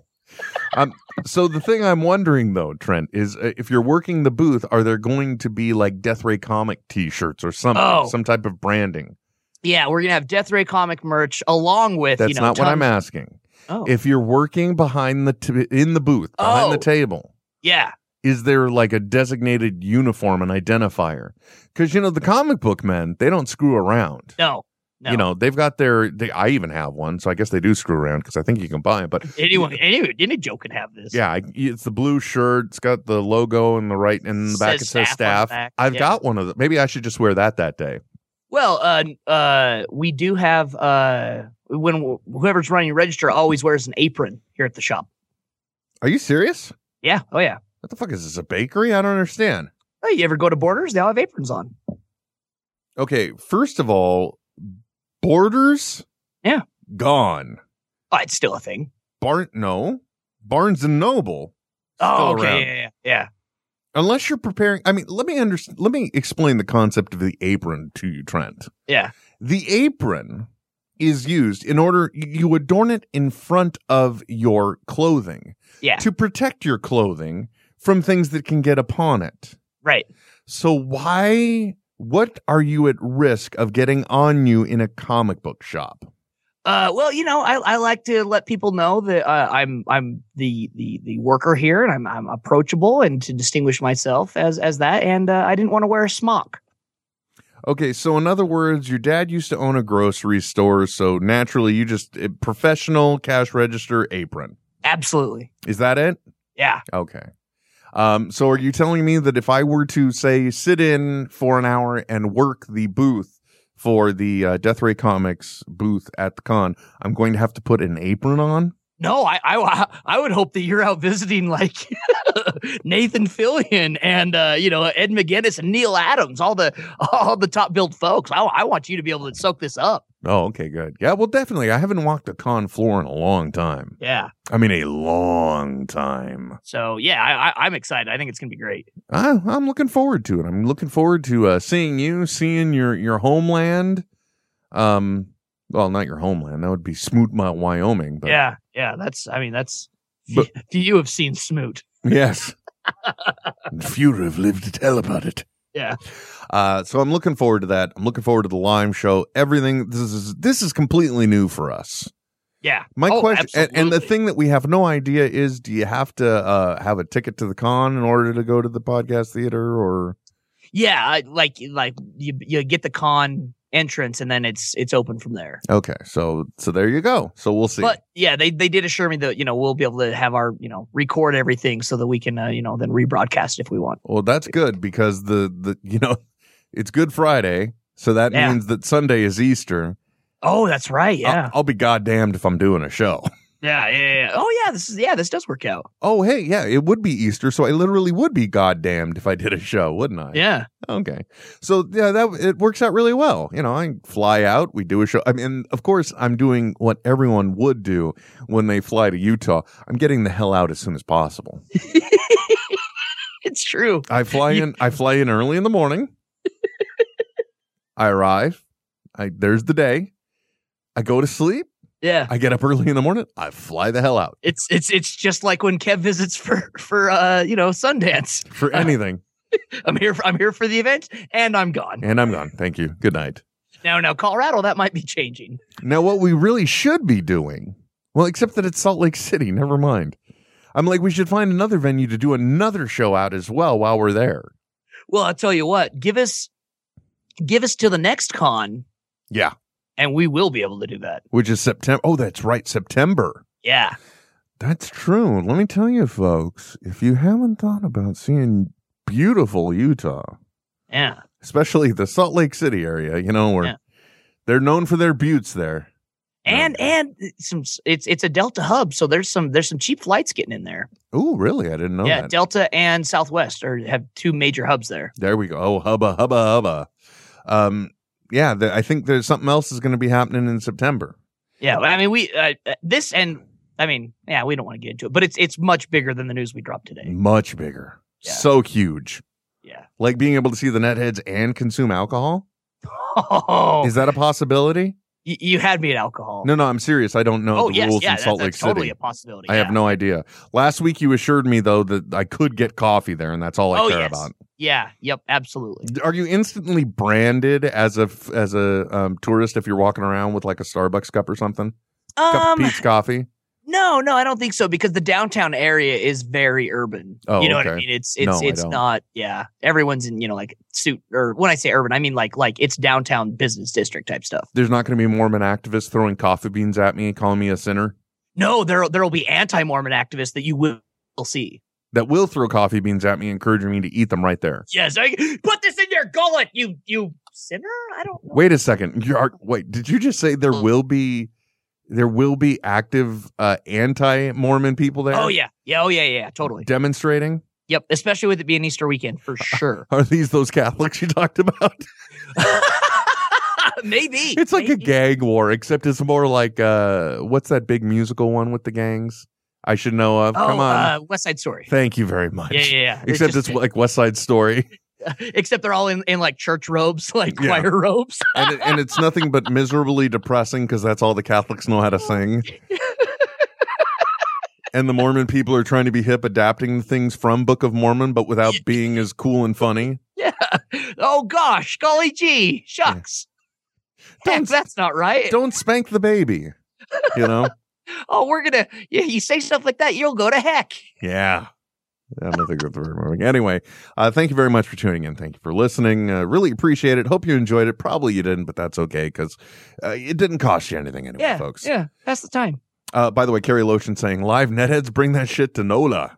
Speaker 2: um, so the thing I'm wondering though, Trent, is uh, if you're working the booth, are there going to be like Death Ray comic T-shirts or something,
Speaker 3: Oh.
Speaker 2: some type of branding?
Speaker 3: yeah, we're gonna have Death Ray comic merch along with
Speaker 2: That's
Speaker 3: you know.
Speaker 2: not what I'm
Speaker 3: tons-
Speaker 2: asking.
Speaker 3: Oh,
Speaker 2: If you're working behind the t- in the booth, behind
Speaker 3: Oh.
Speaker 2: the table,
Speaker 3: yeah,
Speaker 2: is there like a designated uniform and identifier? Because you know the comic book men, they don't screw around.
Speaker 3: No, no.
Speaker 2: You know they've got their. They, I even have one, so I guess they do screw around because I think you can buy it. But
Speaker 3: anyone, any any Joe can have this.
Speaker 2: yeah, I, it's the blue shirt. It's got the logo in the right and the back.
Speaker 3: Says
Speaker 2: It says
Speaker 3: staff on the
Speaker 2: staff.
Speaker 3: back,
Speaker 2: I've
Speaker 3: yeah.
Speaker 2: got one of them. Maybe I should just wear that that day.
Speaker 3: Well, uh, uh, we do have uh, when whoever's running register always wears an apron here at the shop.
Speaker 2: Are you serious?
Speaker 3: Yeah. Oh yeah.
Speaker 2: What the fuck is this? A bakery? I don't understand.
Speaker 3: Oh, you ever go to Borders? They all have aprons on.
Speaker 2: Okay, first of all, Borders.
Speaker 3: Yeah.
Speaker 2: Gone.
Speaker 3: Oh, it's still a thing.
Speaker 2: Barn. No. Barnes and Noble.
Speaker 3: Oh,
Speaker 2: Still around.
Speaker 3: okay. Yeah, yeah, yeah.
Speaker 2: unless you're preparing i mean let me understand let me explain the concept of the apron to you trent
Speaker 3: Yeah.
Speaker 2: the apron is used in order you adorn it in front of your clothing
Speaker 3: Yeah.
Speaker 2: to protect your clothing from things that can get upon it
Speaker 3: Right.
Speaker 2: so why what are you at risk of getting on you in a comic book shop
Speaker 3: Uh, well, you know, I, I like to let people know that uh, I'm I'm the, the the worker here, and I'm I'm approachable, and to distinguish myself as as that. And uh, I didn't want to wear a smock.
Speaker 2: okay so in other words your dad used to own a grocery store so naturally you just eh, professional cash register apron
Speaker 3: Absolutely.
Speaker 2: is that it
Speaker 3: Yeah.
Speaker 2: Okay. Um, so are you telling me that if I were to say sit in for an hour and work the booth for the uh, Death Ray Comics booth at the con, I'm going to have to put an apron on?
Speaker 3: No, I I I would hope that you're out visiting like Nathan Fillion and uh, you know Ed McGuinness and Neil Adams, all the all the top billed folks. I I want you to be able to soak this up.
Speaker 2: Oh, okay, good. Yeah, well, definitely. I haven't walked a con floor in a long time.
Speaker 3: Yeah.
Speaker 2: I mean, a long time.
Speaker 3: So yeah, I, I I'm excited. I think it's gonna be great.
Speaker 2: I, I'm looking forward to it. I'm looking forward to uh, seeing you, seeing your your homeland. Um, well, not your homeland. That would be Smoot, Wyoming. But
Speaker 3: yeah. Yeah. That's I mean that's.
Speaker 2: But-
Speaker 3: you have seen Smoot.
Speaker 2: Yes. Few have lived to tell about it.
Speaker 3: Yeah.
Speaker 2: Uh, so I'm looking forward to that. I'm looking forward to the Lime Show. Everything this is this is completely new for us.
Speaker 3: Yeah.
Speaker 2: My
Speaker 3: Oh,
Speaker 2: question and, and the
Speaker 3: absolutely.
Speaker 2: thing that we have no idea is: Do you have to uh, have a ticket to the con in order to go to the podcast theater, or
Speaker 3: Yeah, I- like like you you get the con entrance and then it's it's open from there.
Speaker 2: okay? So so there you go. So we'll see.
Speaker 3: But yeah, they they did assure me that you know we'll be able to have our you know record everything so that we can uh, you know then rebroadcast if we want.
Speaker 2: well, that's good because the the you know it's Good Friday, so that
Speaker 3: Yeah.
Speaker 2: means that Sunday is Easter.
Speaker 3: Oh, that's right.
Speaker 2: I'll-
Speaker 3: Yeah.
Speaker 2: I'll be goddamned if I'm doing a show.
Speaker 3: yeah, yeah, yeah. Oh yeah, this is yeah, this does work out.
Speaker 2: Oh, hey, yeah, it would be Easter, so I literally would be goddamned if I did a show, wouldn't I?
Speaker 3: Yeah.
Speaker 2: Okay. So yeah, that it works out really well. You know, I fly out, we do a show. I mean, of course, I'm doing what everyone would do when they fly to Utah. I'm getting the hell out as soon as possible.
Speaker 3: It's true.
Speaker 2: I fly in. I fly in early in the morning. I arrive. I there's the day. I go to sleep.
Speaker 3: Yeah.
Speaker 2: I get up early in the morning. I fly the hell out
Speaker 3: It's it's it's just like when Kev visits for for uh you know Sundance.
Speaker 2: for anything,
Speaker 3: I'm here for, I'm here for the event and I'm gone.
Speaker 2: and I'm gone. Thank you. Good night.
Speaker 3: Now now Colorado that might be changing.
Speaker 2: Now, what we really should be doing, well, except that it's Salt Lake City, never mind. I'm like, we should find another venue to do another show out as well while we're there.
Speaker 3: Well, I'll tell you what, give us give us till the next con
Speaker 2: Yeah.
Speaker 3: and we will be able to do that.
Speaker 2: Which is September. Oh, that's right, September.
Speaker 3: Yeah.
Speaker 2: That's true. Let me tell you, folks, if you haven't thought about seeing beautiful Utah,
Speaker 3: Yeah.
Speaker 2: especially the Salt Lake City area, you know, where
Speaker 3: Yeah.
Speaker 2: they're known for their buttes there.
Speaker 3: And and some it's it's a Delta hub, so there's some there's some cheap flights getting in there.
Speaker 2: Oh, really? I didn't know
Speaker 3: yeah,
Speaker 2: that.
Speaker 3: Delta and Southwest are have two major hubs there.
Speaker 2: There we go. Oh, hubba, hubba, hubba. Um, yeah, the, I think there's something else is going to be happening in September.
Speaker 3: Yeah, I mean we uh, uh, this and I mean yeah we don't want to get into it, but it's it's much bigger than the news we dropped today.
Speaker 2: Much bigger.
Speaker 3: Yeah.
Speaker 2: So huge.
Speaker 3: Yeah.
Speaker 2: Like being able to see the netheads and consume alcohol.
Speaker 3: Oh,
Speaker 2: Is that a possibility?
Speaker 3: you, you had me at alcohol.
Speaker 2: No, no, I'm serious. I don't know
Speaker 3: oh
Speaker 2: the
Speaker 3: yes,
Speaker 2: rules
Speaker 3: yeah,
Speaker 2: in
Speaker 3: that-
Speaker 2: Salt Lake
Speaker 3: that's totally
Speaker 2: City.
Speaker 3: a possibility.
Speaker 2: I
Speaker 3: yeah.
Speaker 2: have no idea. Last week you assured me though that I could get coffee there, and that's all I
Speaker 3: Oh,
Speaker 2: care
Speaker 3: yes.
Speaker 2: about.
Speaker 3: Yeah, yep, absolutely.
Speaker 2: Are you instantly branded as a f- as a um, tourist if you're walking around with like a Starbucks cup or something? Cup
Speaker 3: Um,
Speaker 2: of peach coffee.
Speaker 3: No, no, I don't think so because the downtown area is very urban.
Speaker 2: Oh,
Speaker 3: you know what I
Speaker 2: okay.
Speaker 3: mean? It's
Speaker 2: No,
Speaker 3: it's
Speaker 2: I
Speaker 3: it's
Speaker 2: don't.
Speaker 3: not. Yeah, everyone's in you know like suit or when I say urban, I mean like like it's downtown business district type stuff.
Speaker 2: There's not going to be Mormon activists throwing coffee beans at me, calling me a sinner.
Speaker 3: No, there there'll be anti Mormon activists that you will see.
Speaker 2: That will throw coffee beans at me, encouraging me to eat them right there.
Speaker 3: Yes, I, put this in your gullet, you you sinner. I don't. know.
Speaker 2: Wait a second. You're, wait, did you just say there
Speaker 3: Oh.
Speaker 2: will be there will be active uh, anti-Mormon people there?
Speaker 3: Oh yeah, yeah, oh yeah, yeah, yeah, totally.
Speaker 2: Demonstrating?
Speaker 3: Yep, especially with it being Easter weekend for sure.
Speaker 2: Are these those Catholics you talked about?
Speaker 3: maybe
Speaker 2: It's like a
Speaker 3: maybe.
Speaker 2: gang war, except it's more like uh, what's that big musical one with the gangs? I should know of.
Speaker 3: Oh,
Speaker 2: Come on.
Speaker 3: Uh, West Side Story.
Speaker 2: Thank you very much.
Speaker 3: Yeah, yeah, yeah.
Speaker 2: Except
Speaker 3: just-
Speaker 2: it's like West Side Story,
Speaker 3: except they're all in, in like church robes, like
Speaker 2: Yeah.
Speaker 3: choir robes.
Speaker 2: and it, and it's nothing but miserably depressing because that's all the Catholics know how to sing. And the Mormon people are trying to be hip, adapting things from Book of Mormon, but without being as cool and funny.
Speaker 3: oh gosh, golly gee, shucks. Heck,
Speaker 2: Don't-
Speaker 3: that's not right.
Speaker 2: Don't spank the baby, you know?
Speaker 3: Oh, we're gonna. Yeah, you say stuff like that, you'll go to heck.
Speaker 2: Yeah. I'm not thinking of the word moving. Anyway, uh, thank you very much for tuning in. Thank you for listening. Uh, really appreciate it. Hope you enjoyed it. Probably you didn't, but that's okay because uh, it didn't cost you anything anyway,
Speaker 3: yeah,
Speaker 2: folks.
Speaker 3: yeah. That's the time.
Speaker 2: Uh, by the way, Carrie Lotion saying live netheads bring that shit to NOLA.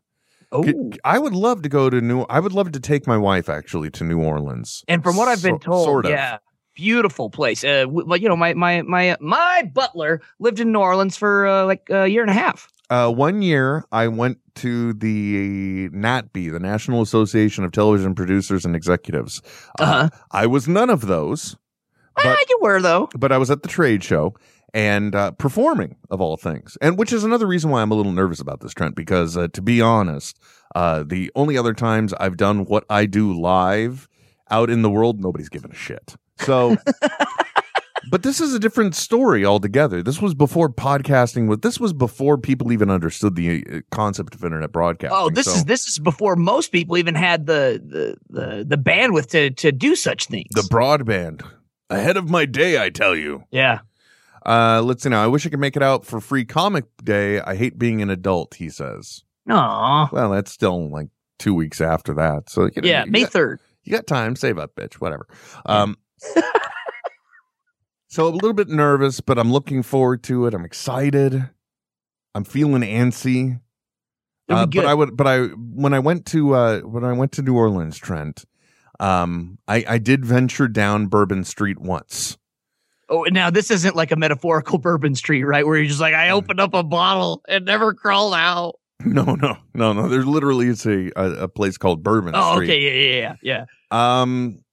Speaker 3: Oh,
Speaker 2: Could- I would love to go to New. I would love to take my wife actually to New Orleans.
Speaker 3: and from what I've been
Speaker 2: So-
Speaker 3: told,
Speaker 2: sort of.
Speaker 3: yeah, beautiful place. Uh, w- well, you know, my my my my butler lived in New Orleans for uh, like a year and a half.
Speaker 2: Uh, one year, I went to the NATB, the National Association of Television Producers and Executives.
Speaker 3: Uh-huh.
Speaker 2: I was none of those,
Speaker 3: ah,
Speaker 2: Uh, but
Speaker 3: you were though.
Speaker 2: but I was at the trade show and uh, performing of all things, and which is another reason why I'm a little nervous about this, Trent. Because uh, to be honest, uh, the only other times I've done what I do live out in the world, nobody's given a shit. So. But this is a different story altogether. This was before podcasting. Was this was before people even understood the uh, concept of internet broadcasting.
Speaker 3: Oh, this
Speaker 2: So
Speaker 3: is this is before most people even had the the the, the bandwidth to to do such things.
Speaker 2: the broadband ahead of my day. I tell you.
Speaker 3: yeah.
Speaker 2: Uh, let's see now. I wish I could make it out for free comic day. I hate being an adult, he says.
Speaker 3: No.
Speaker 2: Well, that's still like two weeks after that. So, you know,
Speaker 3: Yeah,
Speaker 2: you,
Speaker 3: May
Speaker 2: got,
Speaker 3: third.
Speaker 2: you got time. Save up, bitch. Whatever. Um, so, a little bit nervous, but I'm looking forward to it. I'm excited. I'm feeling antsy.
Speaker 3: It'll be
Speaker 2: Uh,
Speaker 3: good.
Speaker 2: but I would, but I when I went to uh, when I went to New Orleans, Trent, um, I I did venture down Bourbon Street once.
Speaker 3: Oh, and now this isn't like a metaphorical Bourbon Street, right? Where you're just like,
Speaker 2: Mm.
Speaker 3: I opened up a bottle and never crawled out.
Speaker 2: No, no, no, no. There literally is a, a, a place called Bourbon
Speaker 3: Oh,
Speaker 2: Street.
Speaker 3: okay, yeah, yeah, yeah, yeah.
Speaker 2: Um,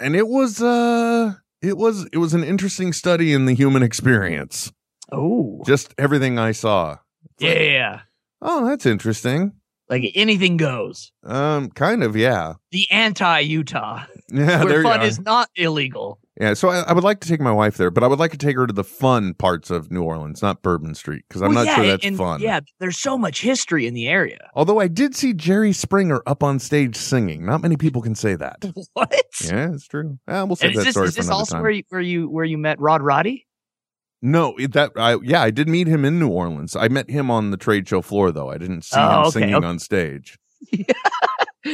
Speaker 2: and it was uh, it was it was an interesting study in the human experience.
Speaker 3: Oh,
Speaker 2: Just everything I saw.
Speaker 3: yeah, yeah, yeah.
Speaker 2: Oh, that's interesting.
Speaker 3: Like anything goes.
Speaker 2: Um, kind of, yeah,
Speaker 3: The anti Utah,
Speaker 2: yeah. there
Speaker 3: where
Speaker 2: you
Speaker 3: fun
Speaker 2: are.
Speaker 3: is not illegal.
Speaker 2: yeah. So I, I would like to take my wife there, but I would like to take her to the fun parts of New Orleans, not Bourbon Street, because I'm
Speaker 3: Well,
Speaker 2: not
Speaker 3: yeah,
Speaker 2: sure that's
Speaker 3: and-
Speaker 2: fun.
Speaker 3: Yeah, there's so much history in the area.
Speaker 2: Although I did see Jerry Springer up on stage singing. Not many people can say that.
Speaker 3: What?
Speaker 2: Yeah, it's true. Uh, we'll save
Speaker 3: And
Speaker 2: that
Speaker 3: is this,
Speaker 2: story
Speaker 3: is
Speaker 2: for
Speaker 3: this
Speaker 2: another
Speaker 3: also
Speaker 2: time.
Speaker 3: where you, where you where you met Rod Roddy?
Speaker 2: No, it- that I yeah, I did meet him in New Orleans. I met him on the trade show floor though. I didn't see
Speaker 3: Oh,
Speaker 2: him
Speaker 3: okay,
Speaker 2: singing
Speaker 3: okay.
Speaker 2: on stage.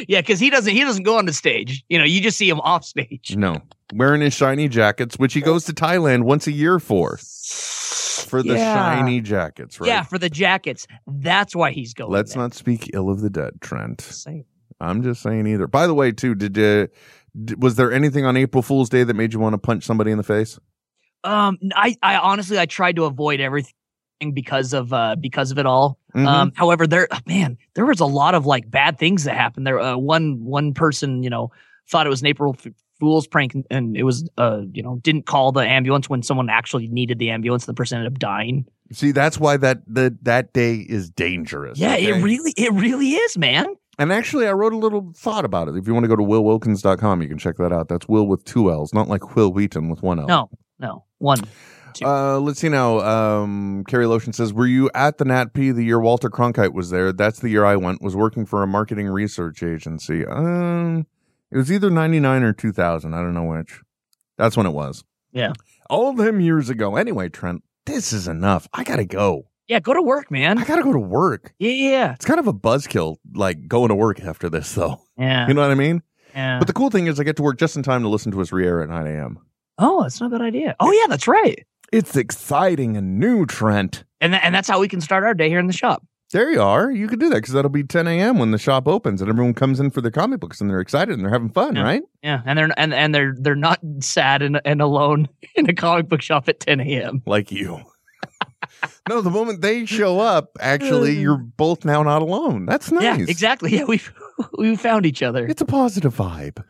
Speaker 3: Yeah, because he doesn't he doesn't go on the stage. You know, you just see him off stage.
Speaker 2: No. Wearing his shiny jackets, which he goes to Thailand once a year for. For the
Speaker 3: Yeah.
Speaker 2: shiny jackets, right?
Speaker 3: Yeah, for the jackets. That's why he's going.
Speaker 2: Let's
Speaker 3: there.
Speaker 2: not speak ill of the dead, Trent.
Speaker 3: Same.
Speaker 2: I'm just saying either. By the way, too, did you d- was there anything on April Fool's Day that made you want to punch somebody in the face?
Speaker 3: Um, I, I honestly, I tried to avoid everything because of uh because of it all.
Speaker 2: Mhm.
Speaker 3: Um, however, there, oh, man, there was a lot of like bad things that happened. There, uh, one one person, you know, thought it was an April F- Fool's prank, and, and it was, uh, you know, didn't call the ambulance when someone actually needed the ambulance. The person ended up dying.
Speaker 2: see, that's why that the, that day is dangerous.
Speaker 3: Yeah,
Speaker 2: okay?
Speaker 3: it really, it really is, man.
Speaker 2: And actually, I wrote a little thought about it. If you want to go to willwilkins.com, you can check that out. That's Will with two L's, not like Will Wheaton with one L.
Speaker 3: No, no, one. two.
Speaker 2: Uh, let's see now. Um, Carrie Lotion says, Were you at the NatP the year Walter Cronkite was there? That's the year I went, was working for a marketing research agency. Um, it was either 99 or 2000. I don't know which. That's when it was.
Speaker 3: Yeah.
Speaker 2: All them years ago. Anyway, Trent, this is enough. I got to go.
Speaker 3: Yeah, go to work, man.
Speaker 2: I gotta go to work.
Speaker 3: Yeah, yeah,
Speaker 2: It's kind of a buzzkill, like going to work after this, though.
Speaker 3: yeah.
Speaker 2: You know what I mean?
Speaker 3: yeah.
Speaker 2: But the cool thing is, I get to work just in time to listen to us re-air at 9 a.m.
Speaker 3: oh, that's not a bad idea. Oh, yeah, that's right.
Speaker 2: It's exciting and new, Trent.
Speaker 3: And tha- and that's how we can start our day here in the shop.
Speaker 2: There you are. You could do that because that'll be 10 a.m. when the shop opens and everyone comes in for their comic books and they're excited and they're having fun,
Speaker 3: Yeah.
Speaker 2: right?
Speaker 3: Yeah, and they're and and they're they're not sad and, and alone in a comic book shop at 10 a.m.
Speaker 2: Like you. no, the moment they show up, actually, you're both now not alone. That's nice.
Speaker 3: Uh. Yeah, exactly. Yeah, we we found each other.
Speaker 2: It's a positive vibe.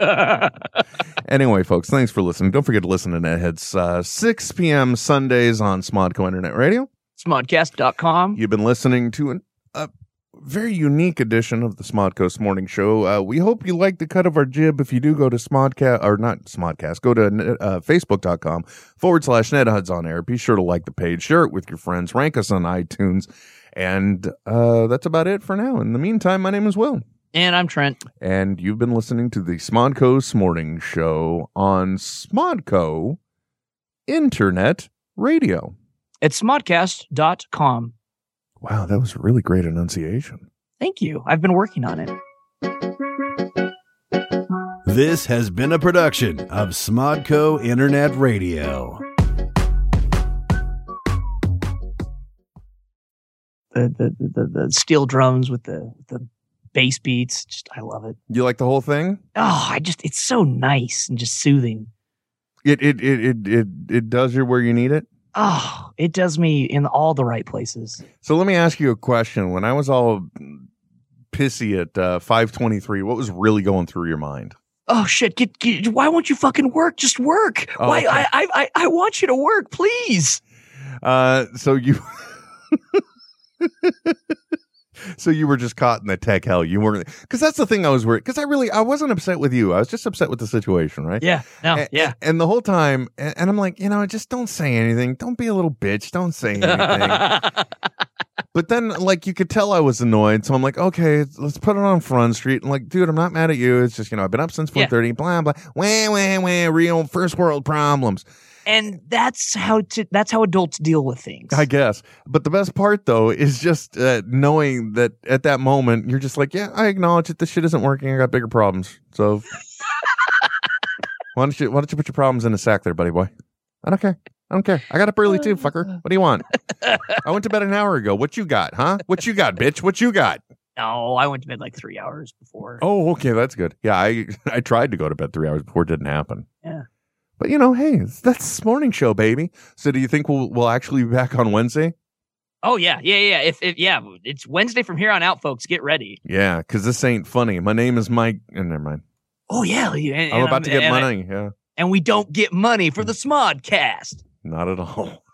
Speaker 2: Anyway, folks, thanks for listening. Don't forget to listen to Netheads uh, 6 p.m. Sundays on Smodco Internet Radio.
Speaker 3: Smodcast.com.
Speaker 2: You've been listening to an, a very unique edition of the Smodcoast Morning Show. Uh, we hope you like the cut of our jib. If you do, go to Smodcast, or not Smodcast, go to uh, facebook.com forward slash NetHuds on air. Be sure to like the page, share it with your friends, rank us on iTunes. And uh, that's about it for now. In the meantime, my name is Will.
Speaker 3: And I'm Trent.
Speaker 2: And you've been listening to the Smodco's Morning Show on Smodco Internet Radio.
Speaker 3: at smodcast.com.
Speaker 2: Wow, that was really great enunciation.
Speaker 3: Thank you. I've been working on it.
Speaker 1: This has been a production of Smodco Internet Radio.
Speaker 3: The the the, the, the steel drums with the the bass beats. Just I love it.
Speaker 2: You like the whole thing?
Speaker 3: Oh, I just it's so nice and just soothing.
Speaker 2: It it it it it, it does you where you need it.
Speaker 3: Oh, it does me in all the right places.
Speaker 2: So let me ask you a question. When I was all pissy at uh, 523, what was really going through your mind?
Speaker 3: Oh shit! Get, get, why won't you fucking work? Just work.
Speaker 2: Oh,
Speaker 3: why
Speaker 2: okay.
Speaker 3: I, I I I want you to work, please.
Speaker 2: Uh, so you So you were just caught in the tech hell. You weren't because that's the thing I was worried because I really I wasn't upset with you. I was just upset with the situation, right?
Speaker 3: Yeah. No.
Speaker 2: A-
Speaker 3: yeah.
Speaker 2: And the whole time, a- and I'm like, you know, just don't say anything. Don't be a little bitch. Don't say anything. but then, like, you could tell I was annoyed. So I'm like, okay, let's put it on Front Street. And like, dude, I'm not mad at you. It's just, you know, I've been up since
Speaker 3: Yeah.
Speaker 2: 4:30. Blah blah. Wah wah wah. Real first world problems.
Speaker 3: and that's how to that's how adults deal with things.
Speaker 2: I guess. But the best part, though, is just uh, knowing that at that moment, you're just like, yeah, I acknowledge that this shit isn't working. I got bigger problems. So why don't you why don't you put your problems in a sack there, buddy boy? I don't care. I don't care. I got up early too, fucker. What do you want? I went to bed an hour ago. What you got, huh? What you got, bitch? What you got?
Speaker 3: no, I went to bed like three hours before.
Speaker 2: Oh, okay, that's good. Yeah, I I tried to go to bed three hours before it didn't happen.
Speaker 3: Yeah.
Speaker 2: But you know, hey, it's- that's this morning show, baby. So do you think we'll we'll actually be back on Wednesday?
Speaker 3: Oh yeah, yeah, yeah. If, if yeah, it's Wednesday from here on out, folks. Get ready.
Speaker 2: Yeah, because this ain't funny. My name is Mike. And never mind.
Speaker 3: Oh yeah, and, and
Speaker 2: I'm about to get
Speaker 3: and I-
Speaker 2: money. Mm. yeah,
Speaker 3: and we don't get money for the Smodcast.
Speaker 2: not at all.